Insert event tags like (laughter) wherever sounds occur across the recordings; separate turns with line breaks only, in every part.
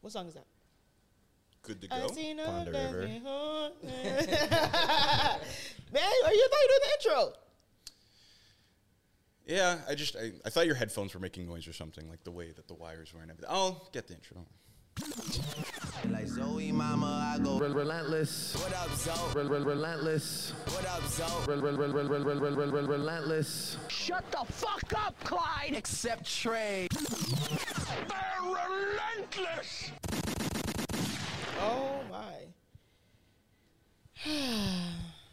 What song is that?
Good to
I
go.
seen a
Ponder
dancing
(laughs) River.
horse. Man, are you not doing the intro?
Yeah, I just I, I thought your headphones were making noise or something, like the way that the wires were and everything. I'll get the intro.
Like Zoe Mama, I go
Rel- Relentless.
What up, Zoe?
Rel- rel- Relentless.
What up, Zoe?
Rel- rel- rel- rel- rel- rel- rel- rel- Relentless.
Shut the fuck up, Clyde! Except Trey. They're relentless!
Oh my.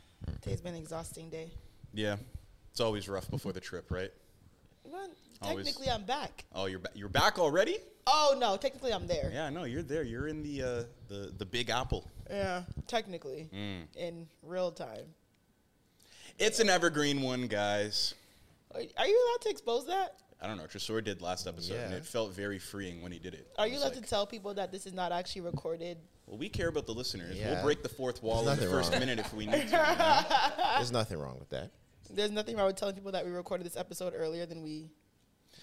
(sighs) Today's been an exhausting day.
Yeah, it's always rough before the trip, right?
Well,
Always.
technically I'm back.
Oh, you're ba- you're back already?
Oh no, technically I'm there.
Yeah, no, you're there. You're in the uh, the the Big Apple.
Yeah, technically.
Mm.
In real time.
It's an evergreen one, guys.
Are are you allowed to expose that?
I don't know. Tresor did last episode, and
Yeah.
it felt very freeing when he did it.
Are
It
you
was
allowed
like,
to tell people that this is not actually recorded?
Well, we care about the listeners.
Yeah.
We'll break the fourth wall in
There's
the
nothing
first
wrong.
minute
(laughs)
if we need to. you know?
There's nothing wrong with that.
There's nothing wrong with telling people that we recorded this episode earlier than we.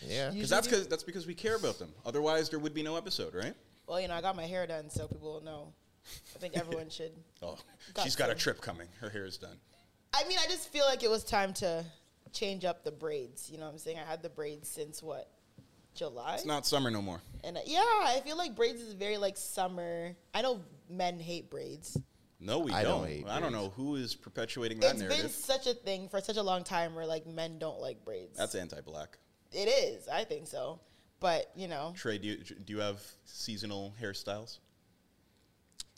Yeah.
You-
Because that's because that's because we care about them. Otherwise, there would be no episode, right?
Well, you know, I got my hair done, so people will know. I think everyone should.
Oh,
Got
she's got a
some.
trip coming. Her hair is done.
I mean, I just feel like it was time to change up the braids. You know what I'm saying? I had the braids since what? July?
It's not summer no more.
and uh, yeah, I feel like braids is very like summer. I know men hate braids.
No, we
I don't
don't.
hate
I don't
braids.
know who is perpetuating that
It's
narrative.
been such a thing for such a long time where like men don't like braids.
That's anti-black.
It is, I think so. But, you know,
Trey, do you, do you have seasonal hairstyles?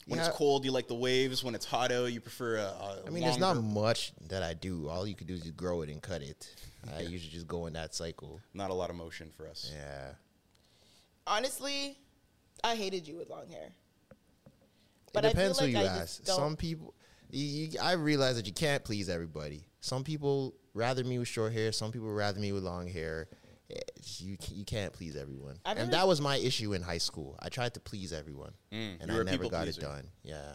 When
Yeah.
it's cold, you like the waves. When it's hot out, you prefer a. a
I mean, there's not
longer-
much that I do. All you could do is you grow it and cut it. I usually just go in that cycle.
not a lot of motion for us.
Yeah.
honestly, I hated you with long hair.
it depends who you
just
ask.
don't-
Some people, you, you, I realize that you can't please everybody. Some people rather me with short hair. Some people rather me with long hair. Eh, You ca- you can't please everyone,
I've never-
and that was my issue in high school. I tried to please everyone, and
Mm. you
I
were a
never
people
got
pleaser.
it done. Yeah,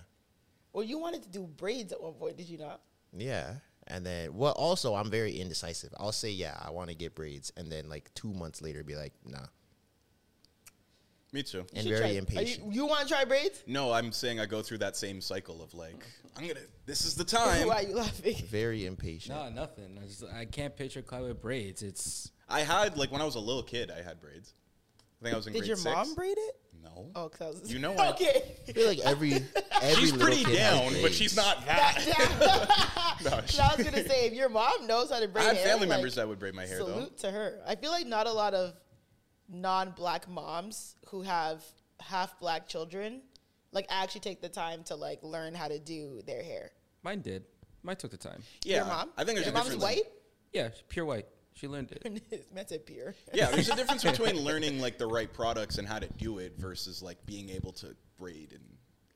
Well, you wanted to do braids at one point, did you not?
yeah. And then, well, also I'm very indecisive. I'll say, yeah, I want to get braids, and then like two months later, be like, nah,
Me too.
and
Should
very
try- are
impatient.
You, you want to try braids?
No, I'm saying I go through that same cycle of like, I'm gonna. This is the
(laughs)
time.
Why are you laughing?
very impatient.
No, Uh, nothing. I just I can't picture Clyde with braids. It's
I had like when I was a little kid, I had braids. I think I was in
Did
grade
your
six.
mom braid it?
No.
Oh, because I was.
You
(laughs)
know I- (laughs)
okay.
I feel like (laughs) every every
she's
little
pretty
kid has
down, but
braids.
she's not that. No, she-
So I was gonna say, if your mom knows how to braid
I had
hair,
family
like,
members that would braid my hair though.
salute to her. I feel like not a lot of non-black moms who have half-black children like actually take the time to like learn how to do their hair.
mine did. Mine took the time.
Yeah,
Your mom?
I think there's
your
a
mom's
difference.
white. (laughs)
Yeah, she's pure white. She learned it.
Meant to appear. (laughs)
Yeah, there's a difference between learning like the right products and how to do it versus like being able to braid and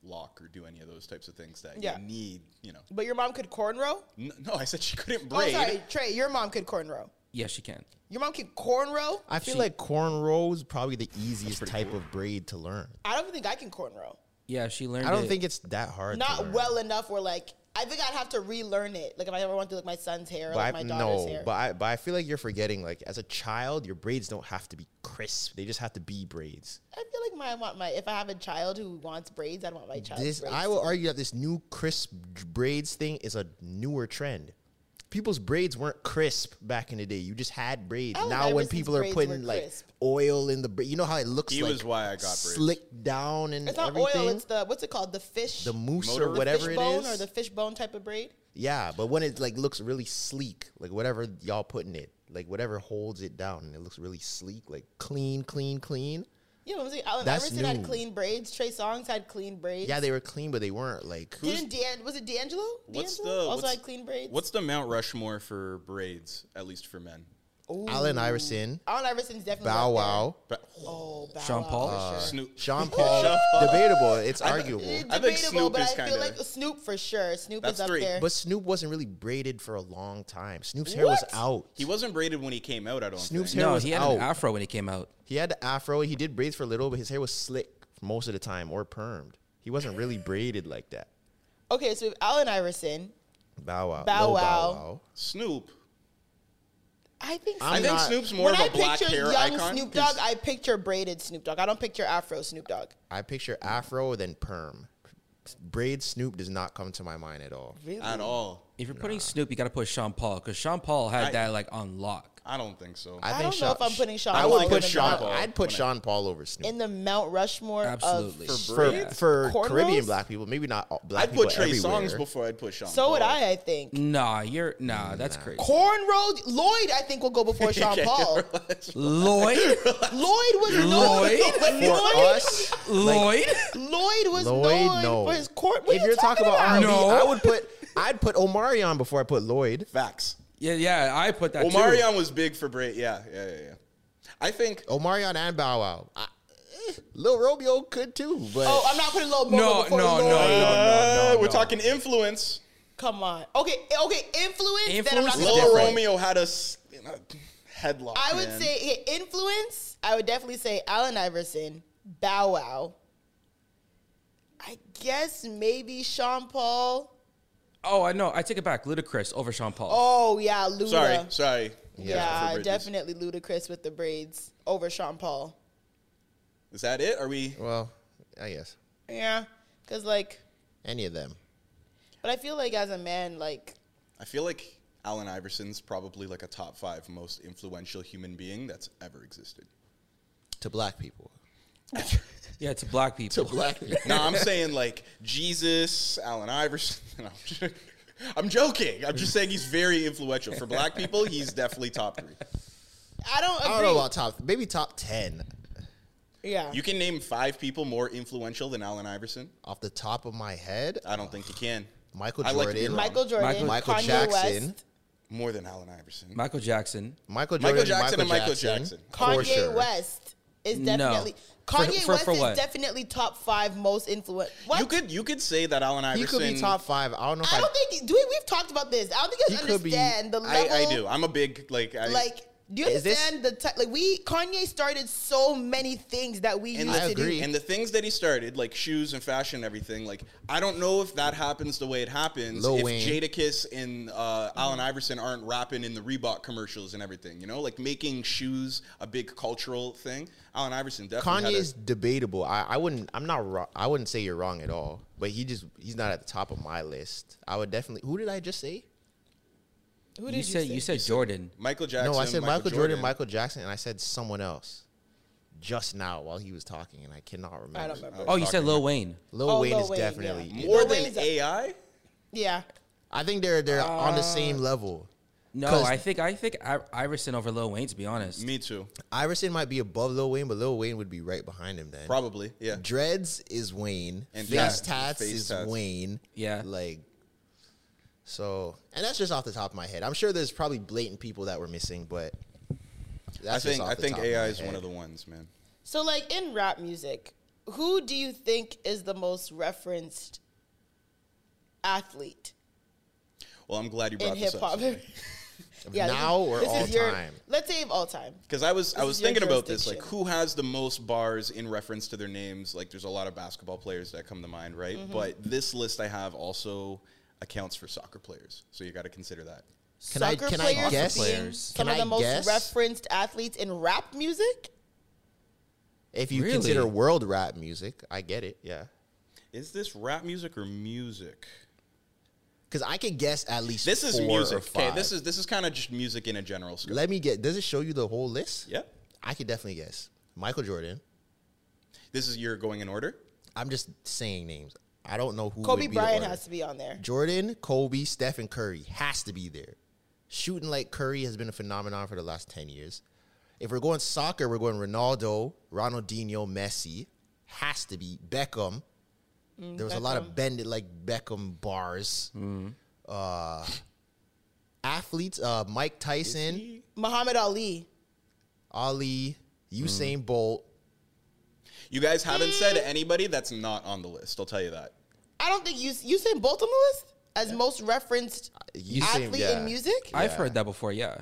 lock or do any of those types of things that
Yeah.
you need. You know,
But your mom could cornrow.
N- no, I said she couldn't
Oh,
braid.
sorry, Trey. Your mom could cornrow.
Yes, she can.
Your mom can cornrow.
I feel like cornrow is probably the easiest type of braid to learn.
I don't think I can cornrow.
Yeah, she learned.
I don't
it-
think it's that hard. to
Not
learn.
well enough. Where like I think I'd have to relearn it. Like if I ever want to like my son's hair or
But I,
like, my daughter's
no,
hair.
but I, but I feel like you're forgetting. Like as a child, your braids don't have to be crisp; they just have to be braids.
I feel like my I want my if I have a child who wants braids, I'd want my child.
This I will argue that this new crisp braids thing is a newer trend. People's braids weren't crisp back in the day. You just had braids.
Oh,
now
ever
when
since
people are
braids
putting
were
like
crisp.
oil in the braid, you know how it looks
He
like
was why I got braids.
slicked down and
It's not
everything.
oil. It's the what's it called? The fish.
the moose
Motor-
or whatever
fish
it
bone
is.
or the fish bone type of braid.
yeah, but when it like looks really sleek, like whatever y'all putting it, like whatever holds it down and it looks really sleek, like clean, clean, clean.
Yeah, but I'm saying Alan
That's
Iverson had
new.
clean braids. Trey Songz had clean braids.
Yeah, they were clean, but they weren't like
didn't Dan was it D'Angelo?
What's the
D'Angelo also
what's-
had clean braids.
What's the Mount Rushmore for braids, at least for men?
Allen Iverson,
Alan Iverson's definitely up
Bow
there.
Wow,
But
Oh, Bow
Sean
Wow,
Paul?
for sure.
Snoop. (laughs)
Sean Paul.
(laughs)
debatable. It's arguable.
It's
Uh, I think
debatable,
Snoop
but I
is
feel
kinda-
like Snoop for sure. Snoop
That's
is up
three.
there.
But Snoop wasn't really braided for a long time. Snoop's hair was
What?
out.
He wasn't braided when he came out. I don't.
Snoop's
think.
hair
No,
was
he had
out.
an afro when he came out.
he had the afro. He did braids for a little, but his hair was slick most of the time or permed. He wasn't really braided like that.
okay, so we have Allen Iverson.
Bow Wow.
Bow
no
Wow.
Snoop.
I think
I
I'm
think
not-
Snoop's more
when
of a
I
black
picture
hair
young
icon.
Snoop
'cause
Dogg, I picture braided Snoop Dogg. I don't picture Afro Snoop Dogg.
I picture afro then perm. Braid Snoop does not come to my mind at all.
at all.
If you're putting Snoop, you got to put Sean Paul because Sean Paul had
I-
that like on lock.
I don't think so.
I don't know if I'm putting Sean
I
Paul
would
in
put
the
Sean.
Mount-
I'd put Sean Paul over Snoop.
in the Mount Rushmore
Absolutely.
of.
for for
Cornrows?
Caribbean black people, maybe not all black
I'd
people
put Trey
everywhere.
Songs before I'd put Sean.
So would
Paul.
I, I think.
Nah, you're nah. That's crazy.
Cornrow Lloyd, I think, will go
(laughs)
before Sean Paul.
(laughs)
Lloyd,
Lloyd was
Lloyd?
known
For
Lloyd.
us,
Lloyd.
Lloyd was
Lloyd,
known
no.
for his court.
if you're talking about R&B,
No.
I would put I'd put Omarion before I put Lloyd.
Facts.
Yeah, yeah. I put that. too.
Omarion was big for braid. Yeah, yeah, yeah, yeah. I think
Omarion and Bow Wow. I, eh, Lil Romeo could too, but
Oh, I'm not putting Lil Bobo
No,
before
no,
Lloyd.
no,
Uh,
no, no,
we're
no.
talking influence.
Come on. Okay, okay. Influence. Then I'm
Influence is
not gonna
Lil
different.
Romeo had us in a headlock.
I would
man.
say okay, influence. I would definitely say Allen Iverson, Bow Wow. I guess maybe Sean Paul.
Oh, I know. I take it back. Ludacris over Sean Paul.
Oh yeah, Luda.
Sorry, sorry.
Yeah,
For Britney's.
definitely Ludacris with the braids over Sean Paul.
Is that it? Are we?
well, I guess
Yeah, because like,
any of them.
but I feel like as a man, like,
I feel like Allen Iverson's probably like a top five most influential human being that's ever existed.
To black people,
Yeah, to black people. To
(laughs)
black people.
no, I'm saying like Jesus, Allen Iverson. (laughs) No, I'm, just, I'm joking. I'm just saying he's very influential for black people. He's definitely top three.
I don't agree.
I don't know about top, maybe top ten
yeah,
You can name five people more influential than Allen Iverson.
off the top of my head.
I don't think you can.
Michael
I like to be
Jordan,
wrong.
Michael Jordan,
Michael-
Michael
Kanye
Jackson.
West,
More than Allen Iverson.
Michael Jackson.
Michael Jordan,
Michael Jackson and Michael Jackson.
for
Kanye
sure.
West is
No.
definitely
For-
Kanye
for-
West
for what?
is definitely top five most influential. What?
You could you could say that Allen
He
Iverson.
could be top five. I don't know if
I don't think do we, we've talked about this. I don't think you
He
guys
could be-
understand the
I,
level.
I do. I'm a big like I,
Like, do you
Is this-
understand the type? Like, we Kanye started so many things that we
and
used
I
to
agree.
do.
and the things that he started, like shoes and fashion and everything, like I don't know if that happens the way it happens.
Lil
if
Wayne.
Jadakiss and uh, Allen Iverson aren't rapping in the Reebok commercials and everything, you know, like making shoes a big cultural thing. Allen Iverson definitely.
Kanye is
had
debatable. I, I wouldn't. I'm not. Wrong, I wouldn't say you're wrong at all. But he just. He's not at the top of my list. I would definitely. Who did I just say?
Who
You said you said Jordan.
a, Michael Jackson.
no, I said Michael, Jordan, Michael Jackson, and I said someone else just now while he was talking, and I cannot remember.
I don't remember.
Oh, you said Lil Wayne.
Lil
Oh,
Wayne
Lil
is
Wayne, yeah.
definitely.
Mo-
More
Lil
than
Wayne's a-
AI.
Yeah.
I think they're they're
Uh,
on the same level.
No,
'Cause-
I think I think I- Iverson over Lil Wayne. To be honest,
Me too.
Iverson might be above Lil Wayne, but Lil Wayne would be right behind him then.
Probably. Yeah.
Dreads is Wayne.
And
face
tats-
tats
face
is
tats.
Wayne.
Yeah.
Like so and that's just off the top of my head. I'm sure there's probably blatant people that were missing, but
I
that's just
think
off
I
the
think
top of my
AI is
head.
one of the ones, man.
So, like in rap music, who do you think is the most referenced athlete
Well, I'm glad you
in
brought this
hip hop?
up.
(laughs)
Sophie.
yeah, this is-
now or
this is
all
your-
time?
Let's say of all time.
Because I was I
This
was
is your
thinking about this, like
jurisdiction.
who has the most bars in reference to their names? Like, there's a lot of basketball players that come to mind, right?
Mhm.
But this list I have also accounts for soccer players, so you got to consider that.
Can I- Soccer can I players guess? being Players.
Some of the most referenced athletes in rap music.
If you
Really?
consider world rap music, I get it. Yeah,
Is this rap music or music?
because I could guess at least
This is
four or
music. Okay,
five.
this is this is kind of just music in a general scope.
Let me get. Does it show you the whole list?
Yep.
I could definitely guess. Michael Jordan.
This is you're going in order.
I'm just saying names. I don't know who.
Kobe
would be the
Bryant
order.
has to be on there.
Jordan, Kobe, Stephen Curry has to be there. Shooting like Curry has been a phenomenon for the last ten years. If we're going soccer, we're going Ronaldo, Ronaldinho, Messi. Has to be Beckham.
Mm,
There was a lot
Beckham.
of bended like Beckham bars. Uh, athletes, uh, Mike Tyson,
Muhammad Ali.
Ali, Usain Bolt.
You guys haven't said anybody that's not on the list. I'll tell you that.
I don't think you you saying both on the list as most referenced athlete in music.
I've heard that before. Yeah.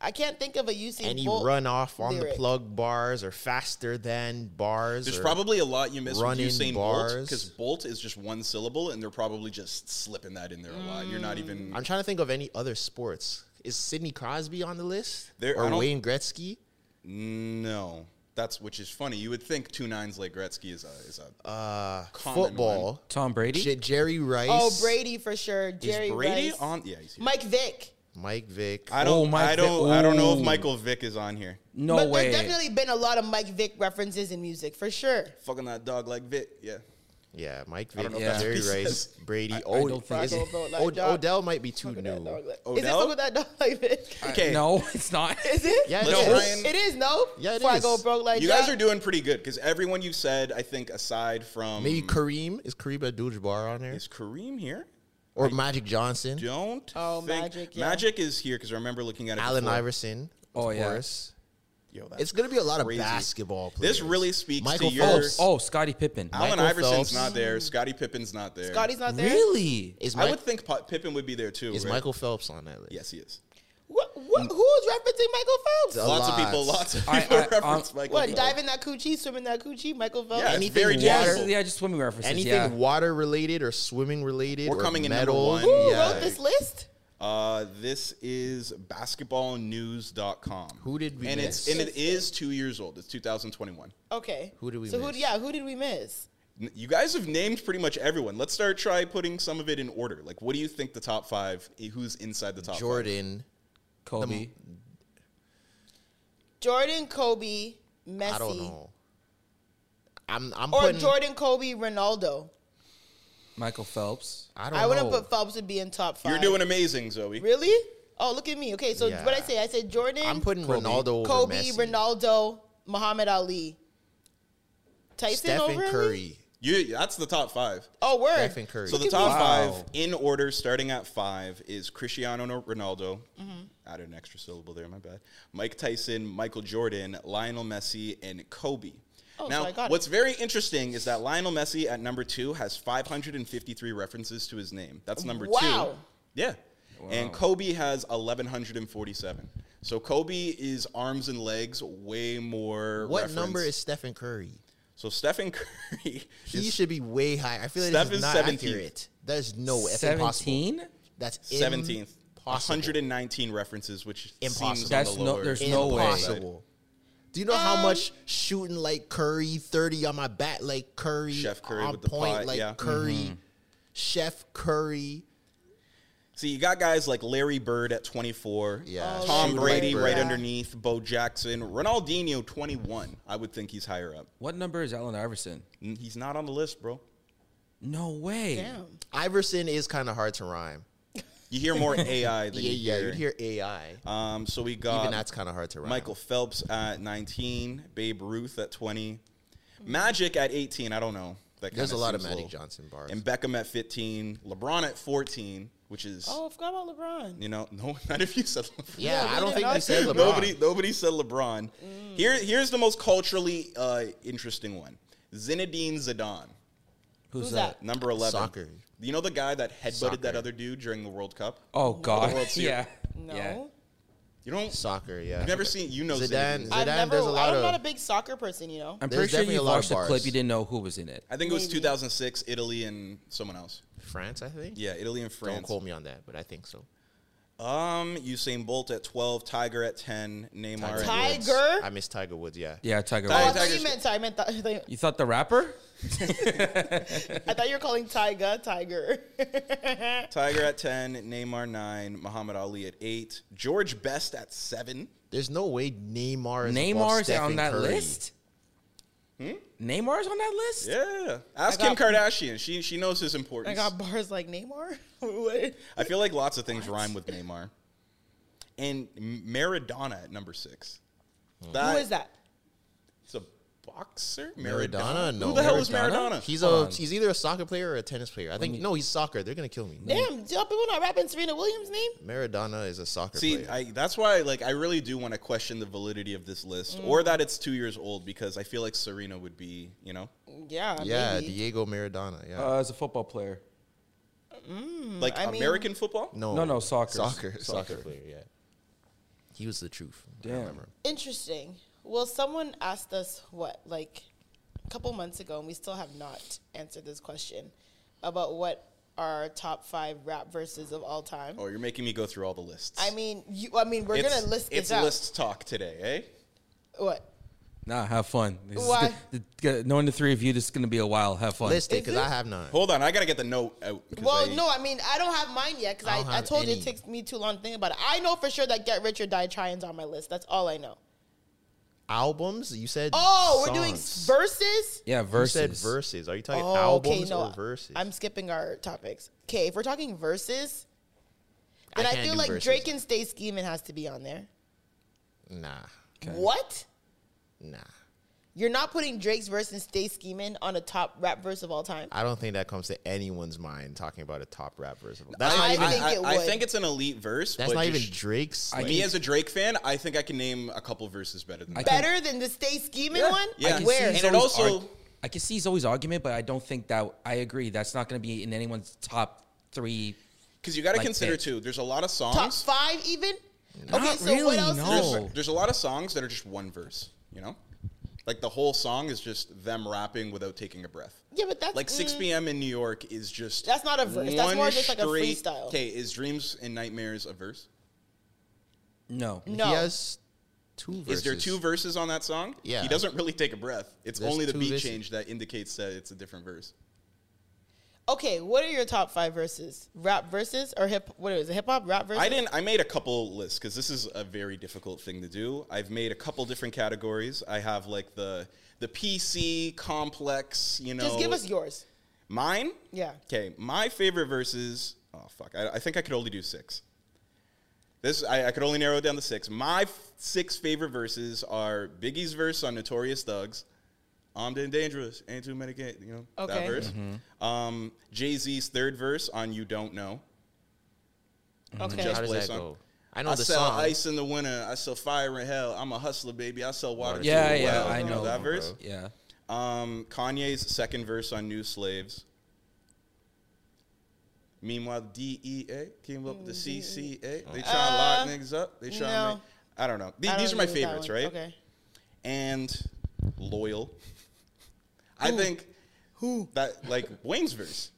I can't think of a Usain
Any
Bolt
run off on
lyric.
the plug bars or faster than bars.
There's
or
probably a lot you miss with
running
Usain Bolt
bars.
because Bolt is just one syllable, and they're probably just slipping that in there a lot. You're not even.
I'm trying to think of any other sports. Is Sidney Crosby on the list?
There- I
or
don't-
Wayne Gretzky?
No, that's which is funny. You would think two nines like Gretzky is a is a
Uh,
Common
football.
one.
Tom Brady.
J- Jerry Rice.
Oh, Brady for sure. Jerry
Brady
Rice.
on. Yeah, he's here.
Mike Vick.
Mike Vick.
I don't.
Oh, Mike
I don't.
Vick.
I don't know if
Ooh.
Michael Vick is on here.
No
but
way.
there's definitely been a lot of Mike Vick references in music for sure.
Fucking that dog like Vick. Yeah.
Yeah, Mike
I
Vick,
don't know if that's
Jerry
what he
Rice,
says.
Brady.
I- I
Od-
don't think
is
so.
it- Od- Odell might be too new.
Is it
Odell?
something that dog (laughs) like Vick?
Uh,
Okay.
No, (laughs) it's not.
Is it?
Yeah, it
Let's
is.
try and-
It is no.
Yeah, it
Before I
is.
go broke like
you guys
that.
are doing pretty good because everyone you said, I think, aside from
mm.
Maybe Kareem is Kareem Abdul-Jabbar on there,
is Kareem here.
or Magic Johnson,
Don't.
Oh,
think-
Magic, yeah.
Magic is here because I remember looking at it.
Allen
before.
Iverson. Of
Oh, yeah.
course.
Yo, that's
It's gonna be a lot
crazy.
of basketball players.
This really speaks
Michael
to
Oh,
your.
Phelps.
oh, Scottie Pippen.
Allen
Michael
Iverson's
Phelps.
not there. Scottie Pippen's not there.
Scotty's not there.
Really?
is,
I
Mi-
would think Pa- Pippen would be there too.
is
right?
Michael Phelps on that list?
Yes, he is.
What, what, who's referencing Michael Phelps?
A
lots of
lot.
people. Lots of people
I- I-
reference
um,
Michael.
what?
Phelps.
Dive in that coochie, swim in that coochie, Michael Phelps.
Yeah, it's
Anything
very
Yeah,
water-
general.
yeah, just swimming references.
Anything
yeah.
water related or swimming related?
We're
or
coming in number
medals,
one.
Who
yeah.
wrote this list?
Uh, this is basketballnews.com.
Who did we
And
miss?
it's and it is two years old. It's 2021.
Okay.
Who did we
so Who,
miss?
yeah, who did we miss?
N- You guys have named pretty much everyone. Let's start try putting some of it in order. Like, what do you think the top five? Who's inside the top? five?
Jordan.
Kobe.
Jordan, Kobe, Messi.
I don't know. I'm. I'm
Or
putting.
Jordan, Kobe, Ronaldo.
Michael Phelps.
I don't
I, wouldn't
know.
put Phelps would be in top five.
You're doing amazing, Zoe.
Really? Oh, look at me. Okay, so
Yeah.
what I say? I said Jordan,
I'm putting Ronaldo over
Kobe,
Messi.
Ronaldo, Muhammad Ali, Tyson
Stephen
over him?
Curry.
You that's the top five.
Oh, word.
Stephen Curry.
So the
Look at
top
me.
five in order, starting at five, is Cristiano Ronaldo. Mm-hmm. Added an extra syllable there, my bad. Mike Tyson, Michael Jordan, Lionel Messi, and Kobe.
Oh,
now,
so I got it.
what's very interesting is that Lionel Messi at number two has 553 references to his name. That's number two.
Wow.
Yeah. And Kobe has 1,147. So Kobe is arms and legs way more.
What
reference.
number is Stephen Curry?
So Stephen Curry
He
is
should be way high. I feel like
Steph
this
is
is not
17th.
accurate. There's no way. That's Oh, impossible.
17?
That's
17th.
Impossible.
119 references, which
Impossible.
seems
That's
on the
no-
lower
there's
side.
no way.
Impossible. Do you know
Um,
how much shooting like Curry, thirty on my bat like Curry,
Chef Curry
on
with the
point
pot,
like
yeah. Mm-hmm.
Curry, Chef Curry,
See, you got guys like Larry Bird at 24,
Yeah. Oh,
Tom
shoot,
Brady
Larry
right
Bird.
underneath, Bo Jackson, Ronaldinho 21. I would think he's higher up.
What number is Allen Iverson?
N- He's not on the list, bro.
No way.
Damn.
Iverson is kind of hard to rhyme.
You
(laughs)
hear more AI than
Yeah,
you
yeah,
hear.
you'd hear AI.
Um, so we
Even
got
that's kind of hard to rhyme.
Michael Phelps at 19, Babe Ruth at 20, Magic at 18. I don't know. That
There's
kinda
a lot of
seems
Magic
low.
Johnson bars.
And Beckham at 15, LeBron at 14, which is
Oh, I forgot about LeBron.
you know (laughs) no not if you said LeBron.
yeah, I don't
we did
think we
not
said
say
LeBron.
Nobody, nobody said
Mm.
LeBron. Here, here's the most culturally uh, interesting one: Zinedine Zidane,
Who's,
Who's
that?
that?
number eleven.
Soccer.
You know the guy that headbutted
Soccer.
that other dude during the World Cup?
Oh, God.
World
(laughs)
Series.
yeah.
No.
You don't
soccer. Yeah,
I've never seen. You know
Zidane.
Zidane.
I've
Zidane
never,
does a lot
I'm
of.
not a big soccer person, you know.
I'm
There's
pretty sure
definitely a
you
lot of
watched a
bars.
clip. You didn't know who was in it.
I think it was
Maybe.
2006, Italy and someone else.
France, I think.
Yeah, Italy and
Don't
France.
quote me on that, but I think so.
Um, Usain Bolt at 12, Tiger at 10, Neymar at
Tiger.
Woods. I miss Tiger Woods. Yeah.
Yeah, Tiger.
Oh, I
Woods.
thought
Tiger's-
you meant Tiger. I, meant th- (laughs) I thought you-
You thought the rapper?
I thought you were calling Tyga Tiger.
Tiger at 10, Neymar 9, Muhammad Ali at 8, George Best at 7.
There's no way Neymar is above
Neymar's
Stephen
on that
Curry.
list. Neymar's on that list.
Yeah. Ask Kim Kardashian. She she knows his importance.
I got bars like Neymar. (laughs) What?
I feel like lots of things rhyme with Neymar. And M- Maradona at number six.
Hmm.
Who is that?
It's a boxer?
Maradona? No.
Who the hell is
Maradona?
Maradona?
He's a he's either a soccer player or a tennis player. I think no, he's soccer. They're gonna kill me.
Damn, do y'all people not rapping Serena Williams' name?
Maradona is a soccer
See,
player.
I, that's why like I really do want to question the validity of this list
Mm.
or that it's two years old because I feel like Serena would be, you know,
Yeah,
yeah,
maybe.
Diego Maradona. Yeah.
Uh, as a football player.
like
Mm, I mean-
American football.
no.
no, no, soccer.
Soccer. Soccer,
Soccer.
player. Yeah. He was the truth. I
Damn.
remember.
Interesting. Well, someone asked us what, like a couple months ago, and we still have not answered this question about what our top five rap verses of all time.
Oh, you're making me go through all the lists.
I mean, you. I mean, we're
It's-
gonna list
It's
this out.
list talk today, eh?
What?
Nah, have fun. This is
Why?
good- th- knowing the three of you, this is gonna be a while. Have fun.
List it
Is
because
it?
I have none.
Hold on, I gotta get the note out. 'cause
Well,
I-
no, I mean, I don't have mine yet
I
because
don't
I, I
have
told you
any.
it takes me too long to think about it. I know for sure that Get Rich or Die Trying's on my list. That's all I know.
Albums? You said.
Oh, we're doing
songs.
verses.
yeah,
You
versus.
said verses. Are you talking
Oh,
albums
no,
or verses?
I'm skipping our topics. Okay, if we're talking verses,
I
then I,
can't
feel
do
like
verses.
Drake and Stay Scheming has to be on there.
Nah,
What?
nah.
You're not putting Drake's verse and Stay Scheming on a top rap verse of all time?
I don't think that comes to anyone's mind talking about a top rap verse. That's not
I
even.
think
I,
it
I
would.
think it's an elite verse.
that's
but
not even
just-
Drake's. like-
me as a Drake fan. I think I can name a couple verses better than that.
Better than the Stay Scheming
Yeah,
one?
yeah. I can
Where?
see And it
Zoe's
also-
I can see Zoe's argument, but I don't think that I agree. That's not gonna be in anyone's top three.
Because you got to
Like
consider
that.
too. There's a lot of songs.
top five even? okay,
Not
so
really,
what else?
no.
There's,
Oh.
there's a lot of songs that are just one verse. You know, like the whole song is just them rapping without taking a breath.
Yeah, but that's
Like 6
mm.
p.m. in New York is just
That's not a verse. That's more just like a freestyle.
Okay, is Dreams and Nightmares a verse?
No.
No.
He has two verses.
Is there two verses on that song?
Yeah.
he doesn't really take a breath. It's
There's
only the
two
beat
verses.
change that indicates that it's a different verse.
Okay, what are your top five verses? Rap verses or hip? What is it? Hip hop rap verses?
I didn't. I made a couple lists because this is a very difficult thing to do. I've made a couple different categories. I have like the the PC complex. You know,
Just give us yours.
mine.
Yeah.
Okay, my favorite verses. Oh fuck! I, I think I could only do six. This I, I could only narrow it down to six. My f- six favorite verses are Biggie's verse on Notorious Thugs. I'm dead and dangerous, ain't too many ga-" you know that
Okay.
verse. Um, Jay Z's third verse on You Don't Know.
Okay.
Mm-hmm. Just
How does
play
that
song.
go? I know
I
the
sell
song.
ice in the winter. I sell fire in hell. I'm a hustler, baby. I sell water.
Water
to
Yeah,
the
yeah,
well.
I
You
know
that verse.
Yeah.
Um, Kanye's second verse on New Slaves. Meanwhile, DEA came up with
Mm,
the CCA. They try to lock niggas up. They try to
E uh, no.
make. I don't know. Th-
I
These are
don't
my
agree with that
favorites,
one.
right?
Okay.
And loyal. I think who that like Wayne's verse.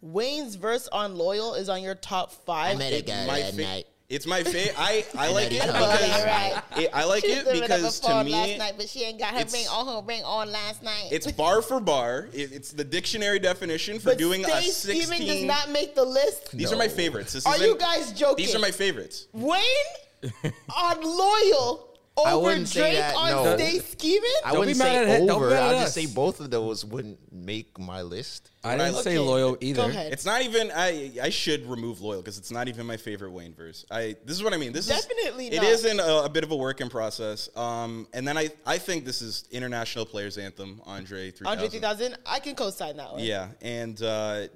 Wayne's verse on "Loyal" is on your top five.
met a guy
my
that
fa-
night.
It's my favorite. I, I like it
Alright,
because
alright.
it, I like
She was
it
living up a
because to
fraud
me
last night, but she ain't got her
it's-
ring on her ring on last night.
It's bar for bar. It, it's the dictionary definition for
But
doing a
Stay Scheming
sixteen.
does not make the list.
these are my favorites. This
Are
isn't-
you guys joking?
These are my favorites.
Wayne
(laughs)
on "Loyal"
I
over
wouldn't say
Drake
that,
on
no.
"Stay Scheming."
I
Don't
wouldn't
be mad
say
at it- don't be
over.
mad at
I'll just say
us.
both of those wouldn't make my list.
I didn't
I-
say
Okay,
loyal either.
Go ahead.
It's not even. I I should remove loyal because it's not even my favorite Wayne verse. I this is what I mean. This
Definitely
is
not.
It isn't a, a bit of a work in process. Um, and then I I think this is international players anthem. Andre three
Andre
thousand.
3000. I can co-sign that one.
Yeah, and uh,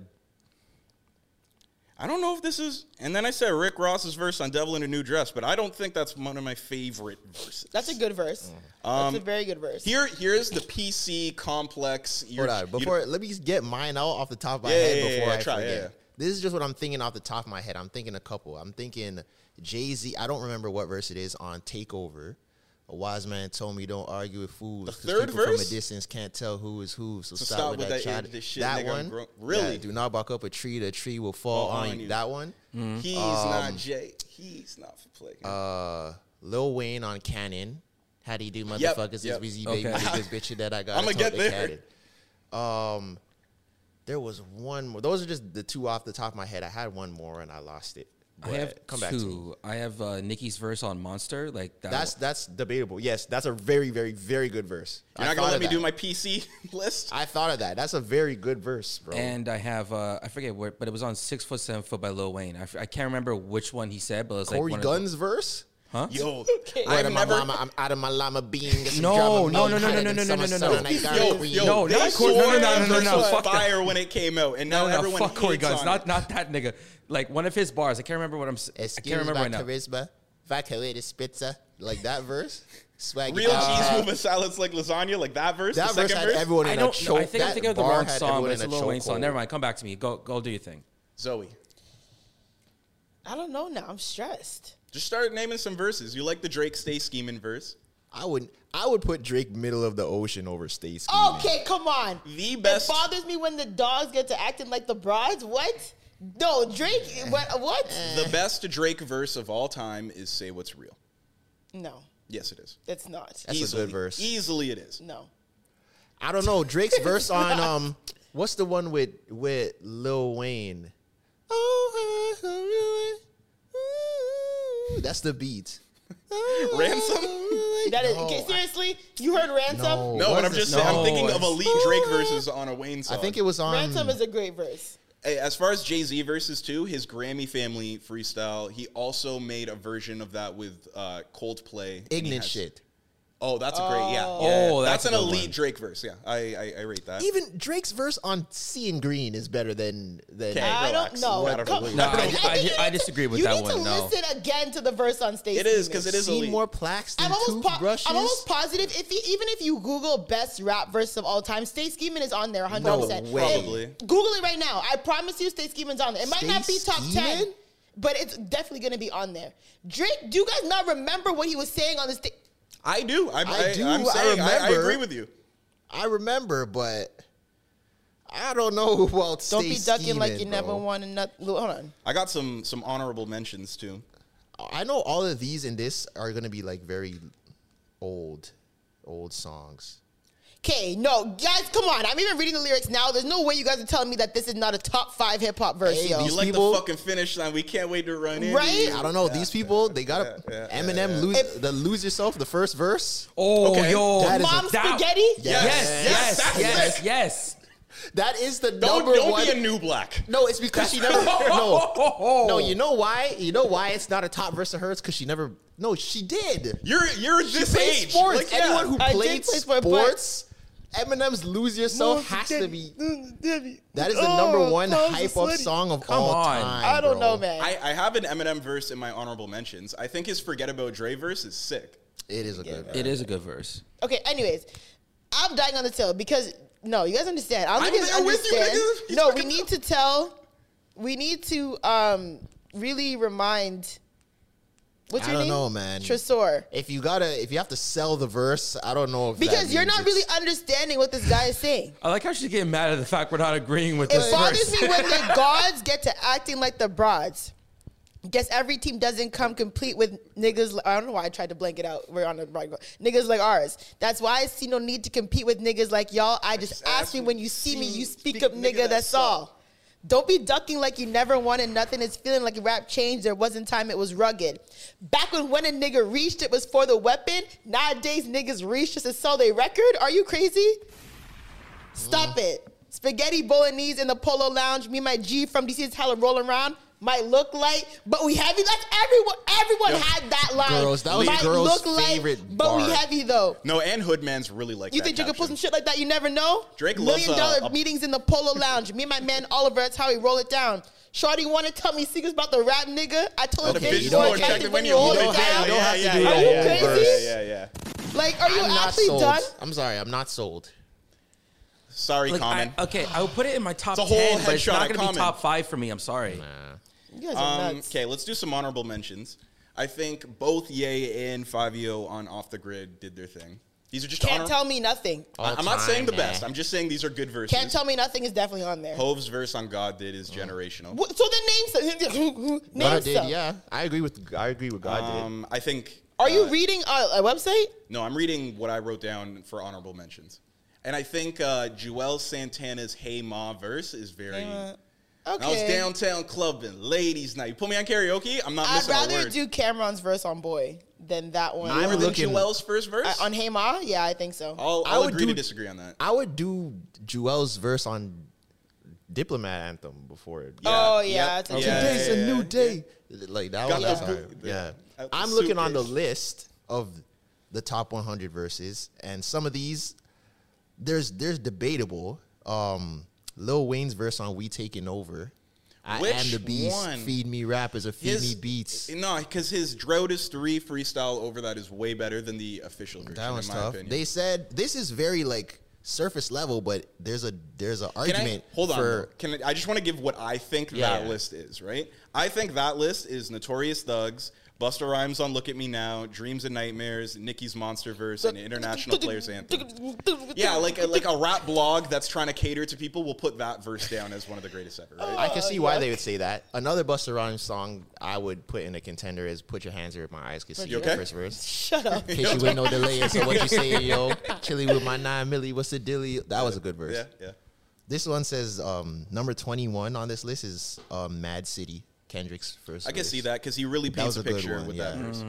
I don't know if this is. And then I said Rick Ross's verse on Devil in a New Dress, but I don't think that's one of my favorite verses.
That's a good verse.
Mm.
Um,
That's a very good verse.
Here, here's the PC complex.
Hold
You're-
on,
you-
before let me just get mine out off the top of my
Yeah,
head
yeah, yeah,
before
yeah,
I
try,
forget.
yeah, yeah.
this is just what I'm thinking off the top of my head. I'm thinking a couple. I'm thinking Jay Z. I don't remember what verse it is on Takeover. A wise man told me don't argue with fools. The
third
people from
verse?
a distance can't tell who is who. So,
So
stop, with that,
that-
chat.
this shit,
that
nigga, I'm
one,
grown- Really?
Yeah, do not bark up a tree. The tree will fall on, you. That one.
He's
Um,
not Jay. He's not for play.
uh, Lil Wayne on Canon. How do you do,
Yep,
motherfuckers?
yep.
It's Weezy Baby,
Okay.
this bitch that I got.
(laughs) I'ma get there.
Um, there was one more. Those are just the two off the top of my head. I had one more and I lost it.
I
But
have
come
come
back to me.
two. I have uh, Nicki's verse on Monster. Like that
That's that's debatable. Yes, that's a very very very good verse.
You're
I
not gonna
thought
let
of
me
that.
do my
(laughs)
PC list?
I thought of that. That's a very good verse, bro.
And I have uh, I forget where, but it was on Six Foot Seven Foot by Lil Wayne. I, f- I can't remember which one he said, but it was like
Corey
one of the-
Gunn's verse.
Huh? (laughs)
Yo,
I'm out
I've
of my
never-
llama. I'm out of my llama bean. Get some
No,
Java
no, no,
milk.
no,
Hotter
no, no,
than
no, no,
summer
no, no.
sun. I got
Yo,
green.
yo,
No,
they
not Corey- no,
swore
no, no,
that
no, no,
verse
no,
was
fuck that.
fire when it came out, and now
No, no,
everyone
fuck Corey
hates
Guns,
on
not
it.
not that nigga. Like one of his bars. I can't remember what I'm. s- I
Excuse
can't remember
my
right now.
charisma. Vacuated spitzer. Like that verse. Swag.
Real
Uh,
cheese moving salads like lasagna, like that verse.
That
the
verse
second
had
verse.
everyone in
I
a
don't. know.
choke.
I think I'm
that
thinking of the
bar
wrong
had
song,
everyone
but it's a
in
Lil Wayne
chokehold.
song. Never mind. Come back to me. Go go do your thing.
Zoe,
I don't know now. I'm stressed.
just start naming some verses. You like the Drake "Stay Scheming" verse?
I would I would put Drake middle of the ocean over Stacey.
Okay, come on.
The best.
It bothers me when the dogs get to acting like the broads. What? No, Drake. What? What?
The best Drake verse of all time is "Say What's Real."
No,
Yes, it is.
it's not.
That's
easily,
a good verse.
Easily, it is.
No.
I don't know Drake's verse on um what's the one with with Lil Wayne. Oh, I- I really- ooh, that's the beat.
Ransom?
(laughs) That is okay. Seriously, you heard ransom?
No.
No,
What
but
is
I'm just
this?
saying,
No,
I'm thinking of
it's-
elite Drake verses on a Wayne
I
song.
think it was on.
Ransom is a great verse.
Hey, as far as Jay Z verses too, his Grammy family freestyle, he also made a version of that with uh, Coldplay. and he
ignorant
has-
shit.
Oh, that's a great, yeah.
Oh.
yeah, yeah.
Oh, that's
that's,
a
an
good
elite
one.
Drake verse. Yeah, I I, I rate that.
Even Drake's verse on "Seeing Green" is better than than.
Okay.
I
relax.
don't know.
Not a
Come-
relief.
No,
think
I-
you
I-
need
I
to-
disagree with
you
that
need to
one, no.
listen again to the verse on stage.
It is because it is
Seen
elite.
more plaques than
I'm almost, po-
toothbrushes.
I'm almost positive if you, even if you Google best rap verse of all time, Stay Scheming is on there 100%.
No way.
Probably.
Google it right now. I promise you Stay Scheming's on there. It might
Stay
not be top 10,
Scheming?
but it's definitely going to be on there. Drake, do you guys not remember what he was saying on the stage?
I do. I'm,
I
I
do,
I'm
I
saying, I, I
remember.
agree with you.
I remember, but I don't know (laughs) who else.
Don't be
stays
ducking like
scheming,
you never
bro.
wanted nothing. Hold on.
I got some some honorable mentions too.
I know all of these and this are gonna be like very old, old songs.
Okay, no, guys, come on. I'm even reading the lyrics now. There's no way you guys are telling me that this is not a top five hip hop verse,
Hey,
yo.
these
You like
people-
the fucking finish line. We can't wait to run in.
Right?
I don't know. these people, they gotta Eminem lose the lose yourself the first verse.
Oh,
Okay.
yo,
That is a-
Mom
that-
spaghetti?
Yes,
Yes.
yes,
Yes,
yes,
that's
yes.
sick.
That is the
Don't,
number
don't
one.
be a new black.
no, it's because she never. No, no, you know why? You know why it's not a top verse of hers? Because she never. No, she did.
You're you're this
Play
age.
sports.
Like, yeah.
Anyone who
I did
played
play sport, but-
sports, Eminem's "Lose Yourself" has to be.
Mm,
That is the number
Oh,
one hype up song of
Come
all
on.
time.
I don't
bro.
know, man.
I, I have an Eminem verse in my honorable mentions. I think his "Forget About Dre" verse is sick.
It is a good. verse.
It is a good verse.
Okay, anyways, I'm dying on the tail because no, you guys understand. I don't think
I'm
you guys
there with you,
understand.
nigga. You
No, we
fucking-
need to tell. We need to um really remind. What's
I
your
don't
name?
know, man.
Tresor.
If you gotta, if you have to sell the verse, I don't know if that
Because you're
means
not
it's-
really understanding what this guy is saying.
I like how she's getting mad at the fact we're not agreeing with
It
this
bothers
verse.
me when the gods get to acting like the broads. Guess every team doesn't come complete with niggas. I don't know why I tried to blank it out. We're on a broad niggas like ours. That's why I see no need to compete with niggas like y'all. I just, ask me when you see me, you speak, up, nigga. That's, all. Don't be ducking like you never wanted nothing. It's feeling like rap changed. There wasn't time it was rugged. Back when when a nigga reached, it was for the weapon. Nowadays niggas reach just to sell their record. Are you crazy? Stop it. Spaghetti bolognese in the polo lounge. Me and my G from DC is hella rolling around. Might look like, but we heavy. That's everyone. Everyone had that line.
Girls, that was
Might
girls'
look like,
favorite
but we
bar.
heavy though.
No, and Hoodman's really like.
You
that
think you could pull
caption.
some shit like that? You never know.
Drake loves,
million
uh,
dollar
a-
meetings in the polo lounge. Me and my man Oliver. That's how we roll it down. Shorty want to tell me secrets about the rap nigga. I told
The
him
Okay,
bitch
you
bitch
don't
boy
more
have
checked
to-
attractive
it
when
when
you hold it down.
don't
Yeah,
have to
yeah,
do
yeah,
that
yeah,
whole
yeah,
verse.
yeah, yeah.
Like, are you
I'm not
actually
sold.
done?
I'm sorry, I'm not sold.
Sorry,
Like, I-
Common.
okay, I will put it in my top
It's a whole
ten, but it's
headshot
not
at
going to be
Common.
top five for me. I'm sorry.
You guys are nuts.
Um, okay, let's do some honorable mentions. I think both Ye and Fabio on Off the Grid did their thing. These are just
Can't
honor-
tell me nothing.
I- I'm not saying the
All-time,
best.
eh?
I'm just saying these are good verses.
Can't tell me nothing is definitely on there.
Hove's verse on God did is generational.
What- So then name some.
What
(laughs)
I
name
did,
some.
yeah. I agree with I agree with God did.
Um, I think.
Are you reading a, a website?
No, I'm reading what I wrote down for honorable mentions. And I think uh, Joel Santana's Hey Ma verse is very.
Okay.
I was downtown clubbing, ladies' night. You put me on karaoke, I'm not
I'd
missing a
rather
word.
do Cameron's verse on Boy than that one.
Mine
More
I'm
than
looking-
Joel's first verse?
I- on Hey Ma? Yeah, I think so.
I'll,
I
I'll
would
agree to
do-
disagree on that.
I would do Joel's verse on Diplomat Anthem before. it-
Oh, yeah, it's a
Okay.
Yeah,
Today's
yeah,
a new
yeah.
day. Like that
Got
was
the
hard.
boot- the-
yeah.
out the
I'm looking on the
suitcase.
list of the top 100 verses, and some of these there's there's debatable. Um, Lil Wayne's verse on "We Taking Over." I am
Which
the beast.
one?
Feed me rappers or feed
His-
me beats.
No, because his Drought is 3 freestyle over that is way better than the official version,
That was
in my
tough.
opinion.
They said this is very like surface level, but there's a there's an
Can I-
argument.
hold on.
for-
though. Can I, I just want to give what I think
Yeah,
that
yeah.
list is, right? I think that list is Notorious Thugs, Buster Rhymes on Look at Me Now, Dreams and Nightmares, Nicki's Monsterverse, and International Players Anthem. Yeah, like a, like a rap blog that's trying to cater to people will put that verse down as one of the greatest ever, right?
I can see why they would say that. Another Busta Rhymes song I would put in a contender is "Put Your Hands Where My Eyes Can See."
You
the
okay?
First verse.
Shut up.
Hit you with no delay, and so what you say, yo?
(laughs)
Chilly with my nine milli. What's the dilly? That was a good verse.
yeah, yeah.
This one says um, number twenty-one on this list is um, "Mad City." Kendrick's first.
I can
verse.
see that because he really
was
paints a
a good
picture
one,
with
yeah.
that verse.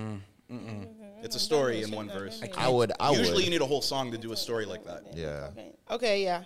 Mm-hmm. It's a story in one verse.
I would. I
Usually,
would.
you need a whole song to do a story like that.
yeah.
Okay, yeah.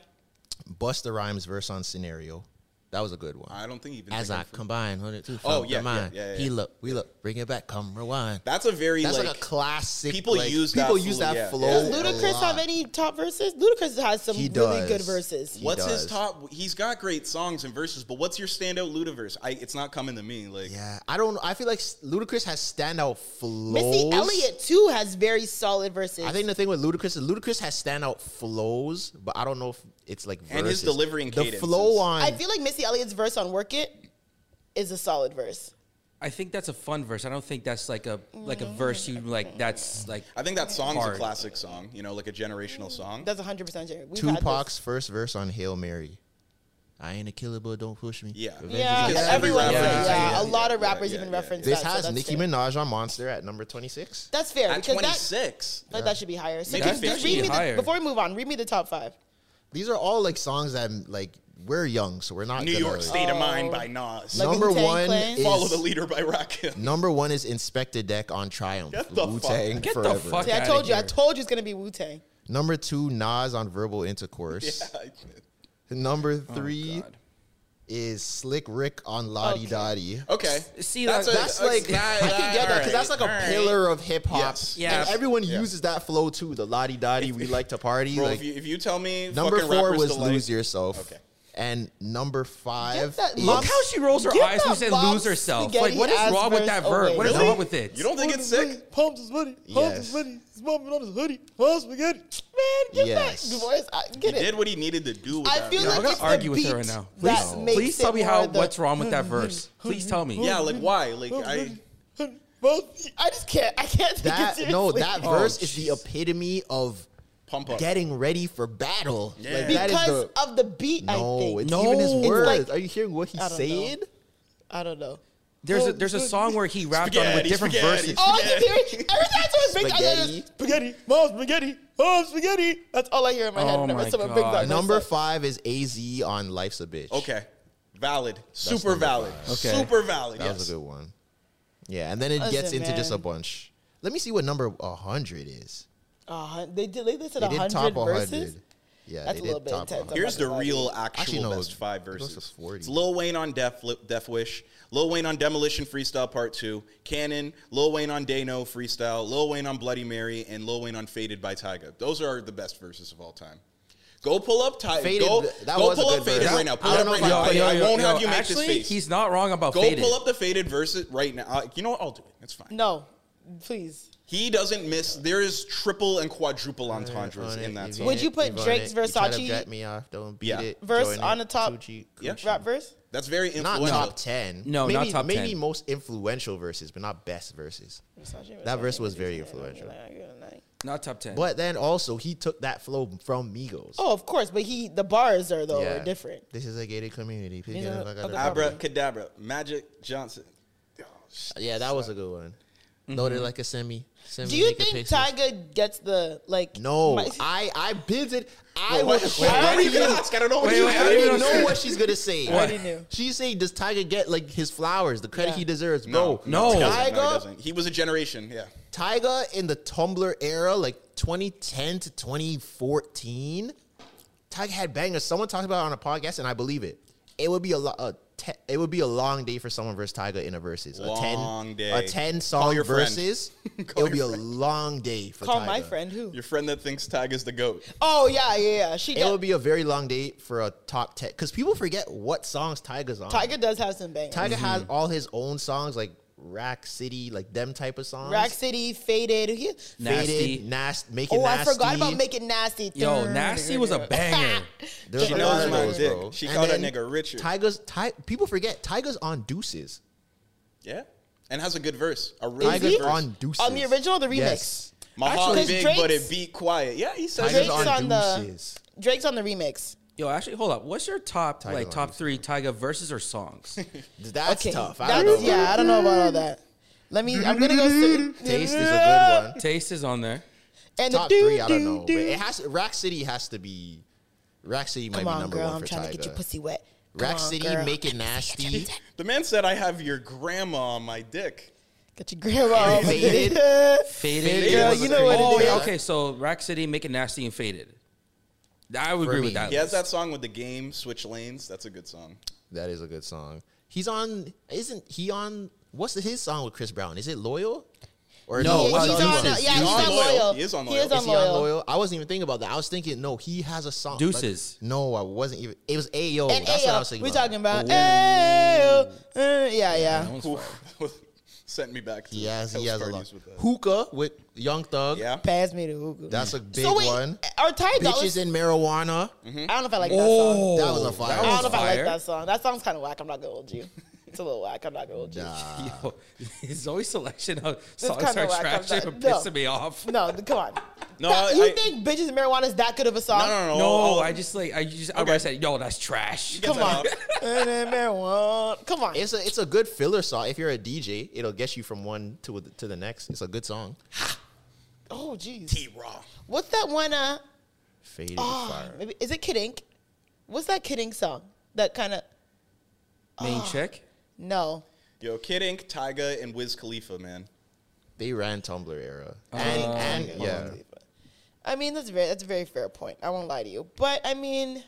Busta Rhymes verse on "Scenario." That was a good one.
I don't think even
As
think
I
of-
combine, hundred two.
Oh,
Oh
yeah,
yeah,
yeah,
mine.
yeah, yeah,
He
yeah.
look, we look, bring it back, come rewind.
That's a very
That's
like,
like, a classic.
people
like,
use that
People use
fl-
that
yeah.
flow.
Does
Oh, a
Ludacris
lot.
have any top verses? Ludacris has some
He
really
does.
good verses.
He
What's his
does.
top? He's got great songs and verses, but what's your standout Ludaverse? I, it's not coming to me. Like,
Yeah, I don't. I feel like Ludacris has standout flows.
Missy Elliott too has very solid verses.
I think the thing with Ludacris is Ludacris has standout flows, but I don't know if it's like verses.
And his delivery and
the
cadence is-
flow on.
I feel like Missy Elliott's verse on "Work It" is a solid verse.
I think that's a fun verse. I don't think that's like a like a verse you like. That's like
I think that song's
Hard.
a classic song. You know, like a generational song.
That's 100 percent true. We've had this.
Tupac's first verse on "Hail Mary." I ain't a killer, but don't push me.
Yeah.
Revenge is
Yeah,
a
Yeah.
everyone.
Yeah.
Yeah,
Yeah. Yeah.
a lot of
Yeah.
rappers
Yeah.
even
Yeah.
reference
This
that. so
has
that's
Nicki
fair.
Minaj on "Monster" at number twenty-six.
That's fair
At
because
twenty
that,
six,
like, that should be higher. So
Make
guys,
it
just read
50.
me the,
Higher.
before we move on, read me the top five.
These are all like songs that like we're young, so we're not
New
gonna-
York State of Mind by Nas.
Like
number
Wu-Tang
one
Clan?
is
Follow the leader by Rakim.
number one is Inspector Deck on Triumph.
Get the
Wu Tang
fuck-
get
forever.
the fuck.
See, I
outta
told you. I
here.
told you it's gonna be Wu Tang.
Number two, Nas on Verbal
(laughs)
Intercourse. Number three
God.
is Slick Rick on Lottie Dottie.
Okay,
See,
that's,
like-
a-
That's
that's-
like
that-
I can get that because that's like a
alright, alright.
pillar of hip hop.
Yes.
Yeah.
and everyone uses that flow too. The Lottie Dottie, we like to party.
Bro,
like,
if, you, if you tell me
number
fucking
four
rappers
was
to like-
lose yourself.
Okay.
And number
Get
five,
that-
is-
Look how she rolls her
Get
eyes when
that
she said
Bob
"lose herself." Like,
Spaghetti
what is
ass
wrong with that
verse
verb?
away.
What is
Really?
wrong with it?
You don't think it's sick?
Pumps his money.
Pumps his Yes. money.
He's bumping on his hoodie. Pumps spaghetti. Man, get
Yes.
that voice. I get
He
it.
did what he needed to do. With
I
that
feel
verse.
like
I'm gonna
it's
argue
the
with
beat
her right now.
that
Please,
makes
please
it
tell me how
more the-
what's wrong with that verse. Please tell me.
yeah, like why? Like I.
(laughs) Both. I just can't. I can't take it
that
seriously.
no, that
Oh,
verse is the epitome of
Pump up.
getting ready for battle.
Yeah.
Like, that is
because
the-
of the beat. I
No,
think.
it's even his
No. It's
words.
like-
Are you hearing what he's
I don't know.
saying?
I don't know.
There's a there's a song where he rapped on it with
Spaghetti,
different
spaghetti.
verses.
All I keep hearing every time someone brings I hear
Spaghetti.
this, spaghetti, mom, spaghetti, mom, spaghetti. That's all I hear in my head
Oh
whenever
my
someone brings
God.
that.
Number
concept.
five is AZ on Life's a Bitch.
Okay, valid. Super valid.
Okay.
Super valid.
That
yes.
was a good one. Yeah, and then it
Listen,
gets into just a
man.
bunch. Let me see what number 100 is.
Uh, they did. They said
They did top
hundred
100.
verses.
Yeah,
That's
they
a
did
little bit
top
intense.
100.
Here's the real
Actually,
actual
no,
best
it
five
goes to
verses.
40.
It's Lil Wayne on Def, Def Wish, Lil Wayne on Demolition Freestyle Part 2, Cannon, Lil Wayne on Dano Freestyle, Lil Wayne on Bloody Mary, and Lil Wayne on Faded by Tyga. Those are the best verses of all time. Go pull up Tyga.
Faded,
Go,
that
go
was a
pull up
good
Faded
verse.
right now. Pull
I
it
don't
up
know
right
if
now.
y'all-
I, I
yo,
won't
yo,
have you make
actually,
this face.
He's not wrong about
Go
faded.
pull up the Faded verses right now. Uh, You know what? I'll do it. It's fine.
No, Please.
He doesn't miss. There is triple and quadruple entendres in that song.
Would you put Drake's
You
Versace
try to get me off, don't beat
Yeah.
it.
verse
join
on
it,
the top
Gucci,
Yeah.
Gucci.
rap verse?
That's very
Not
influential.
top ten.
No,
maybe,
not top
Maybe
10.
most influential verses, but not best verses.
Versace,
That
Versace,
verse was
Versace,
very
Versace,
influential.
Versace.
Not top ten.
But then also he took that flow from Migos.
Oh, of course, but he the bars are though are different.
This is a gated community. Pick
These
it
are
up, I got
other
it.
Abracadabra, Magic Johnson.
Yeah, that was a good one. Loaded like a semi.
Mm-hmm.
semi
Do you
naked
think
pixie.
Tyga gets the like? (laughs)
No,
my-
I I bids it. I
Why-
was.
wait, why
I
do you
didn't even-
ask? I don't know what
Wait,
you
wait,
I
I
don't
didn't
even
know-
know what she's gonna say.
What?
already knew.
She's saying, "Does Tiger get like his flowers, the credit
Yeah.
he deserves,
No,
bro?"
no, he
doesn't. No, he
Tiger,
doesn't. He was a generation. Yeah.
Tiger in the Tumblr era, like 2010 to 2014, Tiger had bangers. Someone talked about it on a podcast, and I believe it. It would be a, lo- a te- it would be a long day for someone versus Tiger in a versus. A
Long
ten,
day.
a ten
Call
song
your friend.
versus. it
(laughs) Call
would be
your
a
friend.
long day for
Call
Tyga.
my friend who?
Your friend that thinks Tag is the goat.
Oh yeah, yeah, yeah. She
It
does.
would be a very long day for a top ten because people forget what songs Tiger's on.
Tyga does have some bangers.
Mm-hmm.
Tyga has all his own songs like Rack City, like them type of songs.
Rack City, faded. He-
Faded,
Nasty.
nasty, make it
oh, I
nasty.
forgot about making nasty.
Yo, Nasty
(laughs)
was a (laughs) banger.
There's
She
a
knows
lot of
my
those,
dick.
bro.
She
And
called that
then
nigga Richard.
Tiger's Ty, people forget Tiger's on Deuces.
Yeah. And has a good verse. A really
Tiger's
good verse.
on Deuces
On the original, the remix.
Yes.
My
Actually,
heart
'cause
big,
Drake's-
but it beat quiet. Yeah, he says
Tiger's
Drake's
it.
on,
on the-
Deuces.
Drake's on the remix.
Yo, actually, hold up. What's your top like
on
top three Tyga verses or (laughs) songs?
That's
Okay,
tough. I
that's-
don't know. about
Yeah, I don't know about all that. Let me. I'm gonna go.
(laughs)
sit-
Taste is a
(laughs)
good one.
Taste is on there.
And
Top
the doo,
three, I don't
doo,
know. But
doo.
it has Rack City has to be. Rack City might
Come
be
on,
number
girl.
one
I'm
for
trying
Tiger.
to get your pussy wet. Come
Rack
on,
City,
girl.
make it nasty.
The man said, I have your grandma on my dick.
Got your grandma. (laughs)
Faded.
Faded.
Faded
Girl,
was
you
a
know what
crazy
it
Oh
is.
yeah.
one.
Okay, so Rack City, Make It Nasty, and Faded. I would
For
agree
me,
with that.
He has that song with the game, Switch Lanes. That's a good song.
That is a good song. He's on. Isn't he on? What's the, his song with Chris Brown? Is it Loyal? Or
No,
is it-
uh,
he's on.
Deuces.
Yeah,
He's
he's
on
on
loyal.
loyal.
He is on
He
loyal.
is on
Is he on
loyal.
Loyal? I wasn't even thinking about that. I was thinking, no, he has a song. like-
Deuces.
no, I wasn't even. It was Ayo.
And
Oh, That's what I was
Ayo,
thinking.
we're
about.
talking about Ayo. Uh, yeah, yeah.
(laughs) Sent me back to
He has, he
house
has a lot.
parties with that.
Hookah with Young Thug.
Yeah.
Pass me the hookah.
That's a big
so wait,
one.
Our Ty Dolla.
Bitches and marijuana.
Mhm.
I don't know if I like that song.
Oh,
That was a fire.
That
I
was
don't know if I like
fire.
that song. That song's kind of whack. I'm not gonna hold you. It's a little whack. I'm not gonna hold you.
(laughs) Yo, his always selection of songs
kinda
are
whack, I'm
trash. It
not- no.
pissing me off.
No, th- come on.
No,
That-
I-
you
I-
think bitches and marijuana is that good of a song?
No, no, no.
No,
all-
I just like I just I already said, yo, that's trash.
Gets
Come
(laughs)
on.
it
And then marijuana. Come on.
It's a it's a good filler song. If you're a DJ, it'll get you from one to to the next. It's a good song.
oh, jeez.
He raw.
What's that one? Uh,
Faded
oh,
fire.
maybe is it Kid Ink? What's that Kid Ink song? That kind of
Main chick.
no.
Yo, Kid Ink, Tyga, and Wiz Khalifa, man.
They ran Tumblr era.
Ah.
and and yeah.
I mean, that's very that's a very fair point. I won't lie to you, but I mean,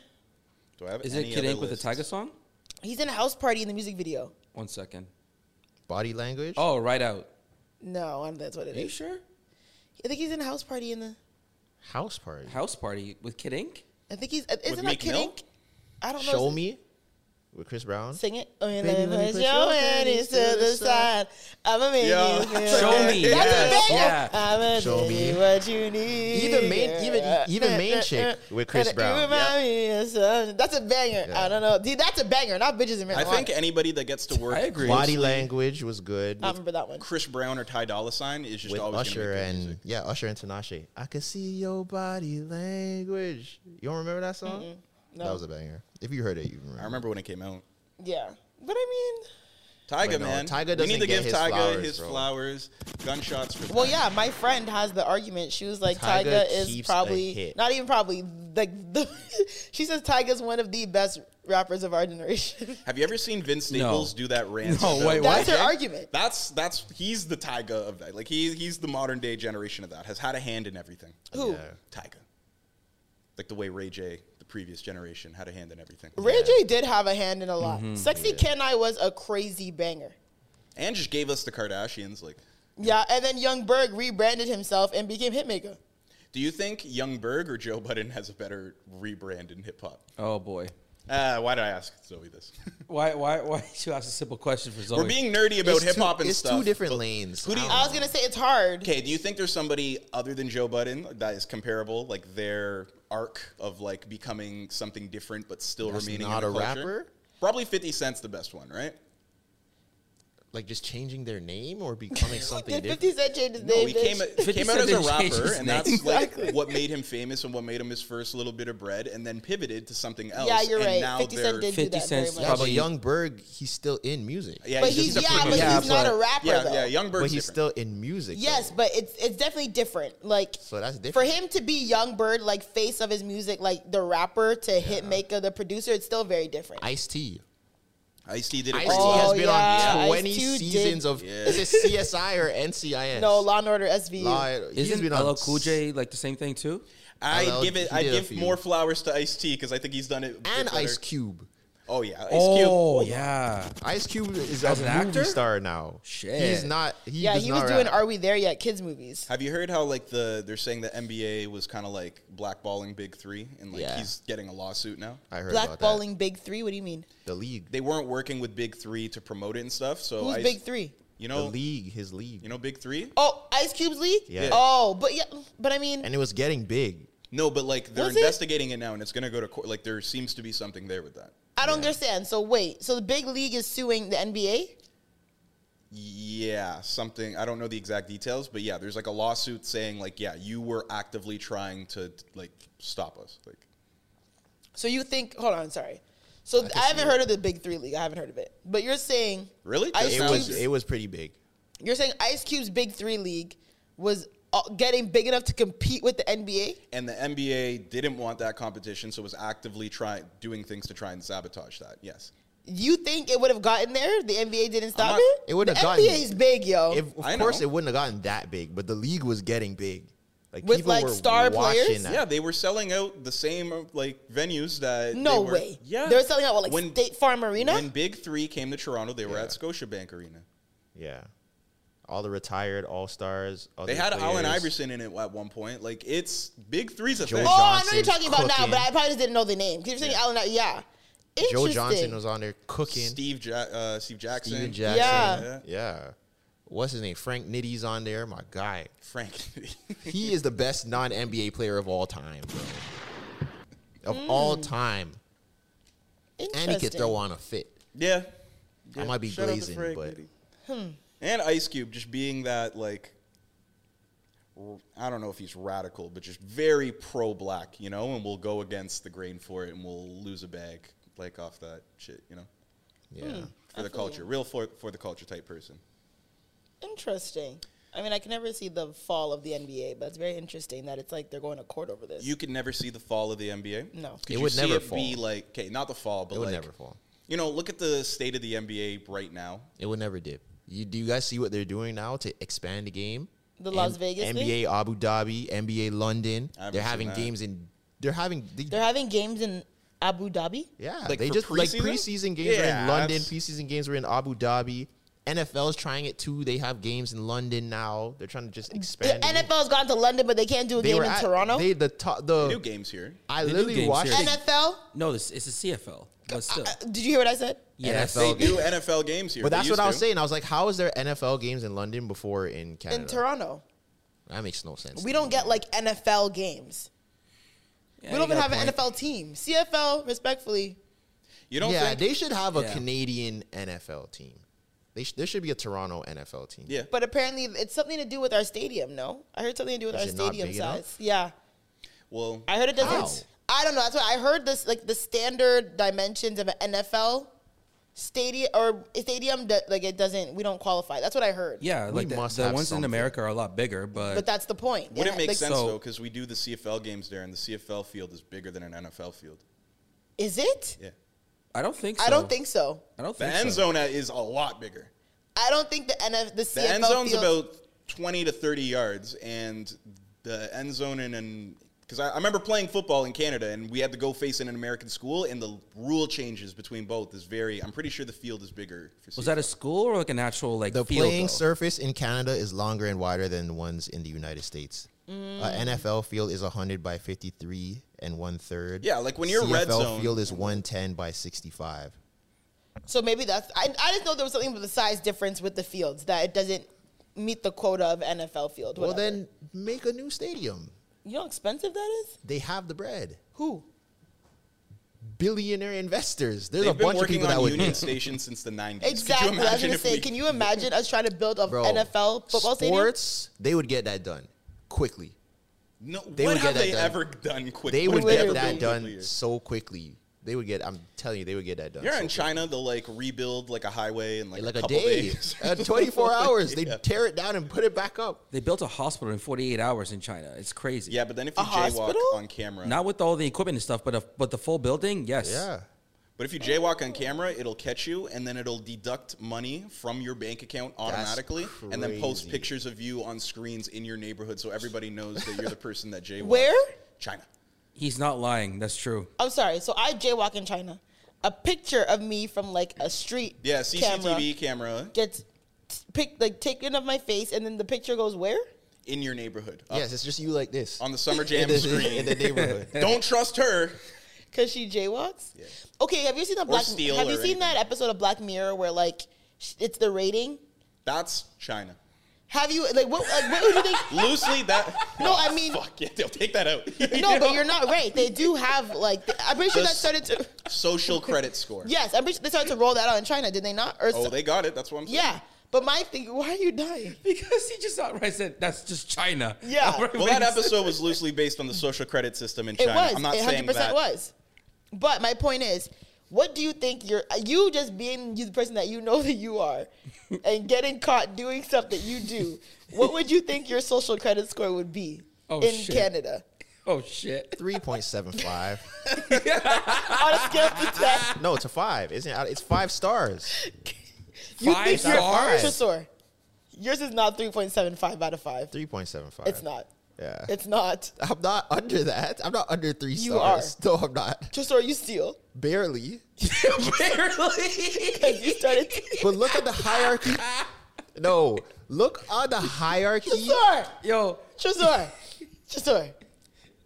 Do I have
Is it
any
Kid
other
Ink with a
lists?
Tyga song?
he's in a house party in the music video.
One second.
Body language.
Oh, right out.
No, I don't think that's what it
Are you
is.
sure?
I think he's in a house party in the.
House party.
House party with Kid Ink?
I think he's. uh, Isn't that
Meek
Kid
Mill?
Ink? I don't know.
Show me with Chris Brown.
Sing it. Oh, and
Baby,
then
let me
push
put
your
your
panties to the side. I'ma make
Yeah.
(laughs)
you feel
Show
right.
me.
That's
Yes.
a banger.
Yeah.
I'ma
Show
show me
me.
what you need. Uh,
Even main- even- even main chick with Chris
And
Brown.
You remind me of something. That's a banger. I don't know. Dude, that's a banger. Not bitches and men.
I think anybody that gets to work
I agree.
Body language was good.
I
With,
remember that one.
Chris Brown or Ty Dolla Sign is just
with
always
Usher
gonna be good
and
music.
yeah, Usher and Tinashe. I could see your body language. You don't remember that song? That was a banger. If you heard it, you remember.
I remember when it came out.
Yeah. But I mean,
Tiger
no,
man,
Tyga
we
doesn't
need to
get
give
his
Tyga
flowers,
his
bro.
flowers, gunshots for.
Well,
Tyga.
yeah, my friend has the argument. She was like,
Tyga
Tyga is
keeps a
probably
hit.
not even probably like the. (laughs) she says Tyga's one of the best rappers of our
(laughs)
generation.
Have you ever seen Vince Staples do that rant? No,
wait,
That's her argument.
That's that's he's the Tyga of that. Like he he's the modern day generation of that. Has had a hand in everything.
Who?
Tyga, like the way Ray J, the previous generation, had a hand in everything.
Ray J did have a hand in a lot.
Mm-hmm.
Sexy Can I was a crazy banger.
and just gave us the Kardashians. Like,
Yeah, and then Young Berg rebranded himself and became hitmaker.
do you think Young Berg or Joe Budden has a better rebrand in hip hop?
Oh boy.
Uh, why did I ask Zoe this?
Why? Why? Why (laughs) did you ask a simple question for Zoe?
(laughs) We're being nerdy about
It's
hip hop
two-
and
it's two
stuff.
different
but
lanes.
Who do you,
I was gonna say it's hard.
okay, do you think there's somebody other than Joe Budden that is comparable, like their arc of like becoming something different but still
That's
remaining
not
in
a
the culture?
rapper?
Probably Fifty Cent's the best one, right?
Like just changing their name or becoming something
Did
different.
50 Cent change his
No,
name?
he came,
bitch?
he
50
came out
Cent
as a
didn't change
rapper,
his
and
name.
that's
Exactly.
like what made him famous and what made him his first little bit of bread, and then pivoted to something else.
yeah, you're
and
right.
Now
50 Cent
they're-
did do
50
that
Cent's
very much.
probably-
Probably Young Berg, he's still in music.
Yeah,
But
he's,
he's-
just
yeah,
different.
but
he's not a
rapper,
Yeah,
though.
yeah, Young
But
Bird's
he's
different.
still in music.
Yes,
though.
but it's it's definitely different. Like
So that's different.
for him to be Young Bird, like face of his music, like the rapper to hit maker, the producer, it's still very different.
Ice T.
Ice T did it.
Ice T
first.
Oh,
has been
yeah,
on 20
Ice-T did-
seasons of is it CSI or NCIS?
no, Law and Order SVU.
Lie- he's
Isn't
been on
LL Cool J like the same thing too?
I
LL
give it.
he
I
did a
give
few.
more flowers to Ice T because I think he's done it.
and
better.
Ice Cube.
Oh yeah, Ice
Oh
Cube.
yeah.
Ice Cube is
As
a
an
movie
actor?
star now.
Shit.
He's not. He
yeah,
does
he
not
was doing
rap.
Are We There Yet kids movies.
Have you heard how like the they're saying the NBA was kind of like blackballing Big Three and like
Yeah.
he's getting a lawsuit now.
I heard about that.
Blackballing Big Three. What do you mean?
the league.
They weren't working with Big Three to promote it and stuff. So
Who's
Oh, Ice-
Big Three?
You
the
know,
league, his league,
you know Big Three.
Oh, Ice Cube's League.
Yeah.
Oh, but yeah, but I mean,
and it was getting big.
No, but like they're
Was it?
investigating it? now and it's gonna go to court. Like there seems to be something there with that.
I don't understand. So wait, so the big league is suing the NBA?
Yeah, something. I don't know the exact details, but yeah, there's like a lawsuit saying like, yeah, you were actively trying to like stop us. Like,
So you think? Hold on, sorry. So th- I, haven't heard of the Big Three League. I haven't heard of it. But you're saying
Really?
Ice
Just
It
now?
Cube's,
was it was pretty big.
you're saying Ice Cube's Big Three League was uh, getting big enough to compete with the NBA?
and the NBA didn't want that competition, so was actively trying doing things to try and sabotage that. Yes,
You think it would have gotten there? The NBA didn't stop
not-
it.
it wouldn't
The
have gotten
NBA is big, yo.
If, of
I know.
course, it wouldn't have gotten that big, but the league was getting big. Like
With,
people
like,
were
star
watching
players?
that.
yeah, they were selling out the same uh, like venues that.
no
they were-
way.
Yeah,
They were selling out what, like
When-
State Farm Arena.
When Big Three came to Toronto, they were at Scotiabank Arena.
yeah. All the retired all stars.
They had Allen Iverson in it at one point. Like it's Big Three's a
Joe
thing.
oh, I know you're talking
Johnson's
about now,
cooking.
but I probably just didn't know the name. 'Cause You're saying Allen. Yeah.
Joe
Interesting.
Johnson was on there cooking.
Steve ja- uh, Steve Jackson.
Steven Jackson.
Yeah.
Yeah. What's his name? Frank Nitty's on there. My guy.
Frank. (laughs)
He is the best non NBA player of all time, bro. Of all time. And he could
Hmm. Interesting.
throw on a fit.
yeah.
I might be
Shout out to
blazing,
Frank,
but
maybe. And Ice Cube just being that like r- I don't know if he's radical, but just very pro black, you know, and we'll go against the grain for it and we'll lose a bag like off that shit, you know.
Hmm.
yeah.
For the culture. Real for for the culture type person.
Interesting. I mean, I can never see the fall of the NBA, but it's very interesting that it's like they're going to court over this.
You could never see the fall of the NBA.
No.
Could
It
you
would
see
never
it be
fall.
like okay, not the fall, but
It would
like
never fall.
You know, look at the state of the NBA right now.
It would never dip. You, do you guys see what they're doing now to expand the game?
The Las Vegas
NBA
thing?
Abu Dhabi, NBA London.
I haven't
They're
seen
having
that.
games in. They're having. They,
they're having games in Abu Dhabi.
yeah,
like
they
for
just like
preseason?
preseason games are
Yeah,
in London.
that's-
Preseason games were in Abu Dhabi. NFL's trying it too. They have games in London now. They're trying to just
The
expand. the game.
NFL's gone to London, but they can't do a game in
at-
Toronto.
They the top
New
the.
games here.
I
They do
literally
games
watched.
here.
the-
NFL.
No, this it's a CFL, but still.
Uh, Did you hear what I said?
yeah,
They
NFL
do NFL games here.
But
They
that's what
used
I was
to.
saying. I was like, how is there NFL games in London before in Canada?
In Toronto,
that makes no sense.
we don't get like NFL games. we don't even have an NFL team. CFL, respectfully,
You don't
yeah,
think
they should have a
Yeah.
Canadian NFL team. They sh- there should be a Toronto NFL team.
Yeah.
but apparently it's something to do with our stadium. No, I heard something to do with
Is
our
it not
stadium
big
size.
enough?
Yeah,
well
I heard it doesn't.
How?
I don't know. That's why I heard this like the standard dimensions of an NFL stadium or a stadium that like it doesn't. We don't qualify. That's what I heard.
Yeah,
We
like the,
must
the
have
ones
something.
in America are a lot bigger, but,
but that's the point.
Would
yeah,
it make
like,
sense
So-
though? Because we do the CFL games there, and the CFL field is bigger than an NFL field.
Is it?
Yeah,
I don't think. so.
I don't think so.
I don't
the
think
end
so.
zone is a lot bigger.
I don't think the NF the
The
CFL
end zone's
field-
about twenty to thirty yards, and the end zone in an because I, I remember playing football in Canada, and we had to go face in an American school, and the rule changes between both is very. I'm pretty sure the field is bigger. For
Was that a school or like an actual like
The
field,
playing
though?
surface in Canada is longer and wider than the ones in the United States.
Mm.
Uh, NFL field is 100 by 53 and one third.
Yeah, like when you're red
CFL
zone-
field is 110 by 65.
So maybe that's. I, I just know there was something with the size difference with the fields that it doesn't meet the quota of NFL field.
Well,
whatever.
then make a new stadium.
you know how expensive that is.
They have the bread.
Who?
Billionaire investors. There's
They've
a
been
bunch of
working
people
on
that would. (laughs)
Union Station since the 90s. Could you
Exactly. I was
imagine
gonna
if
say,
we-
can you imagine us trying to build a
Bro,
NFL football stadium?
sports, they would get that done quickly.
No,
They
what
would get
have
that
they
done.
ever done quickly?
They would
Literally.
get that done
Quickly.
so quickly. They would get. I'm telling you, they would get that done.
You're
so
in China, they'll like rebuild like a highway in like,
quickly. like
a,
a
couple
(laughs)
day,
days. (laughs)
(laughs) uh, 24 hours. They
Yeah.
tear it down and put it back up.
They built a hospital in 48 hours in China. It's crazy.
Yeah, but then if you
A
jaywalk
hospital?
on camera,
Not with all the equipment and stuff, but a, but the full building, yes.
Yeah.
but if you jaywalk on camera, it'll catch you, and then it'll deduct money from your bank account automatically, and then post
crazy.
pictures of you on screens in your neighborhood, so everybody knows that you're the person that jaywalked.
Where?
China.
He's not lying. That's true.
I'm sorry. So I jaywalk in China. A picture of me from like a street
Yeah,
camera
CCTV camera,
gets t- pick like taken of my face, and then the picture goes where?
in your neighborhood. Up
Yes, it's just you like this
on
(laughs)
the summer jam
in the,
screen.
in the neighborhood.
(laughs)
(laughs)
Don't trust her.
Cause she jaywalks. Okay, have you seen that
Or
Black?
steal
Have you
or
seen that episode of Black Mirror where like sh- it's the rating?
That's China.
Have you like what? Like, what would you
(laughs)
think?
Loosely, that.
(laughs) No, I mean-
(laughs) Fuck yeah, they'll take that out. (laughs)
No, but you're not right. They do have like th- I'm pretty sure that
Just-
started to
Social credit score.
yes, I'm pretty sure they started to roll that out in China, did they not? Or
Oh,
so-
they got it. That's what I'm saying.
yeah. But my thing, why are you dying?
Because he just outright said, that's just China.
Yeah.
Outright
(laughs) Well, that
racist.
episode was loosely based on the social credit system in
It
China.
was.
I'm not
it
saying
100%
that.
was. But my point is, what do you think you're you just being you the person that you know that you
(laughs)
are and getting caught doing stuff that you do? What would you think your social credit score would be
Oh,
in
shit.
Canada?
(laughs) Oh,
(laughs)
shit.
3.75.
On a scale
(laughs)
of 10,
no, it's a five. Isn't it? It's five stars.
you
Five
think you're
stars?
Tresor, Yours is not 3.75 out of 5.
3.75.
It's not.
Yeah.
It's
(laughs)
not.
I'm not under that. I'm not under three
You
stars. No, I'm not.
Tresor, you steal.
Barely.
Because you
(laughs)
started.
But look at
(laughs)
the hierarchy. No, look at the hierarchy.
Tresor!
Yo,
Tresor! Tresor!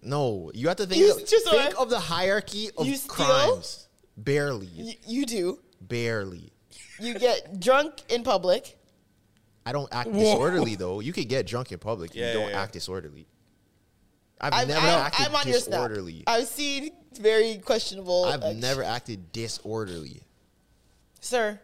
No, you have to think.
You-
of,
just-
think of the hierarchy of
You steal?
crimes. Barely,
You, you do.
barely.
You get drunk in public.
I don't act disorderly though. You could get drunk in public.
Yeah,
you don't
yeah, yeah.
act disorderly. I've
I'm,
never
I'm,
acted
I'm on your snap.
disorderly.
I've seen very questionable.
I've
action.
never acted disorderly.
Sir,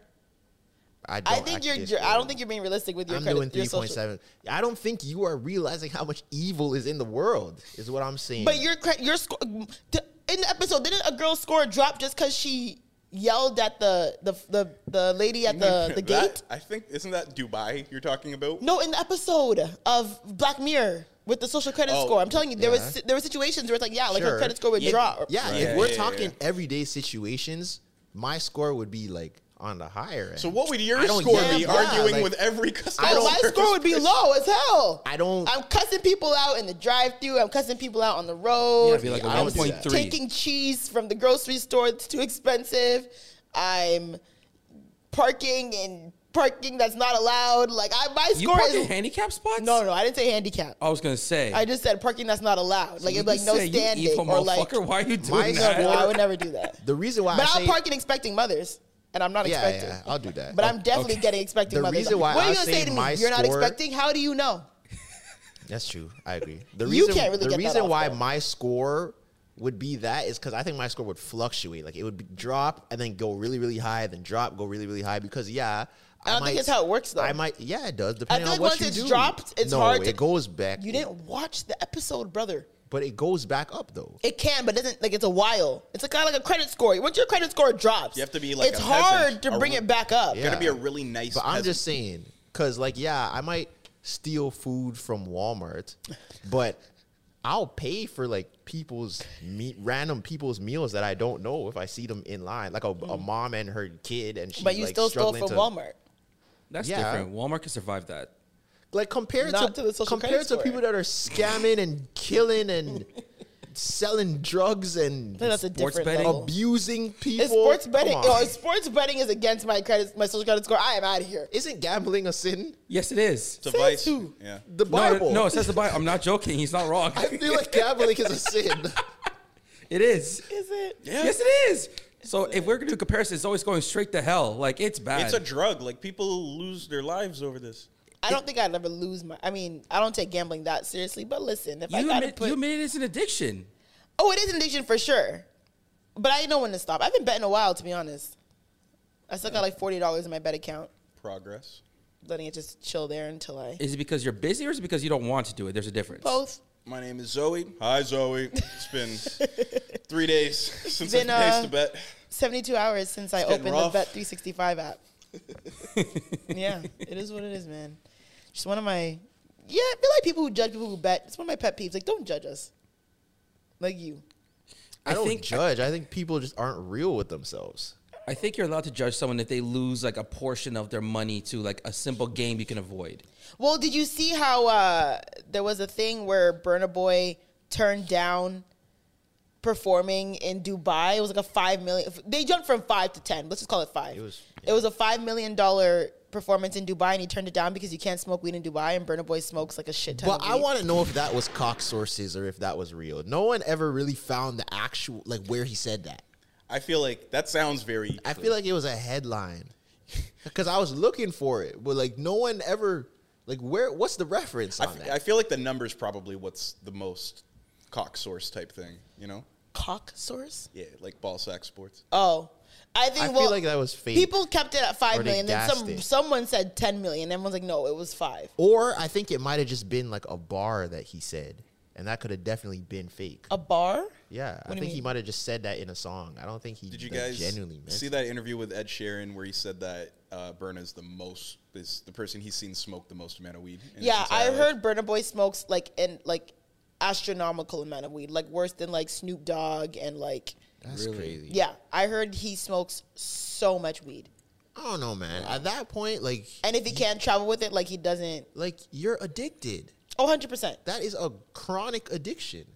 I don't.
I think
act
you're.
disorderly.
I don't think you're being realistic with your
I'm
credit.
doing
your
three
social-
point seven. I don't think you are realizing how much evil is in the world. Is what I'm saying.
But your cre- your score in the episode didn't a girl's score drop just because she yelled at the the the, the lady at Uh, the the
(laughs) That-
gate?
I think isn't that Dubai you're talking about?
No, in the episode of Black Mirror with the social credit
Oh,
sure. I'm telling you, there was there were situations where it's like, yeah, like her
Sure.
credit score would drop.
yeah,
Right.
if
Yeah,
we're
yeah, yeah,
talking
yeah.
everyday situations, my score would be like on the higher end.
So what would your
I don't
score
get-
be?
yeah,
arguing
like,
with every customer.
I
Oh,
don't-
my
(laughs)
service
score would be
person.
low as hell.
I don't-
I'm cussing people out in the drive-through. I'm cussing people out on the road.
Yeah, it'd be like a
I'm
1.3.
taking cheese from the grocery store. It's too expensive. I'm parking and parking that's not allowed. Like I, my
you
score
park in
is
handicap spots?
(laughs) no, no. I didn't say handicap.
I was going to say.
I just said parking that's not allowed. Like
You
it's like
just
no
said, "You
standing
evil
or like.
motherfucker,
No,
why are you
My
(laughs)
doing
no,
that?
no, I
score-
would never do that.
The reason why
But
I
I'll
say-
park in expecting mothers, and I'm not
Yeah,
expecting.
yeah, I'll do that.
But
I'll-
I'm definitely
okay.
getting expecting
The
mothers.
reason why
what are
I
you gonna
say
say to me?
my
You're not
score-
expecting. How do you know?
That's true. I agree. The
You
reason
can't really
the
get that
reason
off,
why
though.
my score would be that is because I think my score would fluctuate. Like it would be drop and then go really really high, then drop, go really really high. Because yeah,
I don't think it's how it works, though.
I might yeah, it does
I
depending
feel like
on what
once
you
it's
do.
dropped, it's
no,
hard. to,
it goes back.
You didn't watch the episode, brother.
but it goes back up though.
It can, but it doesn't like it's a while. It's kind of like a credit score. Once your credit score drops,
You have to be like
it's
a
hard
peasant,
to
a
bring
re-
it back up.
You're gonna be
Yeah.
a really nice.
But I'm
peasant.
just saying, cause like yeah, I might steal food from Walmart, but I'll pay for like people's meat, random people's meals that I don't know if I see them in line, like a, a mom and her kid, and she
Mm-hmm. But you
like,
still stole
struggling
from
to-
Walmart.
That's
Yeah.
different. Walmart can survive that.
Like compared
Not
to,
to the social
compared
credit
to
score. (laughs)
people that are scamming and killing and selling drugs and
That's a Sports different betting? level.
abusing Oh, people.
If sports betting,
Come
yo,
on.
if sports betting is against my credit, my social credit score. I am out of here.
Isn't gambling a sin?
Yes, it is.
It's a vice. Yeah.
The
No,
Bible.
no, no, it says the Bible. I'm not joking. He's not wrong.
(laughs) I feel like gambling is a sin.
(laughs) It is.
Is it?
Yeah.
Yes, it is. So if we're gonna do comparison, it's always going straight to hell. Like it's bad.
It's a drug. Like people lose their lives over this.
I don't think I'd ever lose my. I mean, I don't take gambling that seriously. But listen, if I
you,
gotta
admit,
put,
you admit it's an addiction.
oh, it is an addiction for sure. But I know when to stop. I've been betting a while, to be honest. I still got like forty dollars in my bet account,
Progress.
letting it just chill there until I
Is it because you're busy or is it because you don't want to do it? There's a difference.
both.
My name is Zoe. Hi, Zoe. It's
(laughs)
been three days (laughs) since
Been,
I
uh,
placed a bet.
Seventy-two hours since I
It's getting
opened
rough.
the Bet Three Sixty Five
(laughs)
app. yeah, it is what it is, man. Just one of my yeah. I feel like people who judge people who bet. It's one of my pet peeves. Like, don't judge us. Like you.
I don't
think-
judge. I think people just aren't real with themselves.
I think you're allowed to judge someone if they lose like a portion of their money to like a simple game you can avoid.
Well, did you see how uh, there was a thing where Burna Boy turned down performing in Dubai? It was like a five million. They jumped from five to ten. Let's just call it five. It was, a five million dollar performance in Dubai, and he turned it down because you can't smoke weed in Dubai, and Burna Boy smokes like a shit ton.
But
of
I
weed.
want to know if that was cock sources or if that was real. No one ever really found the actual like where he said that.
I feel like that sounds very.
I feel like it was a headline (laughs) because I was looking for it, but like no one ever like where. What's the reference
I
on
f-
that?
I feel like the numbers probably what's the most cock source type thing. You know?
cock source.
Yeah, like ball sack sports.
Uh,
Oh, I think.
I feel
well,
like that was fake.
People kept it at
Or
five
they
million. Then
gassed
some
it.
someone said ten million. Everyone's like, no, it was five.
or I think it might have just been like a bar that he said, and that could have definitely been fake.
A bar.
yeah, I
Oh. do you
think he
mean?
might have just said that in a song. I don't think he
Did you
like,
guys
genuinely meant
see
it.
that interview with Ed Sheeran where he said that uh, Burna's the most is the person he's seen smoke the most amount of weed? in his
Yeah, I
entire life?
heard Burna Boy smokes like an like astronomical amount of weed, like worse than like Snoop Dogg and like
That's crazy.
yeah. I heard he smokes so much weed,
I don't know, man. At that point, like
and if he can't travel with it, like he doesn't.
like you're addicted.
Oh, 100 percent.
That is a chronic addiction.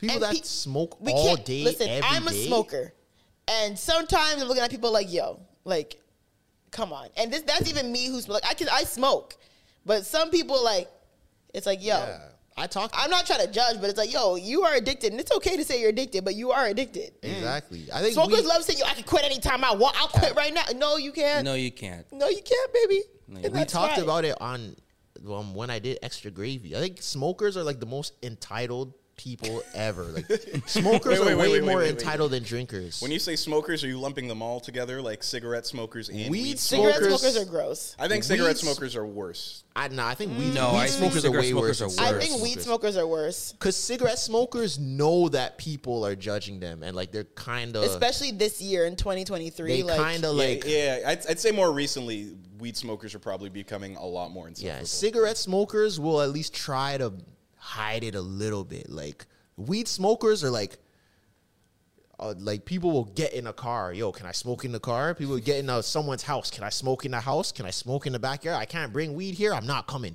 People
And
that
pe-
smoke
we
all
can't-
day,
Listen,
every
I'm a
day,
smoker, and sometimes I'm looking at people like, "Yo, like, come on." And this, that's even me who's like, I can, I smoke, but some people like, it's like, "Yo,
Yeah. I talk
I'm not trying to judge, but it's like, yo, you are addicted, and it's okay to say you're addicted, but you are addicted."
exactly. I think
Smokers
we-
love saying, "Yo, I can quit anytime I want. I'll quit right now." No, you can't.
No,
No,
you can't.
you can't, baby. And
we
that's
talked
right.
about it on um, when I did extra gravy. I think smokers are like the most entitled people ever.
(laughs)
Like smokers
Wait, wait,
are way
wait, wait, wait,
more
wait, wait.
entitled than drinkers.
When you say smokers, are you lumping them all together, like cigarette smokers and
Weed
weed,
Cigarette
smokers?
smokers, are gross.
I think
Weed
cigarette
s-
smokers are worse.
I, no, I think weed,
No,
weed
I think
smokers are
cigarette
way
smokers
worse.
are
I
worse.
think weed smokers are worse,
because cigarette smokers know that people are judging them and like they're kind of
especially this year in 2023.
they
like,
kind of like
yeah, yeah, I'd, I'd say more recently, weed smokers are probably becoming a lot more
Yeah,
insufferable.
cigarette smokers will at least try to hide it a little bit. Like weed smokers are like, uh, like people will get in a car. Yo, can I smoke in the car? People will get in uh, someone's house. Can I smoke in the house? Can I smoke in the backyard? I can't bring weed here. I'm not coming.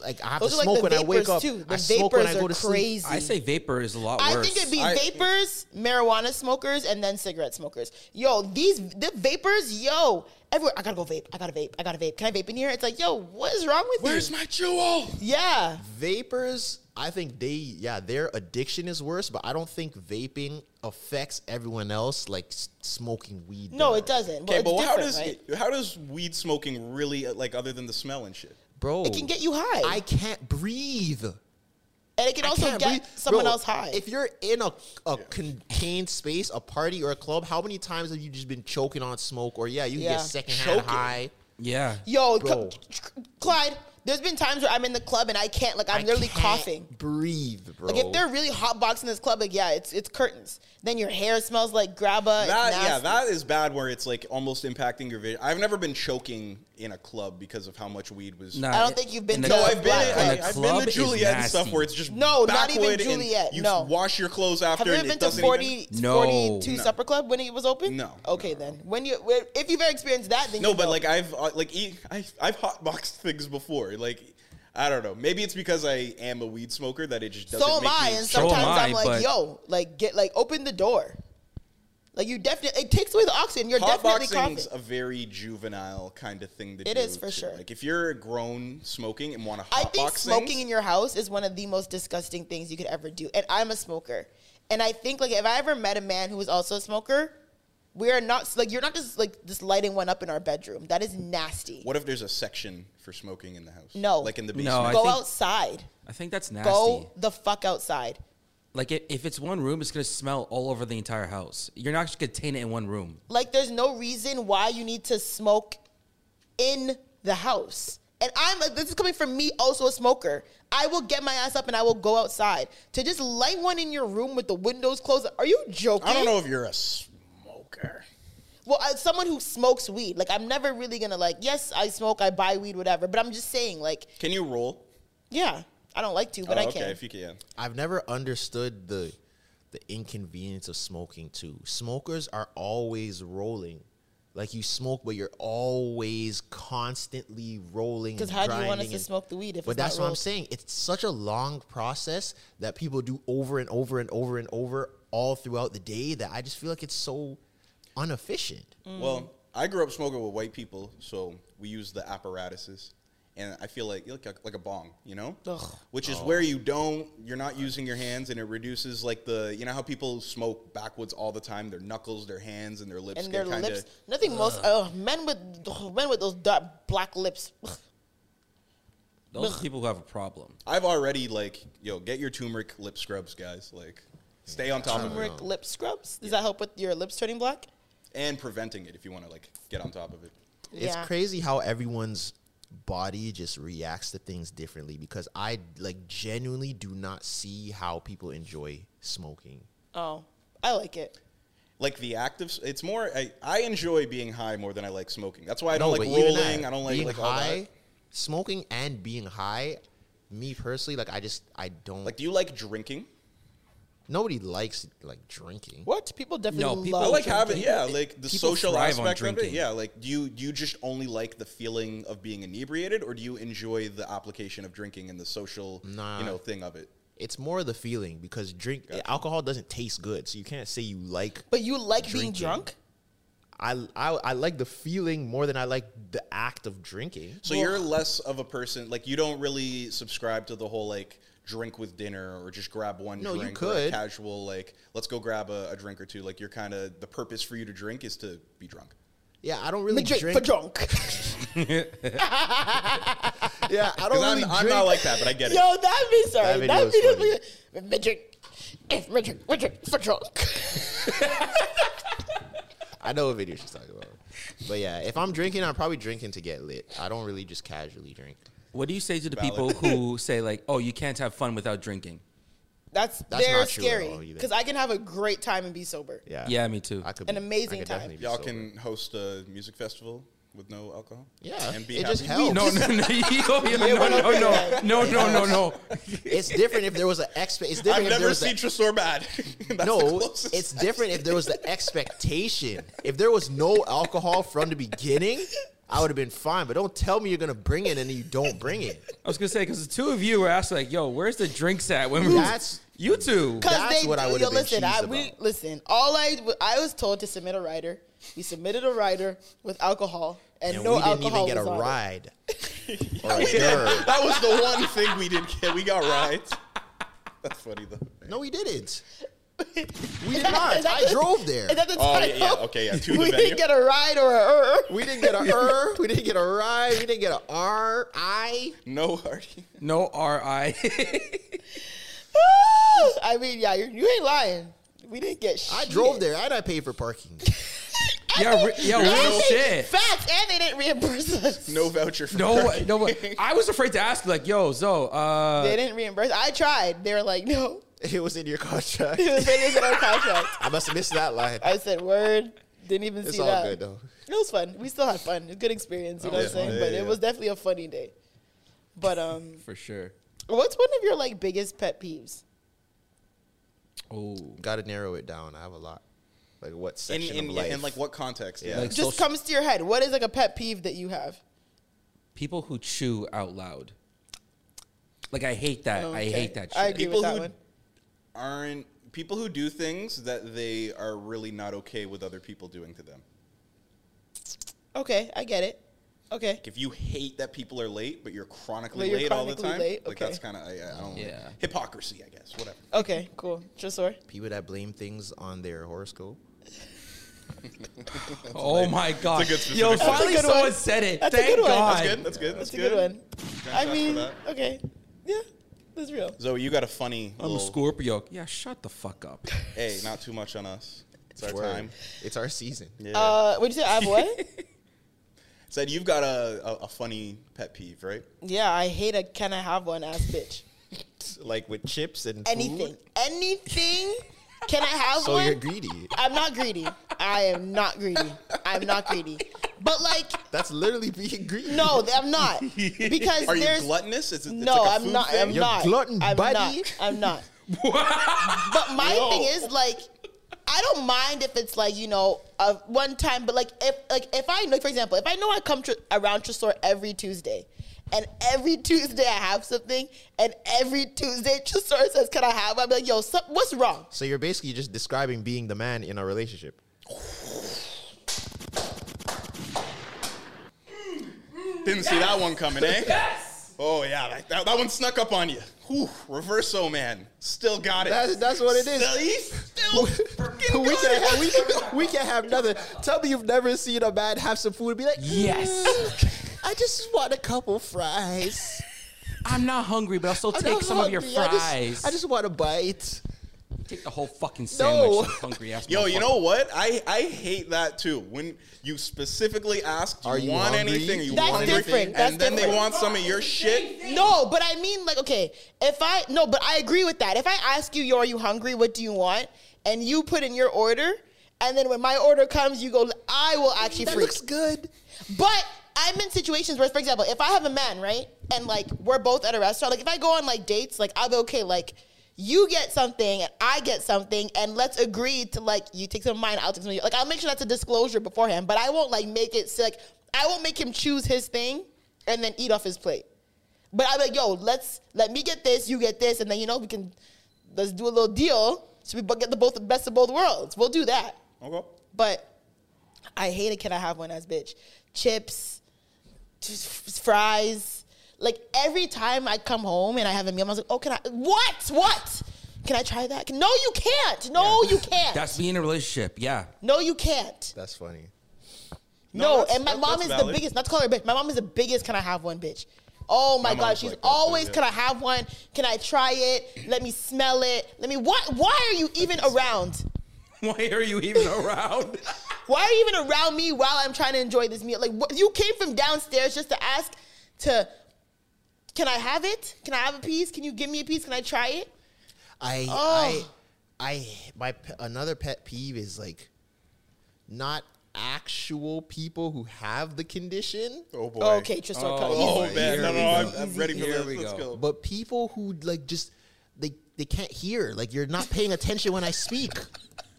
Like I have
Those
to
are like
smoke
the
when I wake
vapors,
up.
too. The
I smoke when
vapors
I
are
go to sleep.
crazy.
I say vapor is a lot
I
worse.
think it'd be
I-
vapors, marijuana smokers, and then cigarette smokers. Yo, these the vapors, yo, everywhere. I gotta go vape. I gotta vape. I gotta vape. Can I vape in here? It's like, yo, what is wrong with
Where's
you?
my jewel?
yeah,
Vapors, I think they yeah their addiction is worse, but I don't think vaping affects everyone else like s- smoking weed.
no,
does.
it doesn't.
Okay,
it's
but how
different,
does
right?
how does weed smoking really uh, like other than the smell and shit?
bro.
It can get you high.
I can't breathe.
and it can
I
also
can't
get
breathe.
someone
Bro,
else high.
If you're in a, a contained space, a party or a club, how many times have you just been choking on smoke? Or yeah, you
Yeah.
get secondhand
Choking.
high.
yeah.
Yo,
Bro.
C- Clyde, there's been times where I'm in the club and I can't, like, I'm
I
literally
can't
coughing.
Breathe, bro.
Like, if they're really hot boxing this club, like, yeah, it's it's curtains. Then your hair smells like grabba. it's
That yeah,
nasty.
that is bad. Where it's like almost impacting your vision. I've never been choking in a club because of how much weed was.
Nah,
I don't think you've been
in
to
the-
No, I've been.
Black
I,
in
I've
club
been the
is
Juliet and stuff
nasty.
where it's just
No, not even
backward and
Juliet,
You
no.
wash your clothes after.
Have you
and
ever
it
been to
doesn't
40,
Even,
No.
42
No.
Supper Club when it was open?
No.
Okay, then. When you when- if you've ever experienced that, then
no,
you
but
know.
like I've uh, like e- I, I've hotboxed things before. Like I don't know. Maybe it's because I am a weed smoker that it just doesn't.
so am
make
I,
me
and
so am
sometimes
I,
I'm like,
but-
yo, like get like open the door. Like you definitely, it takes away the oxygen. You're definitely coughing.
Hotboxing's a very juvenile kind of thing to
It
do.
is for
too.
sure.
Like if you're grown smoking and want to
I
hotbox
think
things,
smoking in your house is one of the most disgusting things you could ever do. And I'm a smoker. And I think like if I ever met a man who was also a smoker, we are not like you're not just like just lighting one up in our bedroom. That is nasty.
What if there's a section for smoking in the house?
No.
Like in the
No,
basement.
I
Go
think-
outside.
I think that's nasty.
Go the fuck outside.
Like i- if it's one room, it's gonna smell all over the entire house. You're not just gonna contain it in one room.
Like there's no reason why you need to smoke in the house. And I'm like, this is coming from me, also a smoker. I will get my ass up and I will go outside to just light one in your room with the windows closed. Are you joking?
I don't know if you're a smoker.
Well, as someone who smokes weed, like I'm never really gonna like. Yes, I smoke, I buy weed, whatever. But I'm just saying, like,
Can you roll?
yeah, I don't like to, but
Oh,
I
okay,
can.
if you can.
I've never understood the the inconvenience of smoking too. Smokers are always rolling. Like you smoke, but you're always constantly rolling.
Because
Because
how do you want us to smoke the weed if?
But
it's not
that's what I'm
rolled?
saying. It's such a long process that people do over and over and over and over all throughout the day that I just feel like it's so inefficient.
Mm.
Well, I grew up smoking with white people, so we use the apparatuses. And I feel like like a, like a bong, you know,
Ugh.
which is where you don't you're not using your hands, and it reduces like the you know how people smoke backwards all the time, their knuckles, their hands, and their lips
And their
get kind
lips,
of
nothing most. Uh, men with (sighs) ugh, men with those dark black lips. (sighs) Ugh.
Those are people who have a problem.
I've already like, yo, get your turmeric lip scrubs, guys. Like, stay on top of it
Turmeric lip scrubs. Does that help with your lips turning black?
and preventing it if you want to like get on top of it.
Yeah.
It's crazy how everyone's body just reacts to things differently because I like genuinely do not see how people enjoy smoking.
Oh, I like it.
Like the active, it's more. I, I enjoy being high more than I like smoking. That's why I
No,
don't
but
like
even
rolling.
that,
I don't like
being
like all
high,
that.
smoking and being high. Me personally, like I just I don't
Like, do you like drinking?
nobody likes like drinking.
What people definitely
No, people-
Oh,
love
I like
drinking.
having yeah, like the
people
social
thrive on
aspect of it.
drinking.
Yeah, like do you do you just only like the feeling of being inebriated, or do you enjoy the application of drinking and the social
Nah.
you know thing of it?
It's more the feeling because drink alcohol doesn't taste good, so you can't say you like.
But you like being
Drinking.
drunk.
I I, I like the feeling more than I like the act of drinking.
So you're less of a person like you don't really subscribe to the whole like drink with dinner or just grab one
No, you
drink or a
could.
casual like let's go grab a, a drink or two. Like you're kind of the purpose for you to drink is to be drunk.
Yeah, I don't really
Drink,
drink.
for (laughs) drunk.
(laughs) Yeah, I don't
(laughs) 'Cause I'm,
really
I'm
drink.
not like that, but I get it.
Yo, that be
That
sorry.
video
That
was
video,
funny.
was- Richard, if Richard, Richard, for drunk. (laughs)
I know what video she's talking about. But yeah, if I'm drinking, I'm probably drinking to get lit. I don't really just casually drink.
What do you say to the
Valid.
people who (laughs) say like, "Oh, you can't have fun without drinking"?
That's,
That's
they're
not true at all
scary
either.
because I can have a great time and be sober.
Yeah.
Yeah, me too.
I could
An
be-
amazing
I could
time.
definitely be
Y'all
sober.
can host a music festival with no alcohol.
Yeah,
and be
it
happy.
just
(laughs)
helps.
No, no, no, no, no, (laughs)
we're
no,
okay.
no, no, no, no, no.
It's different if there was an expect. It's
(laughs) I've
different. if there
never
was a-
seen Tresor bad. (laughs) That's the
no,
closest
it's
I've
different if there was the expectation. If there was no alcohol from the beginning, I would have been fine. But don't tell me you're gonna bring it and then you don't bring it.
I was gonna say because the two of you were asked like, "Yo, where's the drinks at?" When we
That's-
you two.
That's what I
do-
would've
yo,
been
listen, I,
cheesed
we,
about.
listen. All I w- I was told to submit a rider. We submitted a rider with alcohol and,
And
no
we didn't
alcohol
even get a
was on it.
ride. or a
Yeah,
girl.
(laughs) that was the one thing we didn't get. We got rides. (laughs) That's funny though.
No, we
(laughs)
didn't. We did not. I drove there.
Is that the
Oh
title?
yeah, yeah, okay, yeah. To
(laughs)
the
We
venue.
didn't get a ride or a.
We didn't get a er. We didn't get a ride. We didn't get a r. I.
no Hardy.
No RI.
(laughs) I mean, yeah, you, you ain't lying. We didn't get. Shit.
I
(laughs)
drove there. I did pay for parking. (laughs)
yeah, re- yeah, real shit.
Facts, and they didn't reimburse us. (laughs)
No voucher
(laughs)
for
No,
Turkey.
no.
(laughs)
I was afraid to ask you, like, "Yo, Zo, uh,
They didn't reimburse. I tried. They were like, no. (laughs)
It was in your contract.
It was,
(laughs)
it was in our contract.
I must have missed that line.
I said, word. Didn't even
It's
see
all
that.
good though.
It was fun. We still had fun. It was a good experience. You know what I'm saying? but it was definitely a funny day.
(laughs)
But um,
for sure."
what's one of your like biggest pet peeves?
Oh,
Got to narrow it down. I have a lot. Like what
in,
section
in,
of life?
in like what context? Yeah.
Like-
Just
Social-
comes to your head. What is like a pet peeve that you have?
people who chew out loud. Like I hate that. I hate that shit.
I agree with
People
that
who
one.
aren't people who do things that they are really not okay with other people doing to them.
Okay, I get it. Okay.
If you hate that people are late, but you're chronically
But you're
late all the
chronically
time,
late,
like
okay.
that's kind of I, I don't
Yeah.
hypocrisy, I guess. Whatever.
Okay, cool. Tresor.
People that blame things on their horoscope.
Oh my god.
good specific
Yo,
one. That's a
finally
good
someone
one.
said it.
That's a
Thank
good one.
God.
That's good. That's good. That's,
That's a good one. I
for
mean,
that.
okay. Yeah, that's real.
Zoe, you got a funny.
I'm a
little-
Scorpio. Yeah, shut the fuck up.
Hey, not too much on us. It's our
Word.
time.
It's our season.
Yeah.
Uh, what'd you say? I have
(laughs)
what?
Said you've got a, a, a funny pet peeve, right?
yeah, I hate a can I have one ass bitch.
Like with chips and food.
Anything. Anything? Can I have
So
one?
you're greedy.
I'm not greedy. I am not greedy. I'm not greedy. But like,
That's literally being greedy.
no, I'm not. Because
Are you
there's
gluttonous? It's, it's
no,
like a
I'm
food
not.
thing?
I'm
You're
not.
glutton,
I'm
buddy.
not. I'm not. but my thing is like, I don't mind if it's like you know a one time, but like if like if I know, for example, if I know I come to, around Tresor every Tuesday. And every Tuesday I have something, and every Tuesday Tresor says, "Can I have?" I'm like, "Yo, so, what's wrong?"
So you're basically just describing being the man in a relationship.
Didn't see that one coming, eh? Yes. Oh yeah, that, that, that one snuck up on you. Whew, reverso man, still got it.
That's- that's what it is.
Still, he's still freaking
we,
got
can
it.
have, we, can, we can have nothing. Tell me you've never seen a man have some food and be like,
Yes.
"Mm, I just want a couple fries.
I'm not hungry, but I'll still
I'm
take
not
some of your
hungry. I
fries.
just- I just want a bite.
take the whole fucking sandwich.
No.
you Hungry
(laughs)
ass.
Yo, you
motherfucker.
know what? I, I hate that too. When you specifically ask, do
Are
you,
you
want
hungry?
anything? Are you
That's
hungry?
different. That's
and then they
different.
want some of your shit.
No, but I mean, like, okay, if I no, but I agree with that. If I ask you, "Yo, are you hungry? What do you want?" and you put in your order, and then when my order comes, you go, "I will actually
That
freak."
looks good.
But I'm in situations where, for example, if I have a man, right, and like we're both at a restaurant, like if I go on like dates, like I'll be okay, like you get something and I get something, and let's agree to like you take some of mine, I'll take some of yours. Like I'll make sure that's a disclosure beforehand, but I won't like make it so, like I won't make him choose his thing and then eat off his plate. But I'm like, yo, let's let me get this, you get this, and then you know we can let's do a little deal so we bo- get the both the best of both worlds. We'll do that.
Okay.
But I hate it. Can I have one as bitch? Chips, just fries. Like every time I come home and I have a meal, I was like, oh, can I? What? What? Can I try that? No, you can't. No, you can't.
That's me in a relationship. Yeah.
no, you can't.
That's funny.
No,
No,
that's-
and my
that-
mom
that's
is the
valid.
biggest. Not to call her a bitch. My mom is the biggest. Can I have one, bitch? Oh my,
My
god,
mom's
she's
like that too,
always.
yeah.
Can I have one? Can I try it? Let me smell it. Let me. What? Why are you even around?
(laughs) Why are you even around?
Why are you even around me while I'm trying to enjoy this meal? Like what, you came from downstairs just to ask to. Can I have it? Can I have a piece? Can you give me a piece? Can I try it?
I
Oh.
I I my pe- another pet peeve is like not actual people who have the condition,
Oh boy.
okay, Tristan.
Oh
Oh,
man, no,
we
no, I'm,
go.
I'm ready for
Here
this.
we
Let's
go.
go.
but people who like just they they can't hear. Like you're not paying attention when I speak.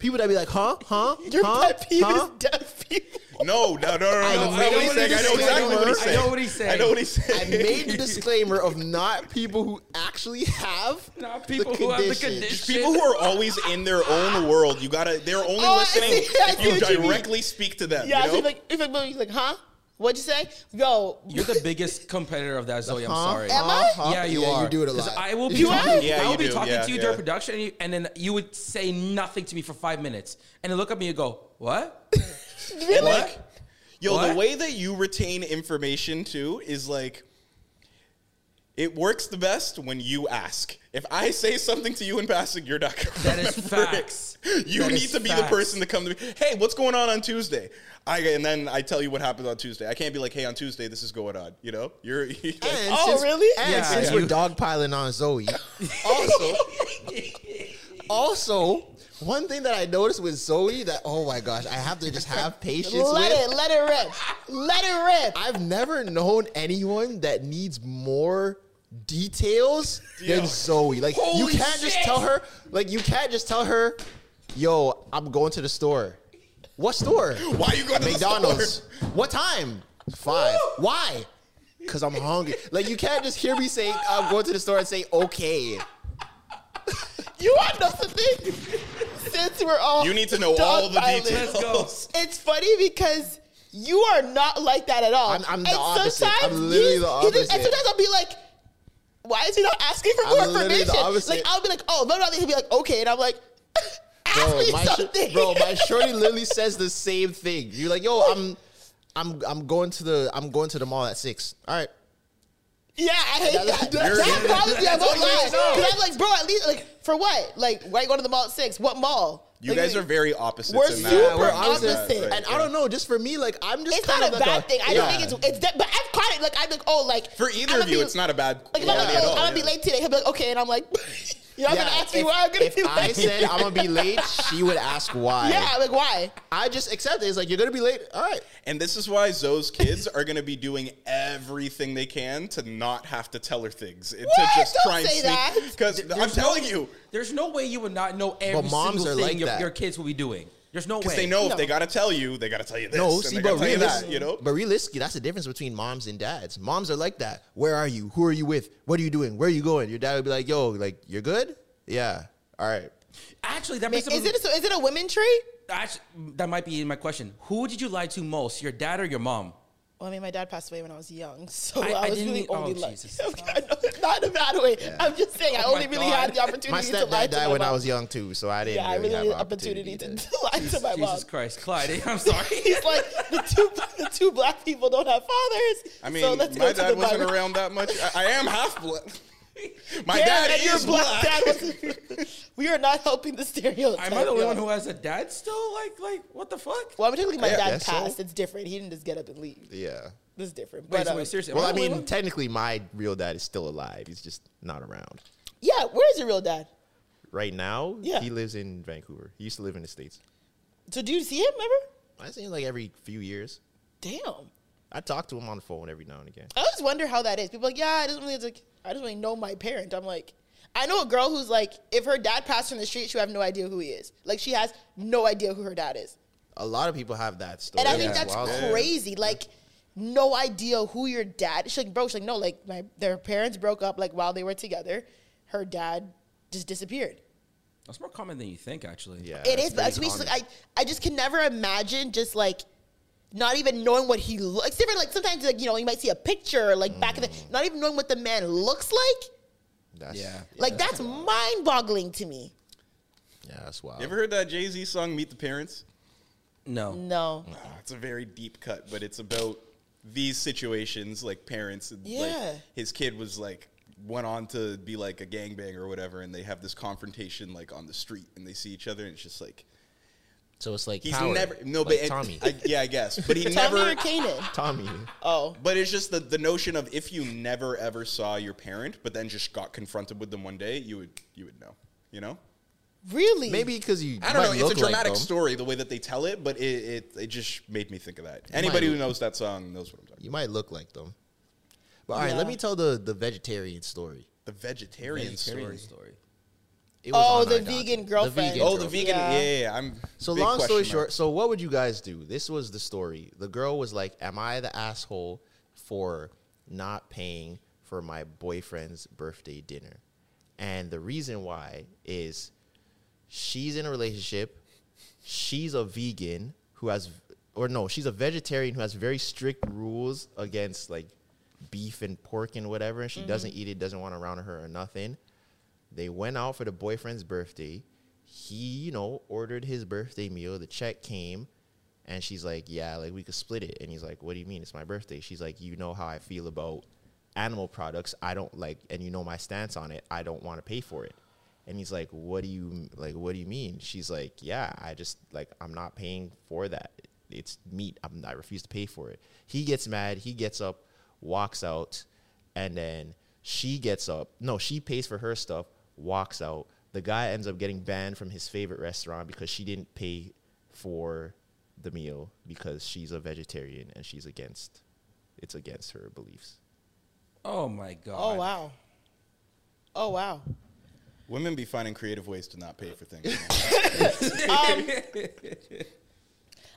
People that be like, huh, huh,
Your
huh,
pet peeve
huh?
is deaf people.
No, no, no, no,
I
no.
know
I know what he's
what
saying.
he's
I know exactly what
saying.
he's saying.
I know what he's saying.
I know what he's saying.
I made the disclaimer of not people who actually have
Not people who have the condition.
People who are always in their own world, you gotta. They're only
Oh, I see. (laughs)
listening
I
if
see
you
what you mean.
directly speak to them.
Yeah,
you
so
know?
if like if like, he's like, huh? What'd you say? Yo,
You're the biggest competitor of that, Zoe. I'm sorry.
Am I?
Yeah, you are.
You do it a
'Cause
lot.
I will be.
You
talking,
are?
Yeah,
I will
you
be
do.
talking
Yeah,
to you
yeah.
during production, and, you, and then you would say nothing to me for five minutes, and then look at me and go, "What?
really?
Like, yo, the
What?
way that you retain information too is like, it works the best when you ask. If I say something to you in passing, you're not gonna.
That
(laughs)
is
remember it.
facts.
You
That
need
is
to be
facts.
the person to come to me. Hey, what's going on on Tuesday? I and then I tell you what happened on Tuesday. I can't be like, hey, on Tuesday this is going on. You know, you're. (laughs)
And
Oh,
since-
really?
And
Yeah,
since
yeah.
we're dogpiling on Zoe,
(laughs)
also, also, one thing that I noticed with Zoe that oh my gosh, I have to
(laughs)
just have patience
Let
with.
it, let it rip. Let it rip.
I've never known anyone that needs more details than Zoe. Like
Holy
you can't just
shit.
tell her. Like you can't just tell her, yo, I'm going to the store. What store?
Why are you going to the
McDonald's.
store?
What time? Five. Why? Cause I'm hungry. like you can't just hear me say I'm going to the store and say okay.
You want us to think? Since we're all
You need to know
dog
all the
violent,
details. Let's
It's funny because you are not like that at all.
I'm- I'm the
and
opposite. I'm
sometimes
literally
you- you
the
just-
opposite.
and sometimes I'll be like, "Why is he not asking for
I'm
more
literally the
information?"
opposite.
Like I'll be like, "Oh, no, no." He'll be like, "Okay," and I'm like, (laughs) "Ask me
my shor-
something,
bro, my shorty
(laughs)
literally says the same thing. You're like, yo, I'm, I'm, I'm going to the, I'm going to the mall at six. All right,
Yeah, I hate that.
You're-
That bothers me. I won't
That's what
lie.
you know.
'Cause I'm like, bro, at least like for what? Like, why you going to the mall at six? What mall?
You
Like,
guys are very opposites.
We're
in that.
super
we're
opposite.
Right,
and
yeah.
I don't know. Just for me, like, I'm just.
It's
kind
not a
of like
bad thing. I
Yeah.
don't think it's it's. De- but I've caught it. Like I'm like, oh, like
For either
I'ma
of you,
be-
it's not a bad
Like if I'm
quality
like,
at
oh,
all,
I'm gonna
yeah.
be late today. He'll be like, okay, and I'm like, (laughs) you're not
Yeah,
gonna ask
if-
me why I'm gonna
if
be late.
I said I'm gonna be late, she would ask why.
(laughs) yeah, I'm like why?
I just accept it. It's like you're gonna be late. All right.
And this is why Zoe's kids are going to be doing everything they can to not have to tell her things. and To
What?
just
Don't
try and
say
sneak.
that.
Because I'm
There's no-
telling you,
There's no way you would not know every
moms
single
are
thing
like
your,
that.
your kids will be doing. There's no way.
because they know if
No.
they got to tell you, they got to tell you this.
No,
and
see,
they gotta
but
tell you
realistically,
that, you know?
but realistically, that's the difference between moms and dads. Moms are like that. Where are you? Who are you with? What are you doing? Where are you going? Your dad would be like, "Yo, like you're good? Yeah. All right.
Actually, that
Is
makes them-
it so? Is it a women trait?
Actu- that might be my question. Who did you lie to most, your dad or your mom?
Well, I mean, my dad passed away when I was young, (laughs) so
I-
I,
I
was
didn't
really
need-
only
oh,
like (laughs)
Jesus.
I know, not in a bad way. I'm just saying, I
Oh my
only really
God.
had the
My
opportunity
My
to lie
stepdad
to
died
my
when I
mom.
was young too, so I didn't.
Yeah, I
really
really
have
needed
an opportunity,
opportunity to,
to- (laughs)
to (laughs) lie to my mom.
Jesus Christ, Clyde, (laughs) I'm sorry.
(laughs) He's like the two the two black people don't have fathers.
I mean,
so let's
my
go to
dad
the
wasn't
Bible.
around that much. I, I am half black. (laughs) My
Damn,
dad
and your
is black.
Dad wasn't- (laughs) we are not helping the stereotype.
(laughs) Am I the only
yo.
one who has a dad still? Like, like what the fuck?
Well, I'm technically my
Yeah,
dad
guess so.
passed. It's different. He didn't just get up and leave.
Yeah.
This is different.
Wait,
But
so
um,
wait, seriously. am
Well, I
the only
mean,
one?
technically, my real dad is still alive. He's just not around
yeah, where is your real dad?
right now.
Yeah.
He lives in Vancouver. He used to live in the states.
So do you see him ever?
I see him like every few years.
Damn.
I talk to him on the phone every now and again.
I always wonder how that is. People are like, yeah, I just really it's like I just really know my parent. I'm like, I know a girl who's like, if her dad passed her in the street, she would have no idea who he is. Like she has no idea who her dad is.
A lot of people have that story.
And I think
It's
that's
wild.
crazy. Like, no idea who your dad. She's like, bro, she's like, no, like my their parents broke up like while they were together. Her dad just disappeared.
That's more common than you think, actually.
Yeah,
it
that's
is, but
very
to me, it's like
common.
I, I just can never imagine just like not even knowing what he looks. It's different. Like sometimes, like you know, you might see a picture like back in the,
Mm.
not even knowing what the man looks like.
That's,
Yeah.
Like that's mind boggling to me.
yeah, that's wild.
You ever heard that Jay Z song, Meet the Parents?
No.
No.
Ah, it's a very deep cut, but it's about these situations, like parents. and, Like,
Yeah.
his kid was like went on to be like a gangbang or whatever, and they have this confrontation like on the street, and they see each other, and it's just like
so it's like
he's
Howard,
never no,
like
but it-
Tommy,
I, Um, yeah, I guess, but
(laughs)
he
Tommy
never.
or Kanan?
(laughs)
(laughs)
Tommy.
Oh,
But it's just the, the notion of if you never ever saw your parent, but then just got confronted with them one day, you would you would know, you know.
really?
Maybe because you.
I don't know.
might
It's a
look like
dramatic
them.
story the way that they tell it, but it, it it just made me think of that. Anybody
might-
who knows that song knows what I'm talking.
You might look like them. But all right, let
Yeah.
me tell the the vegetarian story.
about. The vegetarian, story.
It
Oh,
on
the
iDoc.
vegan girlfriend.
vegan
Oh, the
girlfriend.
vegan. Yeah,
Yeah.
yeah. yeah. I'm
So
big
long story
question mark.
short, so what would you guys do? This was the story. The girl was like, "Am I the asshole for not paying for my boyfriend's birthday dinner?" And the reason why is she's in a relationship. She's a vegan who has or no, she's a vegetarian who has very strict rules against like beef and pork and whatever, and she
Mm-hmm.
doesn't eat it, doesn't want around her or nothing. They went out for the boyfriend's birthday. He, you know, ordered his birthday meal. The check came, and she's like, "Yeah, like we could split it." And he's like, "What do you mean? It's my birthday." She's like, "You know how I feel about animal products. I don't like, and you know my stance on it. I don't want to pay for it." And he's like, "What do you like? What do you mean?" She's like, "Yeah, I just like I'm not paying for that. It's meat. I'm, I refuse to pay for it." He gets mad. He gets up, walks out and then she gets up. No, she pays for her stuff, walks out. The guy ends up getting banned from his favorite restaurant because she didn't pay for the meal because she's a vegetarian and she's against it's against her beliefs.
Oh my god.
Oh wow. Oh wow.
Women be finding creative ways to not pay
(laughs)
for things.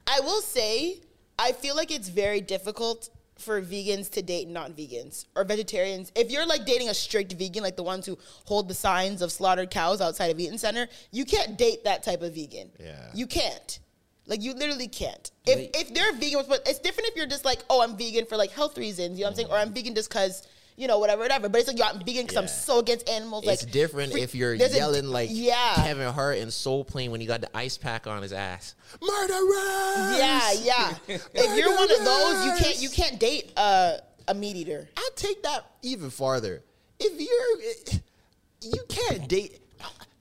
I will say, I feel like it's very difficult for vegans to date non-vegans or vegetarians. If you're like dating a strict vegan, like the ones who hold the signs of slaughtered cows outside of Eaton Center, you can't date that type of vegan.
Yeah.
you can't. Like you literally can't. If if they're vegan, but it's different if you're just like, oh, I'm vegan for like health reasons. You know what I'm saying? Or I'm vegan just because. You know, whatever, whatever. But it's like, yo, I'm vegan because I'm so against animals.
It's
like,
different
freak-
if you're
there's a-
yelling like
yeah.
Kevin Hart and Soul Plane when he got the ice pack on his ass. Murderer.
Yeah, yeah. if you're one of those, you can't you can't date uh, a meat eater.
I take that even farther. If you're, you can't date.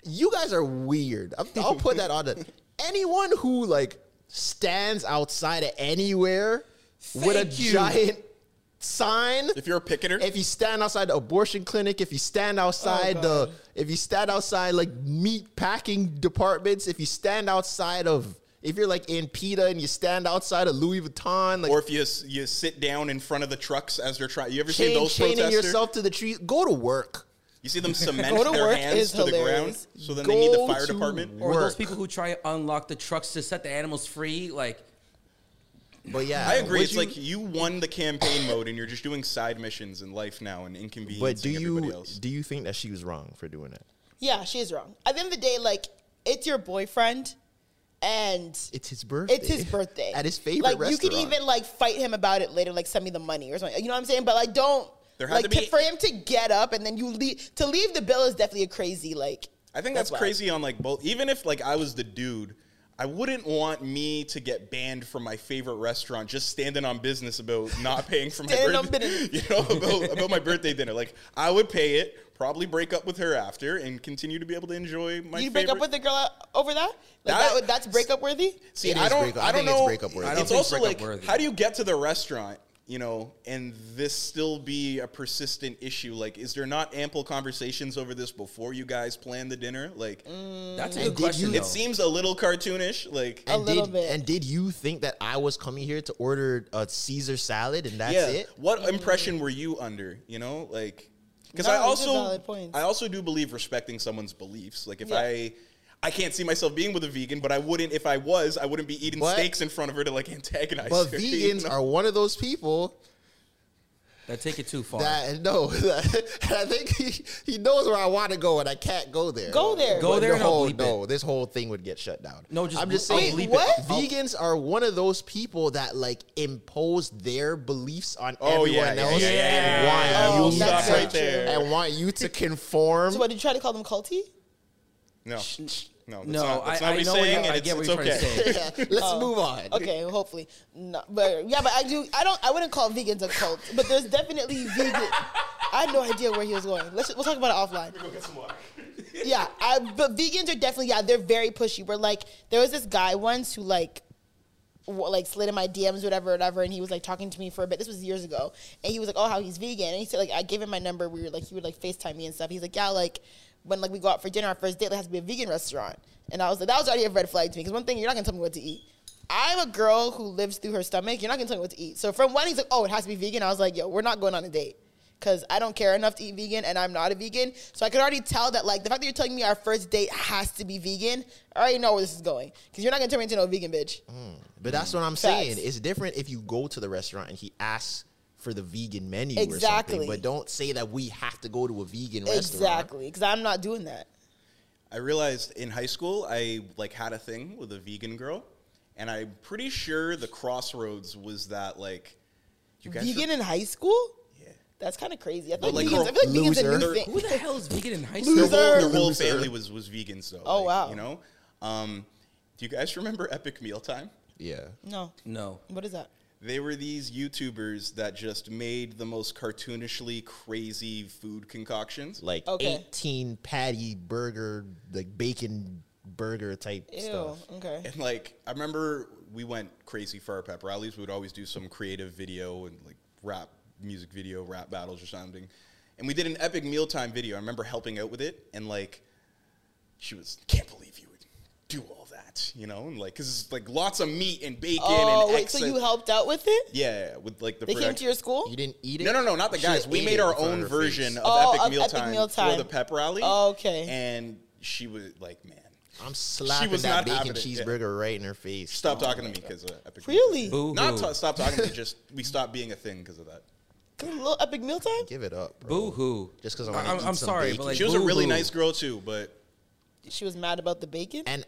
You guys are weird. I'm, I'll put that
(laughs)
on the. Anyone who like stands outside of anywhere with a
Thank you.
giant sign.
If you're a picketer,
If you stand outside the abortion clinic, if you stand outside the, if you stand outside like meat packing departments, if you stand outside of, if you're like in PETA and you stand outside of Louis Vuitton, like
or if you s- you sit down in front of the trucks as they're trying, you ever seen
chain,
those
chaining
protesters?
yourself to the tree, go to work.
You
(laughs)
see them cement
Go to
their
work
hands
is
to
hilarious.
the ground, so then they need
Go
the fire
to
department.
Or those
Work.
people who try to unlock the trucks to set the animals free, like
But yeah,
I agree.
would
It's like you won the campaign mode, and you're just doing side missions in life now and inconveniencing
But do
everybody
you
else.
do you think that she was wrong for doing that?
Yeah, she is wrong. At the end of the day, like it's your boyfriend, and
It's his birthday.
it's his birthday
at his favorite
Like
restaurant.
you could even like fight him about it later. Like send me the money or something. You know what I'm saying? But like don't.
There had
like
to be-
to- for him to get up and then you leave to leave the bill is definitely a crazy like.
I think that's,
wild.
crazy on like both. Even if like I was the dude, I wouldn't want me to get banned from my favorite restaurant just standing on business about not paying for my
Standing on
birthday. (laughs) You know about, about my birthday dinner. Like I would pay it, probably break up with her after, and continue to be able to enjoy my.
You
favorite.
break up with the girl out- over that? Like
That-
that, would- that's breakup worthy.
See,
It
I
is
don't.
breakup-
I,
I
don't
think it's
know.
breakup worthy. I
don't
It's
think
also
breakup
like,
worthy.
how do you get to the restaurant, you know, and this still be a persistent issue? Like, is there not ample conversations over this before you guys plan the dinner? Like,
that's a
And
good
did
question.
you-
though.
it seems a little cartoonish. Like,
A
and
little
did,
bit.
And did you think that I was coming here to order a Caesar salad and that's
yeah,
it? Mm-hmm.
what impression were you under? You know, like, because
No,
I
these are
also,
valid points.
I also do believe respecting someone's beliefs. Like, if
Yeah.
I. I can't see myself being with a vegan, but I wouldn't if I was. I wouldn't be eating
What?
steaks in front of her to like antagonize.
But
her, (laughs) you
vegans
know?
are one of those people
that take it too far.
that (laughs) no, and I think he, he knows where I want to go and I can't go there.
Go there.
Go
But
there
the
and I'll
whole,
bleep
no,
it.
this whole thing would get shut down.
No, just
I'm just
I'll
saying.
bleep it.
what?
I'll-
Vegans are one of those people that like impose their beliefs on
Oh, yeah,
everyone
yeah,
else
yeah, yeah,
and
yeah,
want
yeah, yeah.
you
We'll
to-
stop
very
right there.
and want you to conform.
So what did you try to call them culty?
No. No, that's
No,
not, that's
I-
not
I
what he's
know what
saying,
you-
and
I
it's,
get what
it's
you're trying to
okay.
say.
Yeah, let's move on.
Oh, Okay, hopefully. No, but yeah, but I do. I don't. I wouldn't call vegans a cult, but there's definitely vegan. I had no idea where he was going. Let's we'll talk about it offline. Yeah, I, but vegans are definitely yeah. They're very pushy. We're like there was this guy once who like. wa- Like slid in my DMs, whatever, whatever, and he was like talking to me for a bit. This was years ago, and he was like, "Oh, how he's vegan," and he said, "Like, I gave him my number. We were like, he would like Facetime me and stuff." He's like, "Yeah, like, when like we go out for dinner, our first date like, has to be a vegan restaurant," and I was like, "That was already a red flag to me because one thing, you're not gonna tell me what to eat." I'm a girl who lives through her stomach. You're not gonna tell me what to eat. So from one, he's like, "Oh, it has to be vegan." I was like, "Yo, we're not going on a date because I don't care enough to eat vegan, and I'm not a vegan." So I could already tell that, like, the fact that you're telling me our first date has to be vegan, I already know where this is going because you're not gonna turn me into no vegan bitch.
But that's what I'm saying.
Facts.
It's different if you go to the restaurant and he asks for the vegan menu or
Exactly.
something. But don't say that we have to go to a vegan restaurant.
Exactly, because I'm not doing that.
(laughs) I realized in high school I like had a thing with a vegan girl, and I'm pretty sure the crossroads was that like you guys
Vegan in high school? Yeah, that's kind of crazy. I feel
like,
like, vegans, I feel like
girl,
vegan's a
loser.
new thing.
Who the hell is vegan in high
their
school?
whole, their whole
Loser.
family was was vegans though.
Oh,
like,
wow.
You know, um, do you guys remember Epic Meal Time?
Yeah.
No,
No.
what is that?
They were these YouTubers that just made the most cartoonishly crazy food concoctions.
Like
Okay.
18 patty burger, like bacon burger type
Ew. Mm.
stuff.
Okay.
And like I remember we went crazy for our pep rallies. We would always do some creative video and like rap music video, rap battles or something. And we did an epic mealtime video. I remember helping out with it and like she was can't believe you would do all that, you know? And like cuz it's like lots of meat and bacon
Oh
and
wait, so
excess-
you helped out with it?
Yeah, with like the
They came to your school?
You didn't eat it?
no, no, no, not the
She
guys. We
ate
made
it
our
in front
own
of her
version
face.
of
Oh,
Epic
of
Meal
Epic
Time
Meal
for
Time.
the pep rally.
Oh, okay.
And she was like, man,
I'm slapping
was
that
not
bacon
having it, yeah.
cheeburger right in her face.
Stop
Oh
talking to
my
me uh,
God.
because of epic.
Really?
Meal
Boo-hoo.
Time. Not to- stop talking to me. Just we stopped being a thing because of that.
A little epic mealtime?
Give it up, bro.
Boo hoo.
Just 'cause I wanna
I'm,
eat
I'm
some
sorry,
bacon.
but like
she was a really
boo-hoo.
nice girl too, but
She was mad about the bacon?
and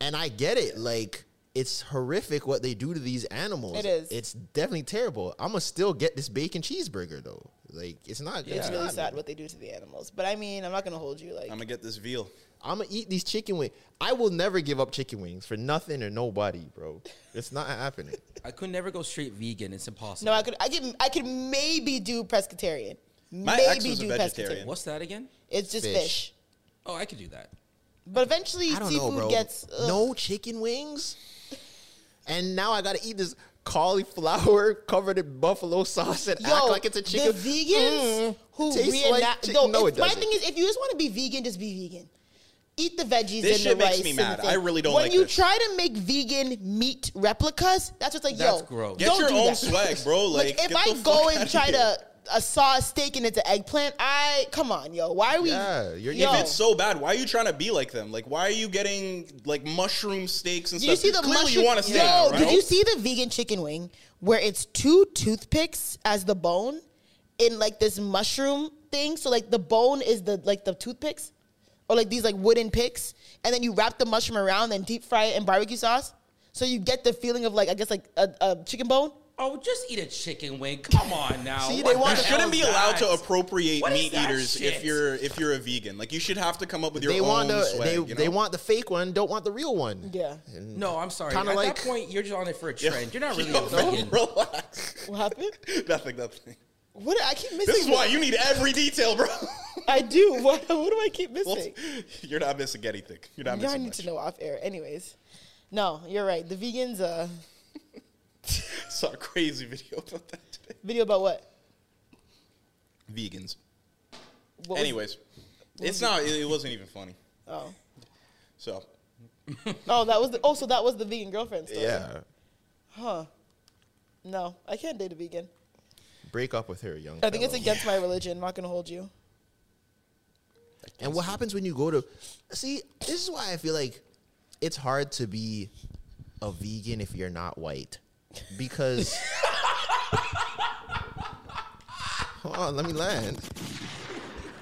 and I get it. Like it's horrific what they do to these animals.
It is.
It's definitely terrible. I'm gonna still get this bacon cheeseburger though. Like it's not good.
It's really sad what they do to the animals. But I mean, I'm not gonna hold you like
I'm gonna get this veal.
I'm gonna eat these chicken wings. I will never give up chicken wings for nothing or nobody, bro. It's not happening.
I could never go straight vegan. It's impossible.
No, I could I could I could maybe do pescatarian.
My
maybe
ex was a
do
vegetarian.
pescatarian.
What's that again?
It's just
Fish.
fish.
Oh, I could do that.
But eventually
I don't
seafood
know, bro.
gets ugh.
No chicken wings, and now I gotta eat this cauliflower (laughs) covered in buffalo sauce and act like it's a chicken.
The
Mm-hmm.
vegans
Mm.
who
Tastes
reenact
chick-
no,
no,
it's-
it
my
doesn't.
thing is if you just want to be vegan, just be vegan. Eat the veggies
This
and
shit
the
makes
rice.
me
and the
mad.
thing.
I really don't
When
like
you
this.
try to make vegan meat replicas, that's what's like,
That's
yo,
gross.
Get
don't
your
do
own
that.
swag, bro. Like,
Like, if
get
I
the
go
fuck
and
outta
try
here.
to uh, saw a steak and it's an eggplant, I come on, yo. Why are we?
Yeah, you're-
yo,
If it's so bad, why are you trying to be like them? Like, why are you getting like mushroom steaks and
Did you
stuff?
see the
Clearly,
mushroom?
you want to stay.
Yo,
right?
did you see the vegan chicken wing where it's two toothpicks as the bone in like this mushroom thing? So like the bone is the like the toothpicks or like these like wooden picks, and then you wrap the mushroom around and deep fry it in barbecue sauce. So you get the feeling of like I guess like a, a chicken bone.
Oh, just eat a chicken wing. Come on now.
See,
What
they want-
the
You shouldn't
Oh,
hell's
be allowed
that?
to appropriate
What is
meat
that
eaters
shit?
if you're if you're a vegan. Like, you should have to come up with your
They
own
want the
swag.
they,
you know?
they
(laughs)
want the fake one, don't want the real one.
Yeah.
No, I'm sorry.
Kinda
At
like-
that point, you're just on it for a trend. You're not really
(laughs) Yo,
a vegan.
Relax.
What happened?
(laughs) nothing. Nothing.
What I keep missing?
This is why
it.
you need every
(laughs)
detail, bro.
I do. (laughs) What, what do I keep missing?
(laughs) You're not missing anything. You're not
Yeah, I
missing
need
much.
to know off air. Anyways, no, you're right. The vegans uh,
Saw a crazy (laughs) video about that today.
video about what?
Vegans.
what was-
Anyways, it's not. It, it wasn't even funny.
oh.
So
Oh, that was the, oh, so that was the vegan girlfriend story.
Yeah.
Huh. No, I can't date a vegan.
Break up with her, young.
I think it's
fellow.
against my religion. I'm not gonna hold you.
And what happens when you go to see? This is why I feel like it's hard to be a vegan if you're not white, because. (laughs) Hold on, let me land.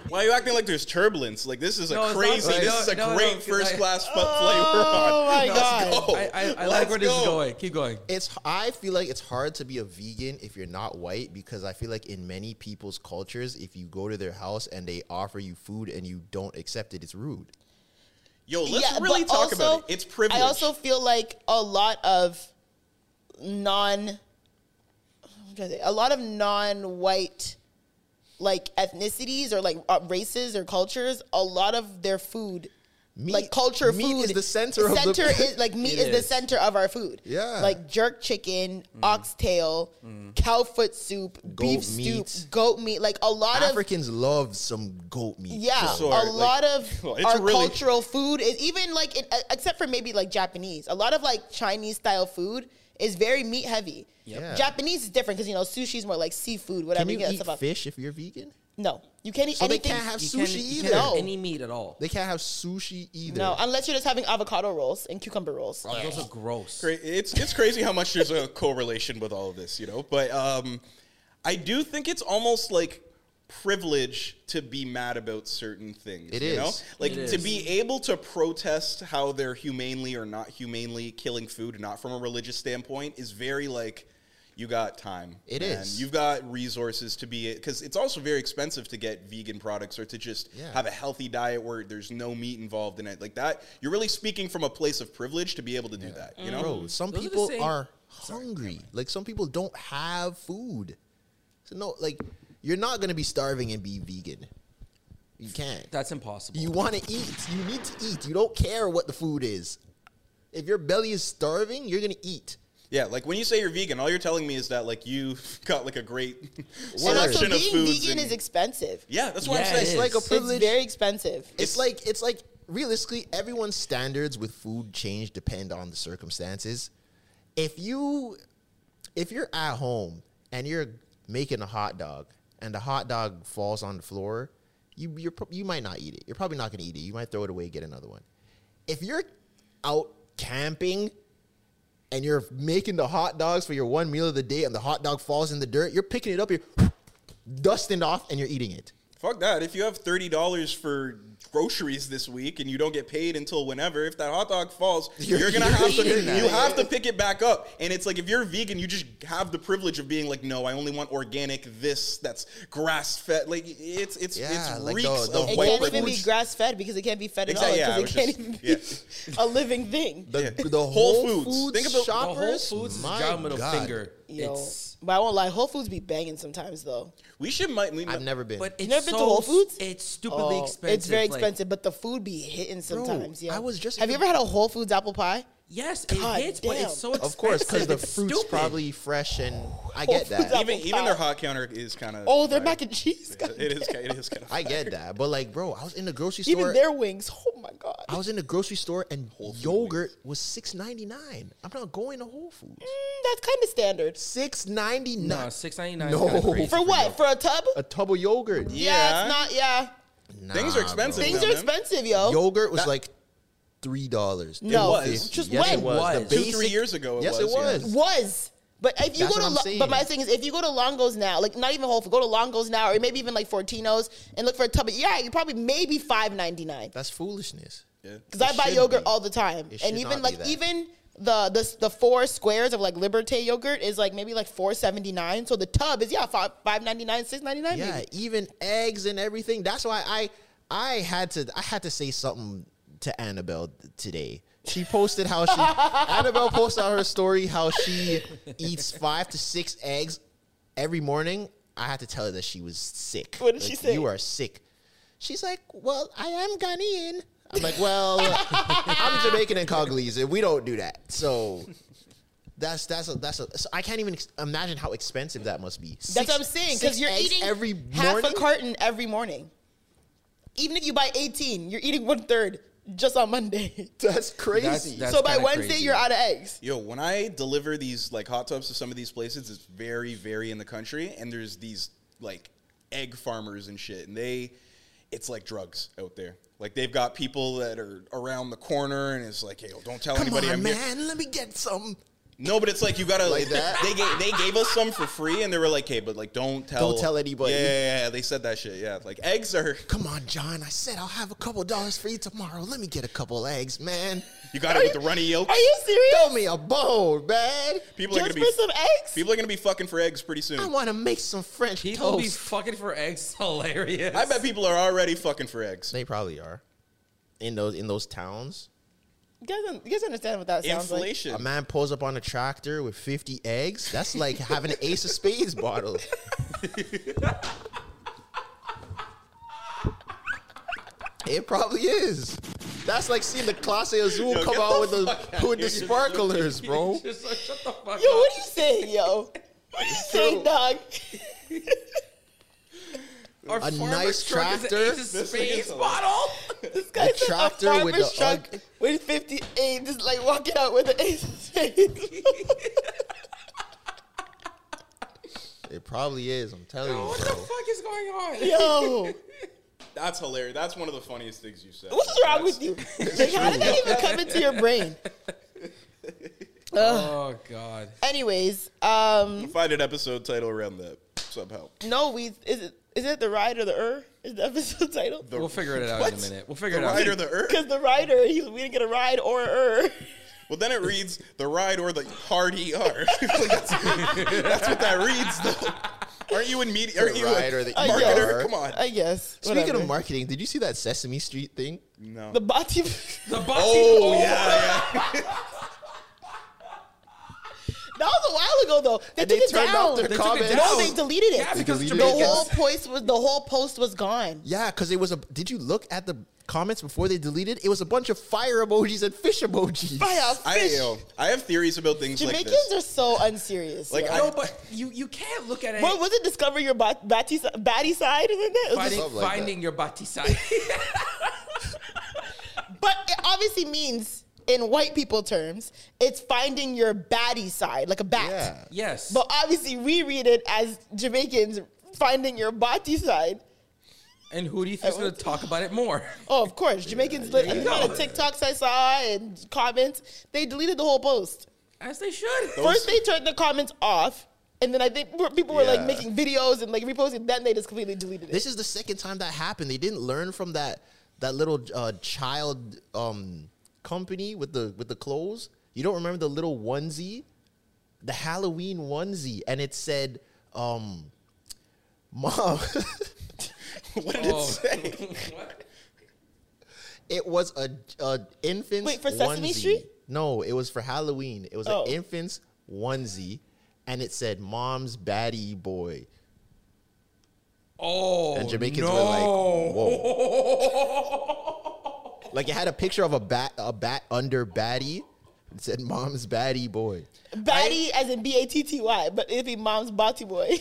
why are you acting like there's turbulence? Like this is a
No, it's not
crazy.
like-
this is a
no, no,
great
no, 'cause
first
I-
class flight we're on.
Oh my
Let's
God.
go.
I, I, I like
Let's
where this is
go.
going. Keep going.
It's I feel like it's hard to be a vegan if you're not white because I feel like in many people's cultures, if you go to their house and they offer you food and you don't accept it, it's rude.
Yo, let's really
but
talk about
also,
it. It's privilege.
I also feel like a lot of non, I'm trying to say, a lot of non-white, like ethnicities or like uh, races or cultures. A lot of their food.
Meat-
like culture
meat
food
is the center of the- (laughs)
center is like meat is
It
the
is.
center of our food
Yeah. Mm.
like jerk chicken oxtail cow foot soup beef stew
meat.
goat meat like a lot of
Africans love some goat meat.
yeah,
sure.
a
Like,
lot
(laughs)
of
well, it's
our
really-
cultural food is even like, in, e, except for maybe like Japanese, a lot of like Chinese style food is very meat heavy.
Yeah.
Japanese is different because you know sushi is more like seafood, whatever
Can you
get that
eat
stuff up.
fish if you're vegan?
No, you can't eat
So they
anything.
can't have
You
sushi
can't, you
either.
can't have
No.
any meat at all.
They can't have sushi either.
no, unless you're just having avocado rolls and cucumber rolls.
Oh, those are gross.
Cra- it's it's crazy how much there's a (laughs) correlation with all of this, you know. But um, I do think it's almost like privilege to be mad about certain things.
It
you
is.
know, like
It
to
is.
be able to protest how they're humanely or not humanely killing food, not from a religious standpoint, is very like. You got time.
It
It is.
is.
You've got resources to be it because it's also very expensive to get vegan products or to just
Yeah.
have a healthy diet where there's no meat involved in it. Like that, you're really speaking from a place of privilege to be able to do that. You know,
Bro, some
Those are the
people
same-
are hungry. like some people don't have food. So no, like you're not gonna be starving and be vegan. You can't.
That's impossible.
you want to eat. You need to eat. You don't care what the food is. If your belly is starving, you're gonna eat.
Yeah, like when you say you're vegan, all you're telling me is that like you (laughs) got like a great
and also,
selection of
being
foods.
vegan
and-
is expensive.
yeah, that's
Yeah,
what I'm
it
saying.
is.
It's like
It's
a
It's
privilege.
very expensive.
it's like it's like realistically everyone's standards with food change depend on the circumstances if you if you're at home and you're making a hot dog and the hot dog falls on the floor you you're, prob- you might not eat it you're probably not going to eat it you might throw it away get another one if you're out camping and you're making the hot dogs for your one meal of the day and the hot dog falls in the dirt, you're picking it up, you're dusting off and you're eating it.
Fuck that. If you have thirty dollars for groceries this week and you don't get paid until whenever, if that hot
(laughs)
dog falls, you're, gonna
you're
have to
eating that.
you have to pick it back up. And it's like if you're vegan, you just have the privilege of being like, no, I only want organic this that's grass fed. Like it's it's
Yeah,
it's
like
reeks
the- the
of
It
white
can't even
privilege.
be grass fed because it can't be fed at
Exactly, yeah,
all
I
because
was
it can't
just-
even be (laughs)
yeah.
a living thing.
(laughs) The, the
Whole Foods. Think about-
The
the
Whole Foods is
my
down middle
God.
finger.
Yo.
It's
But I won't lie, Whole Foods be banging sometimes though.
we should might we might-
I've never been.
but it's
never been
so,
to Whole Foods?
It's stupidly
Oh,
expensive.
It's very
like-
expensive, but the food be hitting sometimes. yeah,
I was just-
Have you ever had a Whole Foods apple pie?
yes, it
God
hits, but
damn.
it's so expensive.
of course, because the
It's
fruit's
stupid.
probably fresh and I get
Whole Foods
that.
even
apple
even their
pie.
hot counter is kind of
Oh, their mac and cheese. God
it (laughs) is it is kind of
I get that. But like, bro, I was in the grocery
Even
store.
their wings. Oh my god.
I was in the grocery store and yogurt was six ninety nine. I'm not going to Whole Foods.
Mm, that's kind of standard.
Six ninety
No,
nine.
six ninety nine.
No.
For what? For a tub?
A tub of yogurt.
yeah, it's not. Yeah,
Things are expensive.
things
now,
are
man.
expensive, yo.
Yogurt was
That-
like three dollars.
No.
was.
Just
yes,
when?
it was.
Was.
The
Two,
three
basic-
years ago it
yes,
was,
it
yeah.
was.
Was. But if you
That's
go
what
to,
I'm
Lo-
saying.
but my thing is, if you go to Longo's now, like not even Whole Foods, go to Longo's now, or maybe even like Fortino's, and look for a tub. Of, yeah, you probably maybe five ninety nine.
That's foolishness.
Because I
It
buy
should
yogurt
be.
all the time,
It should
and
not
even
be
like
that.
even the the the four squares of like Liberté yogurt is like maybe like four seventy nine. So the tub is yeah five five ninety nine, six ninety nine.
Yeah,
maybe.
even eggs and everything. That's why I I had to I had to say something to Annabelle today. She posted
(laughs)
how she Annabelle posted on her story how she eats five to six eggs every morning. I had to tell her that she was sick.
What did she
Like,
say?
You are sick. She's like, Well, I am Ghanaian. I'm like,
(laughs)
Well, I'm Jamaican and Congolese, and we don't do that. So that's that's a, that's a, so I can't even ex- imagine how expensive that must be.
That's what I'm saying. Because you're eating
every
half
morning.
a carton every morning. Even if you buy 18, you're eating one third just on Monday.
That's crazy.
That's
so by
kinda
Wednesday,
crazy.
you're out of eggs.
Yo, when I deliver these like hot tubs to some of these places, it's very, very in the country, and there's these like egg farmers and shit, and they, it's like drugs out there. Like they've got people that are around the corner, and it's like, hey, yo, don't tell
Come
anybody
on,
I'm here.
man. Let me get some.
No, but it's like you gotta
Like that?
They gave, they gave us some for free, and they were like, hey, but like don't tell
Don't tell anybody.
Yeah, yeah, yeah, they said that shit. Yeah, like eggs are (laughs)
Come on, John. I said I'll have a couple dollars for you tomorrow. Let me get a couple eggs, man.
you got it with the runny yolk.
Are you serious?
Throw me a bone, man.
People are
Just
gonna
for
be
some eggs?
people are gonna be fucking for eggs pretty
I
soon.
want to make some French
People be
(laughs) toast.
fucking for eggs. (laughs) Hilarious.
I bet people are already fucking for eggs.
they probably are in those in those towns.
You guys, un- you guys understand what that sounds like?
Inflation.
A man pulls up on a tractor with fifty eggs. That's like having an Ace of Spades
(laughs)
bottle. It probably is. That's like seeing the Classe Azul come out with the with
(laughs)
the sparklers, bro.
Just like, shut the fuck
Yo,
up.
what are you saying, yo? What are you saying, dog?
Our
A
farmer's
nice
truck is an
tractor?
Ace of
This
Spades bottle.
This guy said
tractor
a
with
farmer's
the
truck
ug-
with 58, just like walking out with an ace of spades.
It probably is. I'm telling you,
What the
bro.
fuck is going on?
yo,
That's hilarious. That's one of the funniest things you said.
what's wrong with you? Like, how did that even come into your brain?
Oh god.
Anyways, um,
Find an episode title around that somehow.
No, we is it is it the ride or the er? Is the episode (laughs) title?
We'll figure it out in
What?
a minute. We'll figure
The
it out.
ride or the earth?
Because the rider, he, we didn't get a ride or a er.
Well, then it reads the ride or the hard ER. (laughs) Like, that's, that's what that reads, though. Aren't you in media? Aren't you
ride or the
a marketer?
ER?
Come on.
I guess.
Speaking
whatever.
of marketing, did you see that Sesame Street thing?
no.
the body, (laughs)
The boxy
oh, yeah, yeah.
that was a while ago though. They
And
took
they
it
turned
down.
off their
They took it
comments.
down.
no, they deleted it.
Yeah, because
deleted
the
it.
whole post was the whole post
(laughs)
was gone.
Yeah, because it was a. Did you look at the comments before they deleted? It was a bunch of fire emojis and fish emojis.
Fire
I,
fish.
yo, I have theories about things like
Jamaicans
this.
are so unserious.
Like,
Like,
I-
No, but you you can't look at it.
what was it? Discover your bat- batty, si- batty side, (laughs) isn't it? It was
finding,
just-
Something like
finding your bati side.
(laughs)
But it obviously means, in white people terms, it's finding your batty side, like a bat.
Yeah.
yes.
But obviously, we read it as Jamaicans finding your body side.
And who do you think's going to talk about it
(laughs)
more?
Oh, of course. Jamaicans, yeah, you know, the TikToks I saw and comments, they deleted the whole post.
As they should. (laughs)
First, they turned the comments off. And then I think people were like
Yeah.
making videos and like reposting. Then they just completely deleted it.
This is the second time that happened. They didn't learn from that that little uh, child um, company with the with the clothes. You don't remember the little onesie, the Halloween onesie, and it said, um, (laughs) "Mom." (laughs)
what did it say?
It was a, a infant's
Wait, for Sesame
onesie.
Street?
No, it was for Halloween. It was
Oh.
an infant's onesie, and it said "Mom's Baddie Boy."
Oh,
And Jamaicans
no.
were
(laughs)
like, "Whoa!" like it had a picture of a bat, a bat under baddie. It said "Mom's Baddie Boy."
Batty as in B A T T Y, but it'd be mom's Batty boy.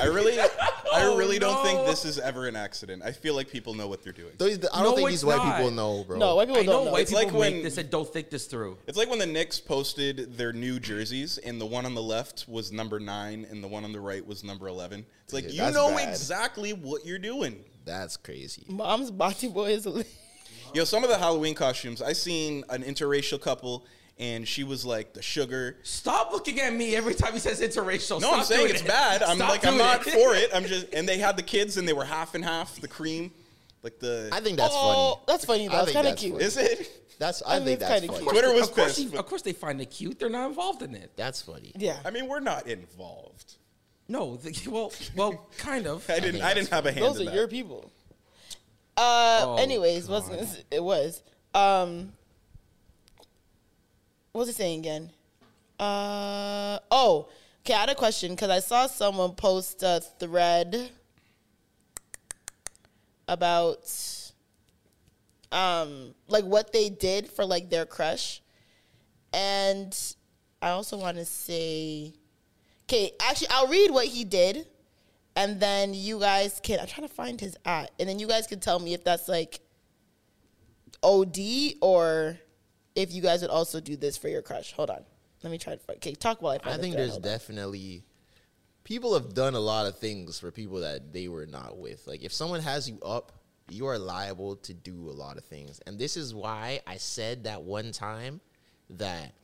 I
(laughs)
really, I
Oh,
really
no.
don't think this is ever an accident. I feel like people know what they're doing.
Those- I don't
No,
think
it's
these white
not.
people know, bro.
(laughs) no, white people
I know
don't know.
white
It's
people
like
make
when-
this and don't think this through.
It's like when the Knicks posted their new jerseys, and the one on the left was number nine, and the one on the right was number eleven. It's like
Yeah,
you
that's
know
bad.
exactly what you're doing.
that's crazy.
mom's Batty boy is a
Yo, some of the Halloween costumes I seen an interracial couple, and she was like the sugar.
Stop looking at me every time he says interracial.
No,
Stop
I'm saying
doing
it's
it.
bad. I'm
Stop
like I'm
doing
not for it.
(laughs)
I'm just and they had the kids, and they were half and half the cream, like the.
I think that's
Oh,
funny.
that's funny, though.
I
It's
think
kinda
that's
cute.
funny.
is it?
That's I,
I mean,
think
it's
that's
kinda
funny.
cute.
Twitter was
Of course,
pissed.
he- of course they find it cute. They're not involved in it.
That's funny.
Yeah.
I mean, we're not involved.
No, the, well, well, kind of.
(laughs) I didn't. I, didn't have a hand.
Those are
in that.
your people. Uh,
Oh,
anyways, what's this- it was. Um, what was it saying again? Uh, oh, okay. I had a question because I saw someone post a thread about um like what they did for like their crush, and I also want to say, okay, actually, I'll read what he did and then you guys can I'm trying to find his at and then you guys can tell me if that's like OD or if you guys would also do this for your crush. Hold on. Let me try to find okay, talk while I find
I
the
think
thread.
there's
Hold on.
definitely people have done a lot of things for people that they were not with. Like if someone has you up, you are liable to do a lot of things. And this is why I said that one time that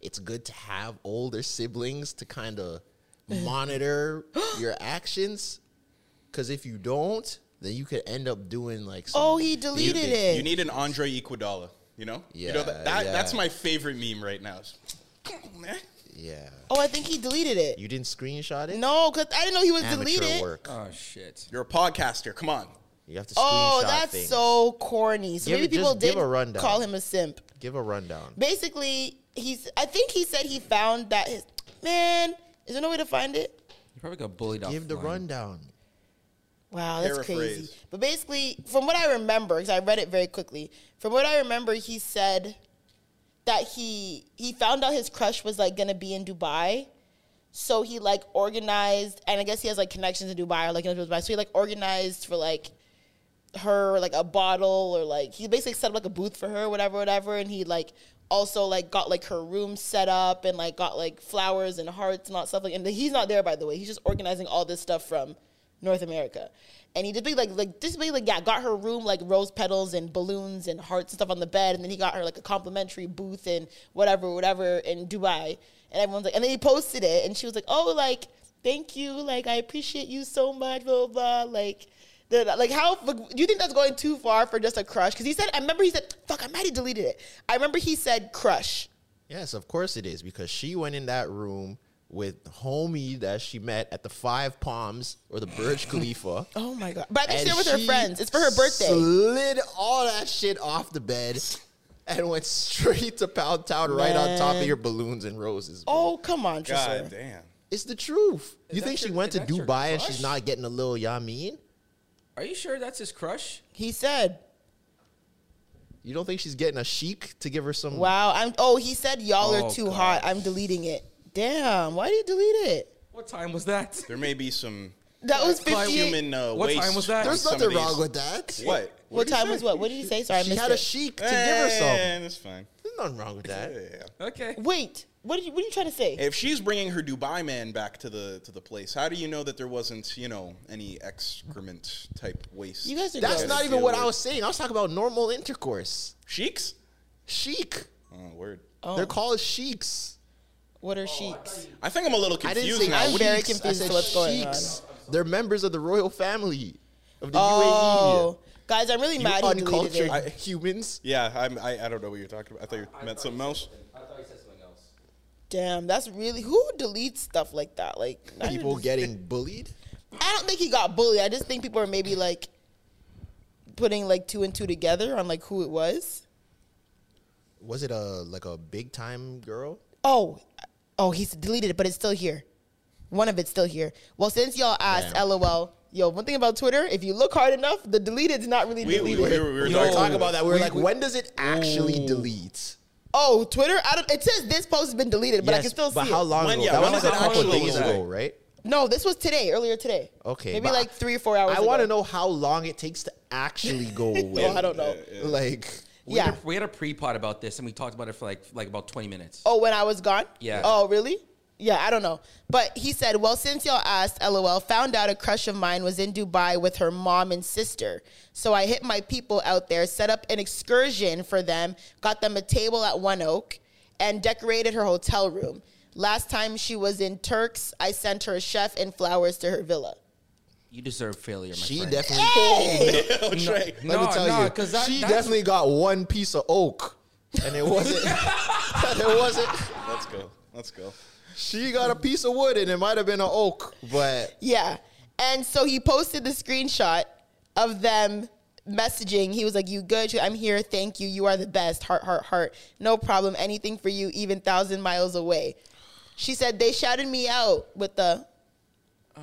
it's good to have older siblings to
(laughs)
kind of monitor your actions cuz if you don't, then you could end up doing like some
Oh, he
you
deleted
could-
it.
You need an Andre Iguodala. You know. you know
Yeah,
that, that
yeah.
that's my favorite meme right now. Come on, man.
Yeah.
oh, I think he deleted it.
You didn't screenshot it?
no, cuz I didn't know he was
Amateur
deleted.
work.
Oh shit.
You're a podcaster. Come on.
You have to screenshot
Oh, that's
things.
so corny. So
Give-
maybe people
just give
did
a rundown.
call him a simp.
Give a rundown.
Basically, he's I think he said he found that his man, is there no way to find it?
You probably got bullied off.
Give the rundown.
Wow, that's
Paraphrase.
crazy. But basically, from what I remember, because I read it very quickly, from what I remember, he said that he he found out his crush was like gonna be in Dubai, so he like organized, and I guess he has like connections in Dubai or like in Dubai, so he like organized for like her like a bottle or like he basically set up like a booth for her, whatever, whatever, and he like also like got like her room set up and like got like flowers and hearts and all that stuff like and he's not there by the way he's just organizing all this stuff from North America. And he just be like, like just be like, yeah, got her room like rose petals and balloons and hearts and stuff on the bed, and then he got her like a complimentary booth and whatever, whatever in Dubai. And everyone's like, and then he posted it, and she was like, oh, like thank you, like I appreciate you so much, blah blah, blah. like. the- Like how do you think that's going too far for just a crush? Because he said, I remember he said, "Fuck, I might have deleted it." I remember he said crush.
Yes, of course it is because she went in that room with homie that she met at the Five Palms or the
(laughs)
Burj Khalifa.
Oh my god! But I think
and
she did it with her
she
friends. It's for her birthday.
Slid all that shit off the bed and went straight to Pound Town right on top of
Man.
your balloons and roses. bro.
oh come on, Trisha.
God damn.
It's the truth. you
that
think she
your-
went
is
to
that your
Dubai and
crush?
she's not getting a little Yamin?
Are you sure that's his crush?
He said.
You don't think she's getting a chic to give her some?
Wow, I'm. Oh, he said y'all
Oh,
are too hot. I'm deleting it. Damn, why did you delete it?
What time was that? (laughs)
There may be some
That was
Clive
58.
human uh,
What
waste
time was that?
on
There's
some of
nothing
these.
wrong with that.
What?
What time was what? What did he say? Sorry, I
She
missed
had a
it.
chic to give her some.
that's fine.
There's nothing wrong with that.
Okay.
Wait, What are you, what are you trying to say?
If she's bringing her Dubai man back to the to the place, how do you know that there wasn't you know any excrement type waste?
You guys are
That's
gross.
not even what I was saying. I was talking about normal intercourse.
Sheiks.
Chic.
Oh, word.
They're called sheiks.
What are sheiks?
I think I'm a little
I
confused
didn't say
now.
I'm
What do you-
very
sheiks.
confused
I
as
said
to what's going on.
sheiks. They're members of the royal family of the
Oh, guys, I'm really
UAE. You
mad he deleted
uncultured
it.
I-
humans.
yeah, I'm, I I don't know what you're talking about. I thought you meant something else.
Damn, that's really who deletes stuff like that. Like not even
People
just-
getting bullied.
I don't think he got bullied. I just think people are maybe like putting like two and two together on like who it was.
Was it a like a big time girl?
Oh, oh, he's deleted it, but it's still here. One of it's still here. Well, since y'all asked,
Damn.
lol. Yo, one thing about Twitter, if you look hard enough, the deleted's not really
We,
deleted.
we, we, were- we were
We
Yo.
were
talking
talking about that. We were
We-
like,
we-
when does it actually delete?
Oh, Twitter! I don't, it says this post has been deleted, but I
Yes,
can still see
But how
it.
long
When-
ago?
yeah,
that
when
was
is
like a
it
couple
actually
days
going
ago,
away?
right?
No, this was today, earlier today.
Okay,
maybe
but
like three or four hours.
I want to
ago.
know how long it takes to
(laughs)
actually go away.
Oh, I don't
uh,
know.
Like,
We had
Yeah.
a- we had a pre-pod about this, and we talked about it for like like about twenty minutes.
Oh, when I was gone?
Yeah.
Oh, really? Yeah, I don't know. But he said, Well, since y'all asked, lol, found out a crush of mine was in Dubai with her mom and sister. So I hit my people out there, set up an excursion for them, got them a table at One Oak, and decorated her hotel room. Last time she was in Turks, I sent her a chef and flowers to her villa.
You deserve failure, my
she
friend.
definitely.
Trey.
(laughs) Let me tell you,
because that,
she
that's-
definitely got one piece of oak, and
(laughs)
it wasn't. (laughs) and it wasn't.
Let's go. Let's go.
She got a piece of wood, and it might have been an oak, but
Yeah. And so he posted the screenshot of them messaging. He was like, You good? She- I'm here. Thank you. You are the best. Heart, heart, heart. No problem. Anything for you, even thousand miles away. She said, They shouted me out with the. The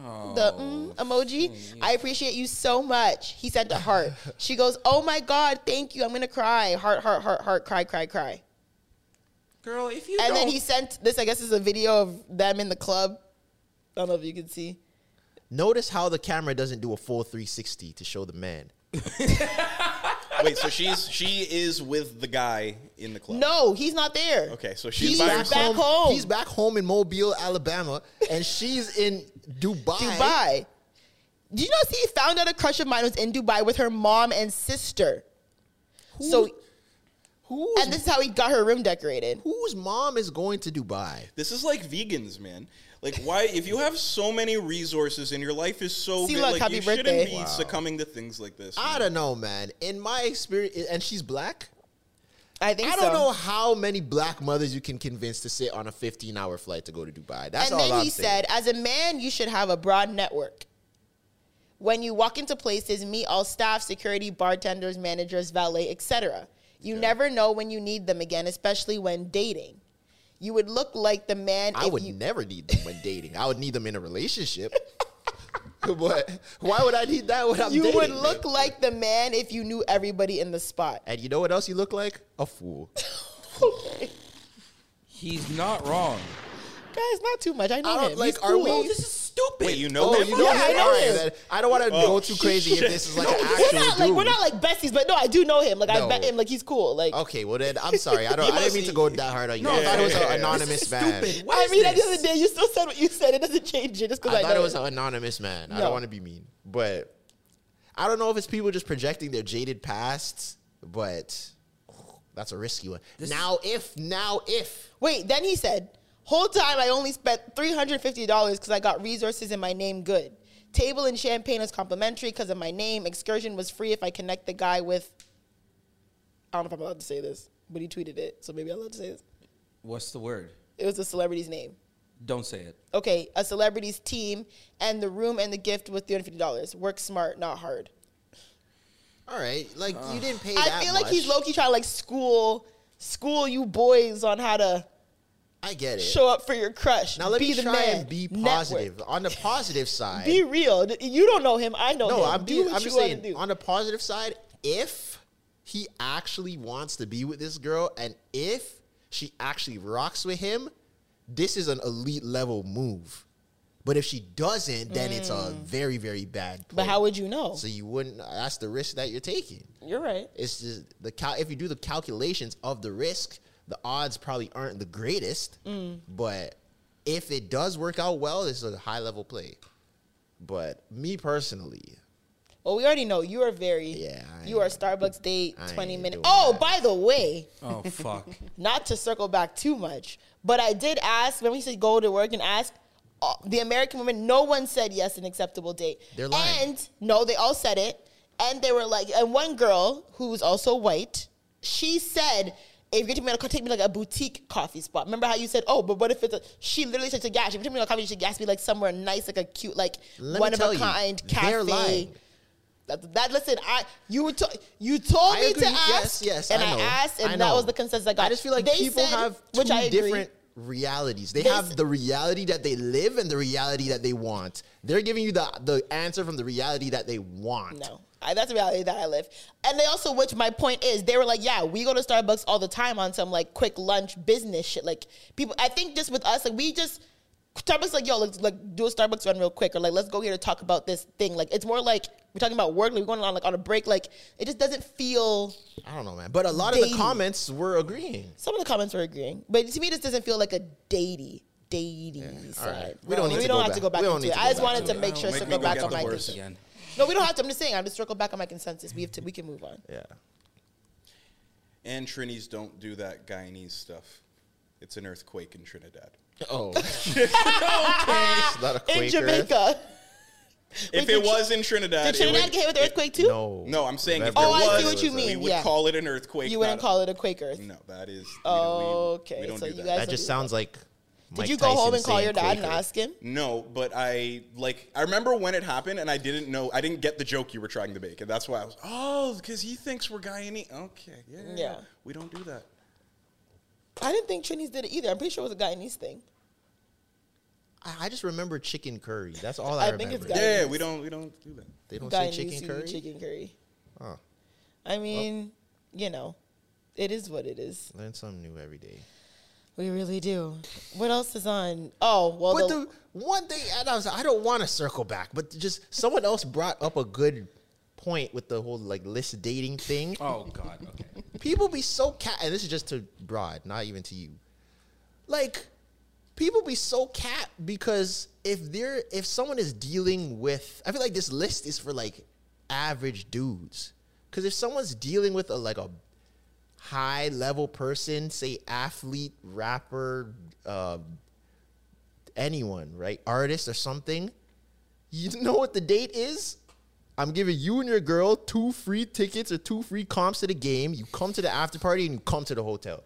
mm, emoji. I appreciate you so much. He sent a heart. She goes, "Oh my god, thank you. I'm gonna cry. Heart, heart, heart, heart. Cry, cry, cry."
girl. If you
And then
don't-
he sent this. I guess is a video of them in the club. I don't know if you can see.
notice how the camera doesn't do a full 360 to show the man.
(laughs) Wait, so she's she is with the guy in the club.
No, he's not there.
Okay, so she's
he's
by
back,
herself.
home.
He's back home in Mobile, Alabama, and she's in Dubai.
Dubai. Did you not see? He found out a crush of mine was in Dubai with her mom and sister. So,
Who's,
and this is how he got her room decorated.
whose mom is going to Dubai?
This is like vegans, man. Like, why? If you have so many resources and your life is so
See,
good,
look,
like
happy
you
birthday.
shouldn't be succumbing to things like this.
I don't know, man. In my experience, and she's black.
I think
I
so.
don't know how many black mothers you can convince to sit on a 15 hour flight to go to Dubai. That's
and
all
then
I'm
he
saying.
said, as a man, you should have a broad network. When you walk into places, meet all staff, security, bartenders, managers, valet, etc. You never know when you need them again, especially when dating. You would look like the man
I
if
would
you
never need them when dating. I would need them in
(laughs)
a relationship. (laughs) but why would I need that when I'm
you
dating?
would look like the man if you knew everybody in the
(laughs)
spot.
And you know what else you look like? A fool.
he's not wrong.
Guys, not too much. I know
I don't-
him.
like,
He's
are
cool.
we-
Oh, this is stupid.
Wait, you know
Oh,
him?
you know
Yeah,
him?
I know
Alright,
him.
then. I don't want to go too crazy if this is like an
we're
actual
not
dude.
like we're not like besties, but no, I do know him. Like
No.
I bet him. Like he's cool. Like
okay, well then I'm sorry. I don't.
You
I didn't
must
mean to
be-
go that hard on you. I thought it was an anonymous man.
Stupid. What
I
is
read that the
this?
other day. You still said what you said. It doesn't change it just because I,
I thought
know
it was
him.
an anonymous man. I
No.
don't want to be mean, but I don't know if it's people just projecting their jaded pasts, but that's a risky one. now, if now if
Wait, then he said, whole time I only spent $350 because I got resources in my name good. Table and champagne is complimentary because of my name. Excursion was free if I connect the guy with. I don't know if I'm allowed to say this, but he tweeted it, so maybe I'm allowed to say this.
What's the word?
It was a celebrity's name.
Don't say it.
Okay, a celebrity's team and the room and the gift was $350. Work smart, not hard.
all right, like you didn't pay.
I
that
feel like he's
much.
low key trying to like school school you boys on how to
I get it.
show up for your crush.
now let
be
me
the
try
man.
and be
Network.
positive. On the positive side,
Be real. D- You don't know him. I know him.
no, I'm,
do
being-
what
I'm
you
just
wanna
saying.
do.
On the positive side, if he actually wants to be with this girl, and if she actually rocks with him, this is an elite level move. But if she doesn't, then it's a very, very bad.
Mm. but
play.
how would you know?
So you wouldn't. That's the risk that you're taking.
You're right.
It's just the cal- if you do the calculations of the risk, the odds probably aren't the greatest,
Mm.
but if it does work out well, this is a high level play. But me personally,
Well, we already know you are very. Yeah. You are Starbucks date
I
twenty
ain't
minutes.
doing
Oh, by the way.
(laughs) Oh fuck.
not to circle back too much, but I did ask when we said go to work and ask uh, the American women. No one said yes, an acceptable date.
They're lying.
And no, they all said it, and they were like, and one girl who was also white, she said. If you're taking me to take me like a boutique coffee spot. Remember how you said, "Oh, but what if it's a?" She literally said to Gash, "If you take me to a coffee, you should gas me like somewhere nice, like a cute, like
Let me
one of
tell
a
you,
kind
they're
cafe."
lying.
That, that listen, I you were to, you told
I
me
agree.
to
Yes,
ask,
yes,
and
I
I,
know.
asked, and
I
that
know.
was the consensus I got.
I just feel like
They
people
said-
have two
which I agree.
different realities. They,
They
have
s-
the reality that they live and the reality that they want. They're giving you the the answer from the reality that they want.
No, I, that's the reality that I live. And they also, which my point is, they were like, yeah, we go to Starbucks all the time on some like quick lunch business shit. Like people, I think just with us, like we just Starbucks, like yo, let's like do a Starbucks run real quick, or like let's go here to talk about this thing. Like it's more like we're talking about work, like we're going on like on a break. Like it just doesn't feel.
I don't know, man. But a lot of the
Dating.
comments were agreeing.
Some of the comments were agreeing, but to me, this doesn't feel like a datey. Datey side.
We don't need
we
to
don't
go
have
back.
to go back
We don't
into
need
it.
to
I
go
just
back
wanted
to
to
it.
make sure
Don't make
circle
me go
back
get
on
the
my
worst
consensus.
again.
No, we don't have to. I'm just saying. I'm just circle back on my consensus. We have to. We can move on.
Yeah.
And Trinis don't do that Guyanese stuff. It's an earthquake in Trinidad.
Oh,
Ah,
not a Quaker.
in Jamaica.
if
did
it
Tr-
was in Trinidad,
Did
it
Trinidad
would-
get hit with the earthquake too?
No.
No, I'm saying if
That
there
Oh, I
was,
see what you
we
mean,
would
yeah.
call it an earthquake.
You
not
wouldn't
a-
call it a Quake Earth.
No, that is.
Okay,
We, we don't
so
do
you
that.
guys-
That just sounds like. Mike
Did you go home
Tyson
and call
saying
your dad and
Quaker.
ask him?
No, but I like I remember when it happened, and I didn't know I didn't get the joke you were trying to make, and that's why I was oh because he thinks we're Guyanese. Okay, yeah,
Yeah.
we don't do that.
I didn't think Trinis did it either. I'm pretty sure it was a Guyanese thing.
I, I just remember chicken curry. That's all
I
I, remember.
think it's
Yeah,
Guyanese.
we don't we don't do that.
they don't
Guyanese
say Oh, chicken
seafood
curry.
chicken curry.
Oh,
I mean, you know, it is what it is.
learn something new every day.
We really do. What else is on? Oh well,
But
the-
the one thing, and I was, I don't want to circle back, but just someone else brought up a good point with the whole like list dating thing.
Oh god. Okay.
People be so cat, and this is just to broad, not even to you. Like, people be so cat because if they're if someone is dealing with, I feel like this list is for like average dudes. Because if someone's dealing with a like a high level person, say athlete, rapper, uh, anyone, right? Artist or something. You know what the date is? I'm giving you and your girl two free tickets or two free comps to the game. You come to the after party and you come to the hotel.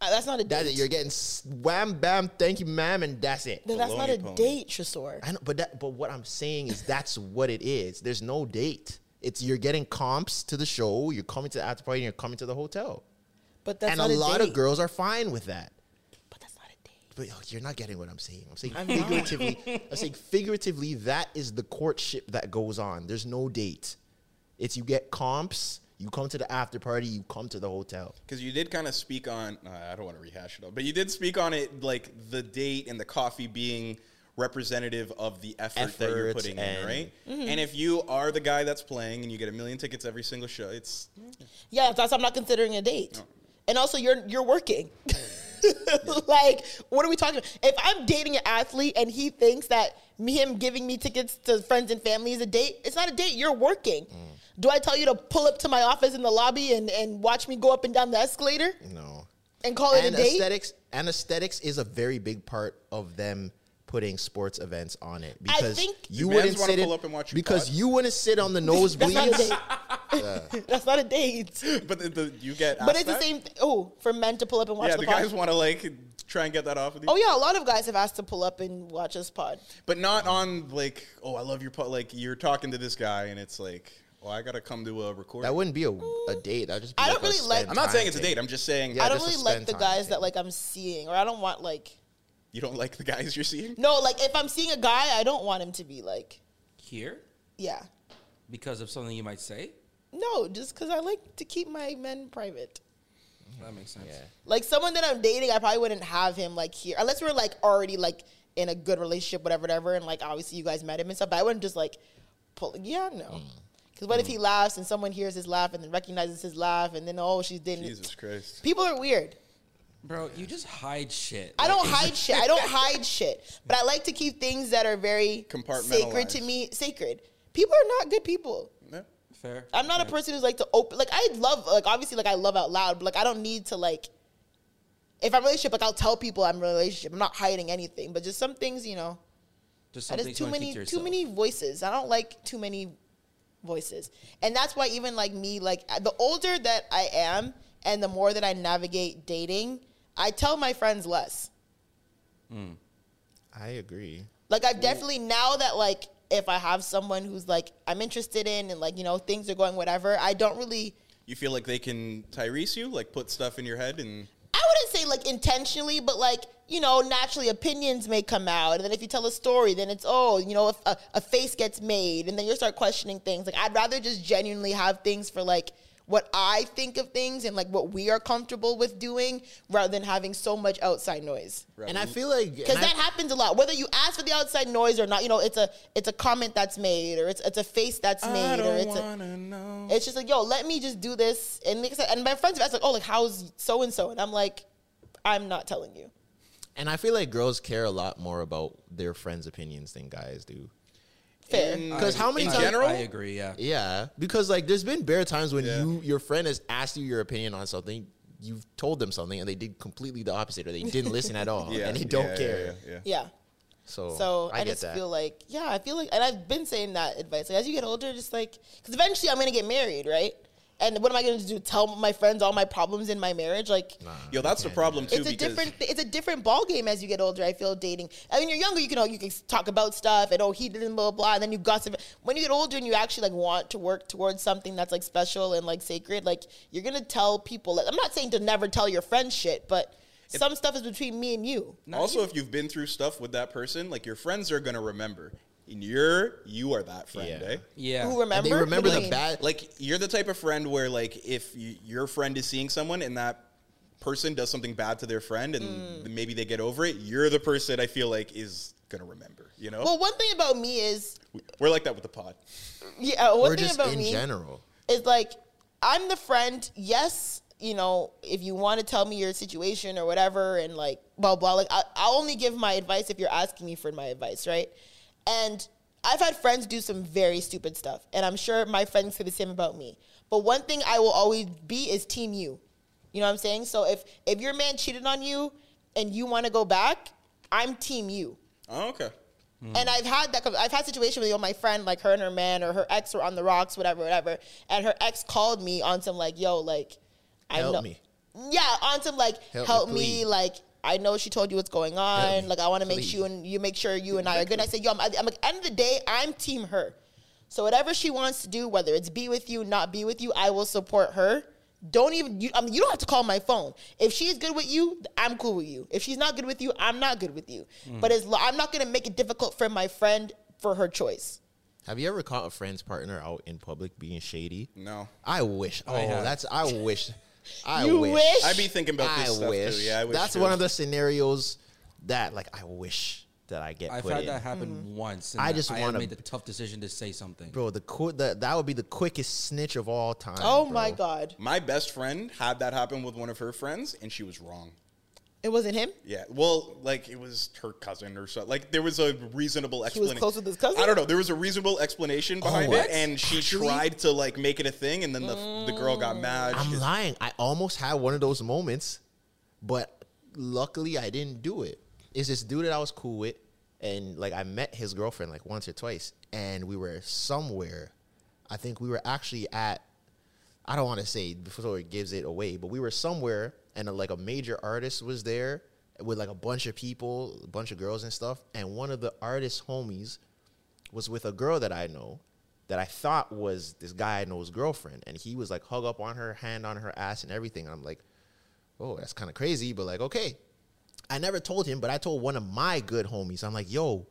uh, that's not a
That's
date.
it. You're getting s- wham bam, thank you, ma'am, and that's it.
Then that's not a
Baloney pony.
date, Tresor.
I know, but that, but what I'm saying is that's what it is. There's no date. It's you're getting comps to the show. You're coming to the after party and you're coming to the hotel.
But that's
and
not
a lot
date.
of girls are fine with that.
But that's not a date.
But oh, you're not getting what I'm saying. I'm saying figuratively. I'm saying figuratively. That is the courtship that goes on. There's no date. It's you get comps. You come to the after party. You come to the hotel.
Because you did kind of speak on, uh, I don't want to rehash it all, but you did speak on it like the date and the coffee being representative of the effort, that you're
Effort
putting in,
and-
right?
Mm-hmm.
And if you are the guy that's playing and you get a million tickets every single show, it's (laughs)
Yeah, that's I'm not considering a date. And also, you're you're
(laughs)
working. (laughs) like, what are we talking about? If I'm dating an athlete and he thinks that me him giving me tickets to friends and family is a date, it's not a date. You're working.
Mm.
Do I tell you to pull up to my office in the lobby and, and watch me go up and down the escalator
No.
and call it
Mm. And
a date?
aesthetics. And aesthetics is a very big part of them putting sports events on it
I
because
think-
you
Do mans
wouldn't
wanna
sit in,
pull up and watch you
because
pod?
you wouldn't sit on
(laughs)
the
That's not a
nosebleeds. (laughs)
date. (laughs) That's not a date.
but the, the, you get.
But
asked
it's the
that?
same. Th- oh, for men to pull up and watch
Yeah,
the,
the,
pod.
guys want to like try and get that off of you.
oh yeah, a lot of guys have asked to pull up and watch us pod.
but not on like oh I love your po-. like you're talking to this guy and it's like oh I gotta come to a recording.
that wouldn't be a, a date. That just be
I
like
don't
a
really like-
spend
I'm not
time
saying it's a
thing.
date. I'm just saying
Yeah,
I don't
just to
really like
spend
the
time
guys
thing.
that like I'm seeing, or I don't want like
you don't like the guys you're seeing.
no, like if I'm seeing a guy, I don't want him to be like
Here,
yeah,
because of something you might say.
no, just because I like to keep my men private.
That makes sense.
Like someone that I'm dating, I probably wouldn't have him like here unless we're like already like in a good relationship, whatever, whatever, and like obviously you guys met him and stuff. But I wouldn't just like pull. Yeah, no. Because what if he laughs and someone hears his laugh and then recognizes his laugh and then oh she's dating.
Jesus Christ.
People are weird.
Bro, you just hide shit.
I don't hide shit. I don't hide shit. But I like to keep things that are very sacred to me. Sacred. People are not good people.
Fair.
I'm not a person who's like to open. Like I love. Like obviously, like I love out loud. But like I don't need to like. If I'm in a relationship, like I'll tell people I'm in a relationship. I'm not hiding anything. But just some things, you know.
Just
I
something
just too many too many voices. I don't like too many voices, and that's why even like me, like the older that I am, and the more that I navigate dating, I tell my friends less.
I agree.
Like I've definitely now that like if I have someone who's like I'm interested in and like you know things are going whatever, I don't really.
You feel like they can Tyrese you, like put stuff in your head and
I wouldn't say like intentionally, but like you know, naturally opinions may come out, and then if you tell a story, then it's oh, you know, if a, a face gets made, and then you start questioning things. Like I'd rather just genuinely have things for like what I think of things and like what we are comfortable with doing, rather than having so much outside noise.
And I feel like
because that happens a lot. Whether you ask for the outside noise or not, you know, it's a it's a comment that's made, or it's it's a face that's made, or it's a,
know.
it's just like yo, let me just do this. And like I said, and my friends have asked like, oh, like how's so and so, and I'm like, I'm not telling you.
And I feel like girls care a lot more about their friends' opinions than guys do.
Fair.
Because how many
in
times?
general? I agree, yeah.
Yeah, because like there's been bare times when you your friend has asked you your opinion on something, you've told them something, and they did completely the opposite, or they didn't listen at all,
(laughs) Yeah,
and they
yeah,
don't
yeah,
care.
Yeah, yeah.
yeah.
So,
So I,
I, get
just
that.
feel like, yeah, I feel like, and I've been saying that advice. Like, as you get older, just like, because eventually I'm going to get married, right? And what am I going to do? Tell my friends all my problems in my marriage? Like,
Yo, that's the problem too.
it's a
because
different, it's a different ball game as you get older. I feel dating. I mean, you're younger, you can all you can talk about stuff and oh he did and blah blah, blah and then you gossip. When you get older and you actually like want to work towards something that's like special and like sacred, like you're gonna tell people. Like, I'm not saying to never tell your friends shit, but some stuff is between me and you.
also, if you've been through stuff with that person, like your friends are gonna remember, and you're you are that friend,
Yeah.
eh?
Yeah.
Who remember?
And they remember
What do
the
you mean?
bad. Like,
Like you're the type of friend where like if you, your friend is seeing someone and that person does something bad to their friend and maybe they get over it, you're the person I feel like is gonna remember. You know,
Well, one thing about me is
we're like that with the pod.
Yeah, one
or
thing
just
about
in
me
general.
is like I'm the friend. Yes, you know, if you want to tell me your situation or whatever, and like blah blah. Like I, I'll only give my advice if you're asking me for my advice, right? And I've had friends do some very stupid stuff, and I'm sure my friends say the same about me. But one thing I will always be is team you. You know what I'm saying? So if if your man cheated on you and you want to go back, I'm team you.
Oh, okay.
Mm.
And I've had that. I've had situations where you know, my friend, like her and her man or her ex were on the rocks, whatever, whatever. And her ex called me on some like, yo, like, I
Help
know,
me.
yeah, on some like, help,
Help
me,
me, please.
like. I know she told you what's going on.
me,
Like I want to make
please.
sure you and you make sure you and I are good. I said, yo, I'm, I'm like, end of the day, I'm team her. So whatever she wants to do, whether it's be with you, not be with you, I will support her. Don't even you. I mean, you don't have to call my phone. If she's good with you, I'm cool with you. If she's not good with you, I'm not good with you.
Mm.
But as lo- I'm not gonna make it difficult for my friend for her choice.
Have you ever caught a friend's partner out in public being shady?
No.
I wish. Oh, that's I wish. I
You
wish.
wish?
I'd be thinking about this
I
stuff
wish.
too. Yeah, I wish
that's
too.
one of the scenarios that like I wish that I get.
I've
put
had
in.
that happen once. And
I just
I had
wanna-
made the tough decision to say something.
bro. The, qu- the that would be the quickest snitch of all time.
Oh
bro.
my god,
My best friend had that happen with one of her friends, and she was wrong.
it wasn't him.
Yeah, well, like it was her cousin or something. Like there was a reasonable
was
explanation.
close with his cousin?
I don't know. There was a reasonable explanation behind it,
what?
and she tried to like make it a thing, and then the, the girl got mad.
I'm
She's-
lying. I almost had one of those moments, but luckily I didn't do it. It's this dude that I was cool with, and like I met his girlfriend like once or twice, and we were somewhere. I think we were actually at. I don't want to say before it gives it away, but we were somewhere, and uh, like a major artist was there with like a bunch of people, a bunch of girls and stuff, and one of the artist homies was with a girl that I know that I thought was this guy I know's girlfriend. And he was like hug up on her, hand on her ass and everything. And I'm like, oh, that's kind of crazy, but like, okay. I never told him, but I told one of my good homies. I'm like, yo,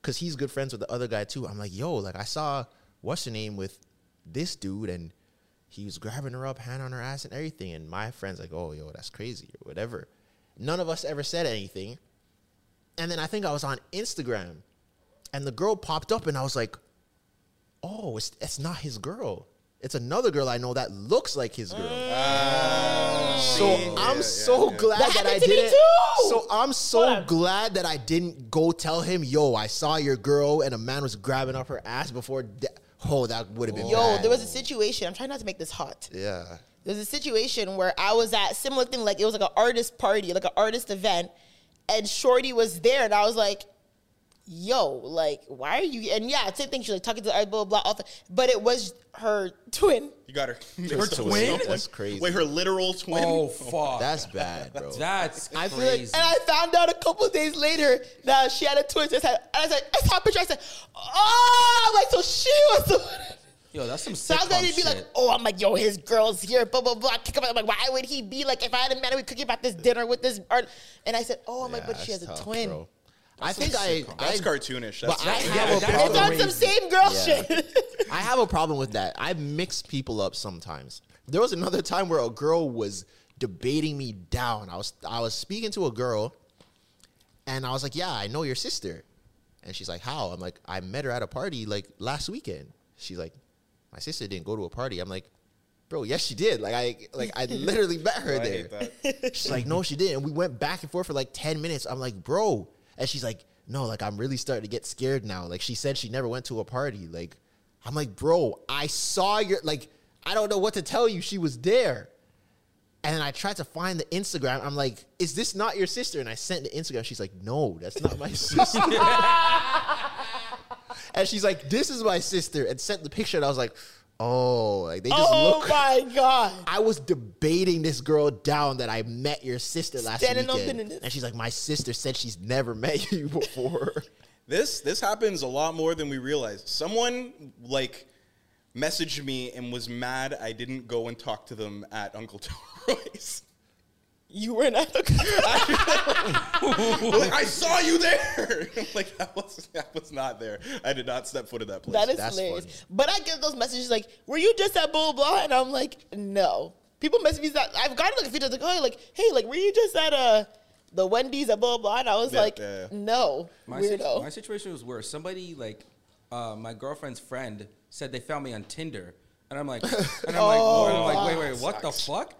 because he's good friends with the other guy too. I'm like, yo, like I saw what's her name with this dude and he was grabbing her up, hand on her ass and everything. And my friend's like, oh, yo, that's crazy or whatever. None of us ever said anything. And then I think I was on Instagram and the girl popped up and I was like, oh, it's, it's not his girl. It's another girl I know that looks like his girl. So I'm so glad
That
that, I
happened to me
didn't.
too!
So I'm so glad that I didn't go tell him, "Yo, I saw your girl and a man was grabbing up her ass before." De- oh, that would have been
Yo,
bad.
there was a situation. I'm trying not to make this hot.
yeah.
There was a situation where I was at similar thing, like it was like an artist party, like an artist event, and Shorty was there, and I was like, "Yo, like, why are you?" And yeah, same thing. She's like talking to the blah blah blah, but it was her twin.
You got her. (laughs)
Her twin? That's crazy.
Wait, her literal twin.
Oh fuck.
That's bad, bro.
That's
I feel like,
crazy.
and I found out a couple days later that she had a twin. So I said, and I was like, I saw a picture. I said, "Oh, I'm like so she was." The-
Yo, that's some
So I
sick
was gonna be
shit.
like, oh, I'm like, yo, his girl's here, blah blah blah. I kick him out. I'm like, why would he be like? If I had a man, we could give out this dinner with this. Art. And I said, oh, I'm like, but she has
That's
a
tough,
twin.
bro. I think I,
That's
I
cartoonish.
But I
That's not-
yeah,
have a
that's
It's
problem.
on some same girl (laughs)
Yeah.
shit.
I have a problem with that. I mix people up sometimes. There was another time where a girl was debating me down. I was I was speaking to a girl, and I was like, "Yeah, I know your sister," and she's like, "How?" I'm like, "I met her at a party like last weekend." She's like, "My sister didn't go to a party." I'm like, "Bro, yes, she did. Like I like
(laughs)
I literally met her
Oh, I
there."
hate that.
She's like, no, she didn't. And we went back and forth for like 10 minutes. I'm like, bro. And she's like, no, like, I'm really starting to get scared now. Like, she said she never went to a party. Like, I'm like, bro, I saw your, like, I don't know what to tell you. She was there. And I tried to find the Instagram. I'm like, is this not your sister? And I sent the Instagram. She's like, no, that's not my
(laughs)
(laughs) sister. and she's like, this is my sister. And sent the picture. And I was like, oh, like, they just
oh
look.
my god.
I was debating this girl down that I met your sister last
Standing up in
weekend,
this.
and she's like, "My sister said she's never met you (laughs) before."
This this happens a lot more than we realize. Someone like messaged me and was mad I didn't go and talk to them at Uncle (laughs) Roy's.
You were not.
(laughs) like, I saw you there. (laughs) I'm like I was I was not there. I did not step foot in that place.
that is
That's
hilarious.
funny.
But I get those messages like, were you just at blah blah? blah? And I'm like, no. People message me that I've gotten like a few times like, oh, like, hey, like, were you just at uh the Wendy's at blah blah? And I was
Yeah,
like,
yeah, yeah.
no,
My,
weirdo.
situ- my situation was worse. Somebody like uh, my girlfriend's friend said they found me on Tinder, and I'm
(laughs)
like, and I'm like, and I'm
Oh,
like, wait, wait, what the fuck?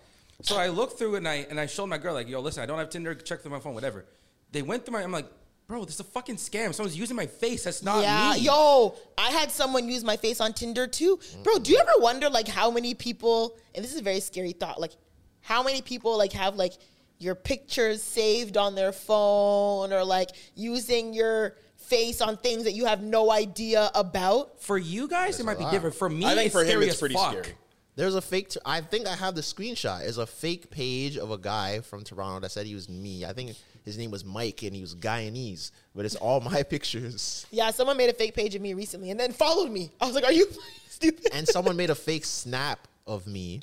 So I looked through and I and I showed my girl like, yo, listen, I don't have Tinder. Check through my phone, whatever. They went through my. I'm like, bro, this is a fucking scam. Someone's using my face. That's not
yeah,
Uh, me.
yo, I had someone use my face on Tinder too. Bro, do you ever wonder like how many people and this is a very scary thought, like how many people like have like your pictures saved on their phone or like using your face on things that you have no idea about?
For you guys, it might be different. For me,
I think
it's
for him
scary
it's
as
pretty
fuck.
scary.
There's a fake. T- I think I have the screenshot. It's a fake page of a guy from Toronto that said he was me. I think his name was Mike, and he was Guyanese, but it's all my (laughs) pictures.
Yeah, someone made a fake page of me recently and then followed me. I was like, Are you (laughs) stupid?
And someone made a fake snap of me,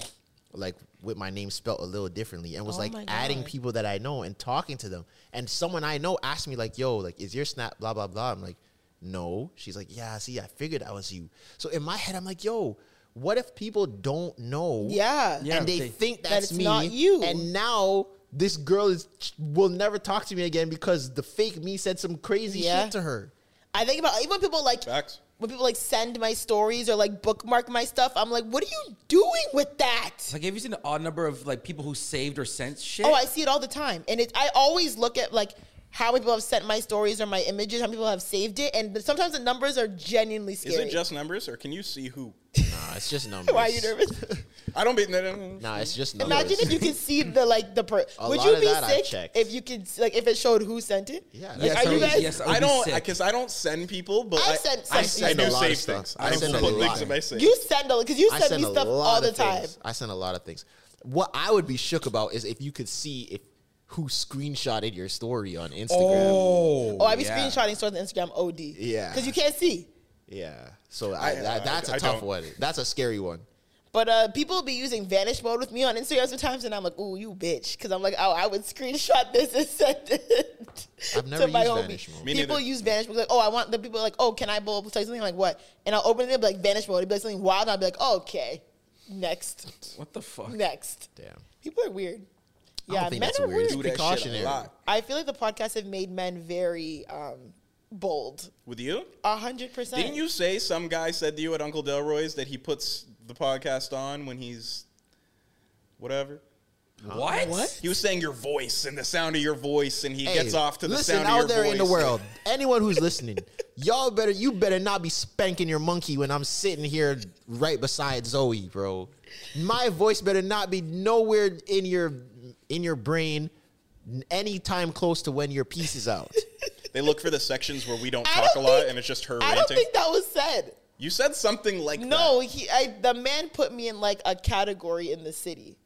like with my name spelt a little differently, and was like
Oh my
adding
God.
people that I know and talking to them. And someone I know asked me like, "Yo, like, is your snap blah blah blah?" I'm like, "No." She's like, "Yeah, see, I figured I was you." So in my head, I'm like, "Yo." What if people don't know?
Yeah.
Yeah,
and they,
they-
think
That
that's
it's
me.
not you.
And now this girl is will never talk to me again because the fake me said some crazy
Yeah.
shit to her.
I think about even when people like
Facts.
when people like send my stories or like bookmark my stuff, I'm like, what are you doing with that?
Like, have you seen the odd number of like people who saved or sent shit?
Oh, I see it all the time, and it, I always look at like how many people have sent my stories or my images, how many people have saved it, and sometimes the numbers are genuinely
Is
scary.
it just numbers or can you see who?
Nah, it's just
(laughs)
numbers.
why are you
(laughs)
nervous?
I don't be no, no, no.
Nah, it's just numbers.
Imagine if you could see the like the per.
A
Would
lot
you
of
be
that I've
sick
checked.
if you could like if it showed who sent it?
Yeah,
Like,
that's
are you
always-
guys?
yes, I would
I
be
don't
sick.
because I don't send people, but
I
I,
send-
I,
I
I
send
do
a lot
save
of stuff.
things.
I
I,
send
will
a
put things
lot.
in my safe.
You send a because you
I
send me
a
stuff
lot
all
of
the time.
things. I sent a lot of things. What I would be shook about is if you could see if who screenshotted your story on Instagram.
Oh, I be
yeah.
screenshotting stories on Instagram. Od.
Yeah.
because you can't see.
Yeah. So I,
I-
that- that's a
I
tough
don't.
one. That's a scary one.
But uh, people be using vanish mode with me on Instagram sometimes, and I'm like, "Ooh, you bitch," because I'm like, "Oh, I would screenshot this and send it."
I've never
to my
used
homie.
vanish mode.
Me
people
neither.
use vanish mode. Like, oh, I want the people are like, "Oh, can I blah blah blah," something like what? And I'll open it and be like vanish mode. It'd be like something wild, and I'll be like, "Okay, next,
what the fuck?
next."
Damn.
People are weird.
I don't
Yeah,
think
men
that's
are
weird.
weird.
It's
Do that shit a
precautionary.
lot.
I feel like the podcast have made men very um, bold.
With you?
A hundred percent.
Didn't you say some guy said to you at Uncle Delroy's that he puts the podcast on when he's whatever?
What?
He was saying your voice and the sound of your voice, and he
Hey,
gets off to the
listen
sound
out
of your
there
voice.
in the world. Anyone who's listening, (laughs) y'all better you better not be spanking your monkey when I'm sitting here right beside Zoe, bro. My voice better not be nowhere in your in your brain anytime close to when your piece is out.
They look for the sections where we don't
I
talk
don't
a lot,
think-
and it's just her
I
ranting.
don't think that was said.
you said something like
No, he. I, the man put me in like a category in the city.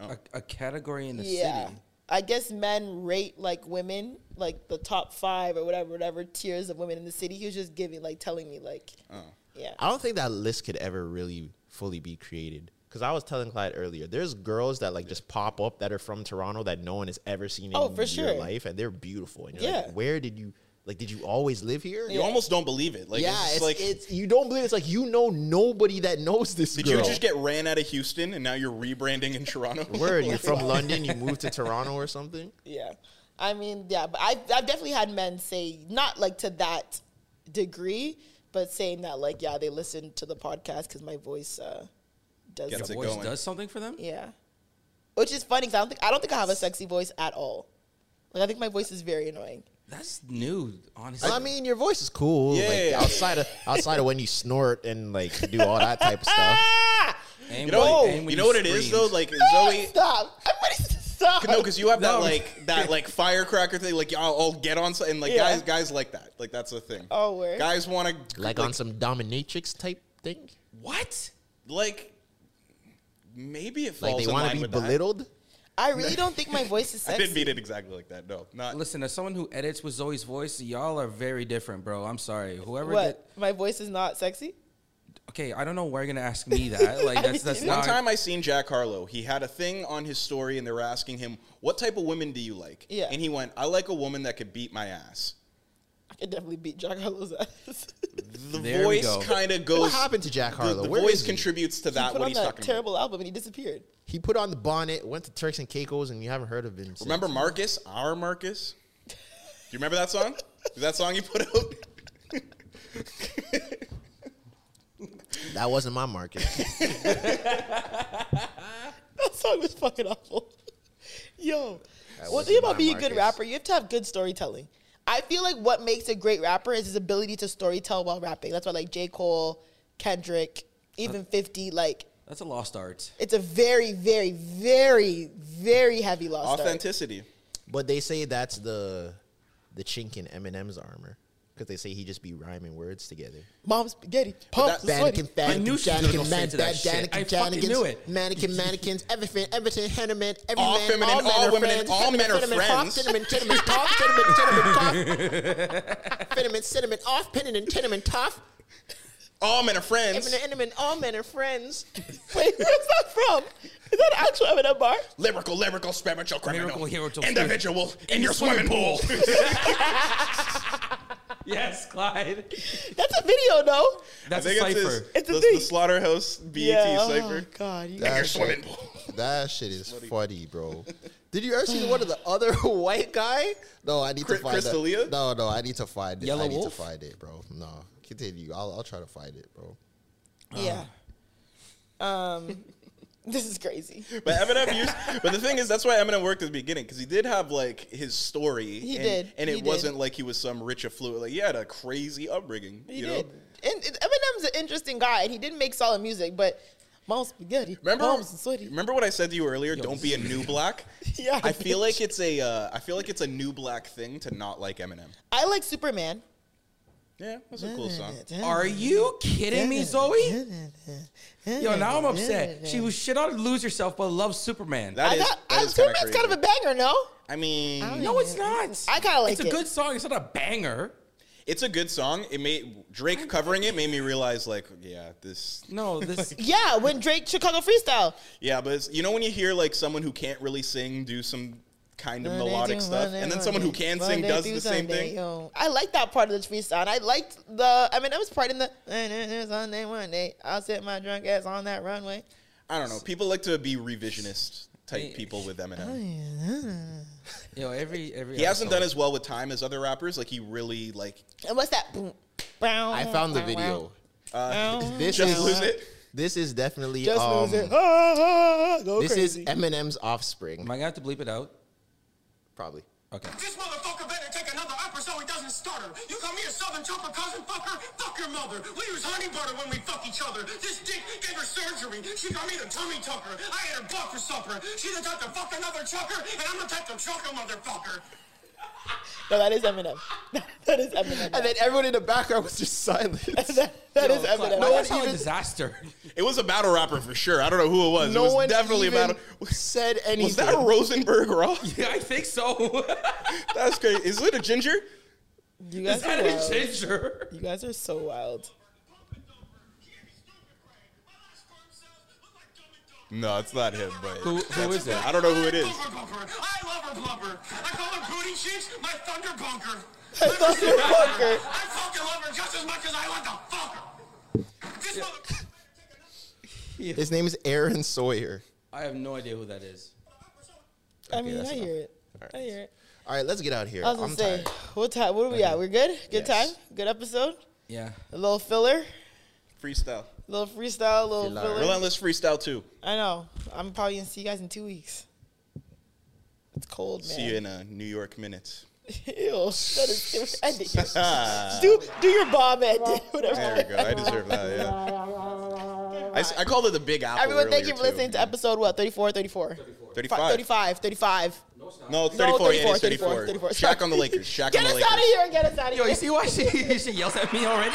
A, a category in the
yeah.
city.
I guess men rate like women, like the top five or whatever, whatever tiers of women in the city. He was just giving, like, telling me, like,
Oh.
yeah.
(laughs) I don't think that list could ever really fully be created. Because I was telling Clyde earlier, there's girls that like just pop up that are from Toronto that no one has ever seen in
Oh, for
your
sure.
life, and they're beautiful. And you're
Yeah.
like, where did you like? Did you always live here?
that. You almost don't believe it. Like,
yeah,
it's, just
it's,
like
it's you don't believe it's like you know nobody that knows this.
did
girl.
you just get ran out of Houston and now you're rebranding in Toronto?
(laughs) word? You're
(laughs)
from London, you moved to Toronto or something.
Yeah. I mean, yeah, but I've, I've definitely had men say, not like to that degree, but saying that, like, yeah, they listen to the podcast because my voice uh, does
Gets
The
it
voice
going.
does something for them?
Yeah. Which is funny because I, don't think- I don't think I have a sexy voice at all. Like, I think my voice is very annoying.
That's new, honestly.
I mean, your voice is cool.
Yeah,
like,
yeah, yeah.
outside of outside of when you snort and like do all that type of stuff.
(laughs)
Aim
You know,
when-
you
aim when
know what it is
scream.
though. Like Zoe,
Stop. Everybody stop.
no, because you have that
No.
like that like firecracker thing. Like I'll, I'll get on so- and like
Yeah.
guys, guys like that. Like that's the thing.
Oh, word.
guys want to
Like, on some dominatrix type thing.
What?
like maybe it falls
Like they
in
want
line
to be
with that.
belittled.
I really don't think my voice is
(laughs) I
sexy.
didn't mean it exactly like that. No, not
Listen, as someone who edits with Zoe's voice, y'all are very different, bro. I'm sorry. Whoever did.
What? My voice is not sexy?
Okay, I don't know why you're gonna ask me
(laughs)
that. Like that's that's
One
not.
time I seen Jack Harlow. He had a thing on his story, and they were asking him, "What type of women do you like?"
Yeah.
And he went, "I like a woman that could beat my ass."
I could definitely beat Jack Harlow's ass. (laughs)
The
There we
voice
go.
kind of goes.
What happened to Jack
The,
Harlow?
the
Where is
voice
he?
contributes to that.
put
What
on
he's
that
talking about.
terrible album and he disappeared. (laughs)
He put on the bonnet, went to Turks and Caicos, and you haven't heard of him. since.
Remember Marcus? Our Marcus. Do you remember
(laughs)
that song? Is that song you put out?
that wasn't my
(laughs)
market.
That song was fucking awful. (laughs) Yo, one
wasn't
thing about
my
being a good
Marcus.
rapper, you have to have good storytelling. I feel like what makes a great rapper is his ability to storytell while rapping. That's why like J. Cole, Kendrick, even 50, like
That's a lost art.
it's a very, very, very, very heavy loss.
Authenticity.
but they say that's the the chink in Eminem's armor because they say he just be rhyming words together.
Mom's spaghetti, pump,
that-
sweaty.
I knew she was gonna go straight to that shit. I fucking knew it.
Mannequin, mannequins, everything, everything, henneman, every
All
man,
feminine,
men
all
are
women,
friends,
and all
henneman,
men are
cinnamon, Cough, cinnamon,
friends.
cinnamon, cough, cinnamon, cinnamon, cough. (laughs) cinnamon, cinnamon, off, pinning, and cinnamon, tough.
All men are friends.
Eminem, Eminem, all men are
(laughs)
friends. Wait, where's that from? Is that an actual Eminem bar?
Lyrical, lyrical, spiritual, criminal.
Miracle hero to-
individual in, your swimming pool. (laughs)
Yes, Clyde.
That's a video, no?
That's a
I think
cipher.
it's,
It's a
the,
thing.
the slaughterhouse BET
Oh
cipher.
God, you
Your swimming pool.
That shit is funny, bro. Did you ever see the one of (sighs) the other (laughs) white guy? No, I need
Chris-
to find
Chris
that.
D'Elia?
No, no, I need to find it.
Yellow
I need
Wolf?
to find it, bro. No, continue. I'll, I'll try to find it, bro.
Uh.
Yeah. Um, (laughs) this is crazy.
But Eminem used. But the thing is, that's why Eminem worked at the beginning because he did have like his story.
He
and,
did.
and it
He did.
wasn't like he was some rich affluent. Like he had a crazy upbringing.
He
you
did.
know.
And, and Eminem's an interesting guy, and he didn't make solid music, but mom's spaghetti,
Remember,
mom's sweaty.
remember what I said to you earlier? Don't be a new (laughs) black.
Yeah,
I feel
bitch.
like it's a. Uh, I feel like it's a new black thing to not like Eminem.
I like Superman.
Yeah, that's a cool song.
Are you kidding me, Zoe? Yo, now I'm upset. She was shit on Lose Yourself, but loves Superman.
That
I
is.
thought,
that
I,
is kinda
Superman's
crazy.
kind of a banger, no?
I mean,
no, it's not.
I kinda like
It's
it.
a good song. It's not a banger.
it's a good song. It made Drake covering it made me realize like, yeah, this. (laughs)
No, this.
Yeah, when Drake Chicago Freestyle.
Yeah, but it's, you know when you hear like someone who can't really sing do some kind of
Monday
melodic
through
stuff,
Monday,
and then someone who
Monday-
can sing
Monday
does
through
the same
Sunday,
thing.
yo. I like that part of the freestyle. And I liked the I mean that was part in the Sunday, Monday. I'll set my drunk ass on that runway.
I don't know. People like to be revisionist type people with Eminem.
Yo, every every.
He hasn't done as well with time as other rappers. Like he really like
Oh,
And what's that? Boom, bow,
I found the
bow,
video.
bow.
(laughs) This
just
is
lose it.
This is definitely
Just
um,
lose it. Ah, ah, go
this
crazy.
is Eminem's offspring. Am
I gonna have to bleep it out?
Probably.
Okay.
This motherfucker better take another upper so he doesn't stutter. You call me a southern chopper cousin fucker? Fuck your mother. We use honey butter when we fuck each other. This dick gave her surgery. She got me the tummy tucker. I had her butt for supper. She's the type to fuck another chucker, and I'm the type to chuck a motherfucker.
No, that is Eminem. (laughs) that is Eminem. (laughs)
And then everyone in the background was just
(laughs)
silent.
that is Eminem.
No one even disaster. (laughs)
It was a battle rapper for sure. I don't know who it was.
No
it was
one
definitely
even
a battle.
said anything.
Was that a Rosenberg Raw?
(laughs) Yeah, I think so.
(laughs) That's crazy. Is it a ginger?
You
Is
guys
that
are
a
wild.
ginger?
You guys are so (laughs) wild.
No, it's not him. But
Who- who is it?
I don't know who it is.
Bumper bumper. I love her plumper. I call her booty cheeks my thunder bunker.
Motherfucker.
I fucking love her just as much as I want to fuck her. This mother-
His name is Aaron Sawyer.
I have no idea who that is.
I mean,
that's
I
enough.
hear it. I hear it.
All right, let's get out of here.
I was gonna
I'm
say,
tired.
what time? What are we at? We're good. Good
Yes.
time. Good episode.
Yeah.
A little filler.
Freestyle.
A little freestyle. A little
Filler.
filler.
Relentless freestyle too.
I know. I'm probably gonna see you guys in two weeks. It's cold, man.
See you in a New York minute.
(laughs) Ew, that is
(laughs)
(laughs)
ending. do do your bomb end. (laughs) Whatever.
There we go. I deserve that. Yeah.
(laughs)
I, s- I called it the Big Apple.
Everyone, thank
earlier,
you for listening to episode what 34, 34,
too.
35,
35.
35, 35.
No, 34. yeah, it is
34,
34.
34.
Shaq on the Lakers. Shaq
Get
on the
us
Lakers.
out of here! Get us out of
Yo,
here!
you see why she (laughs) she yells at me already?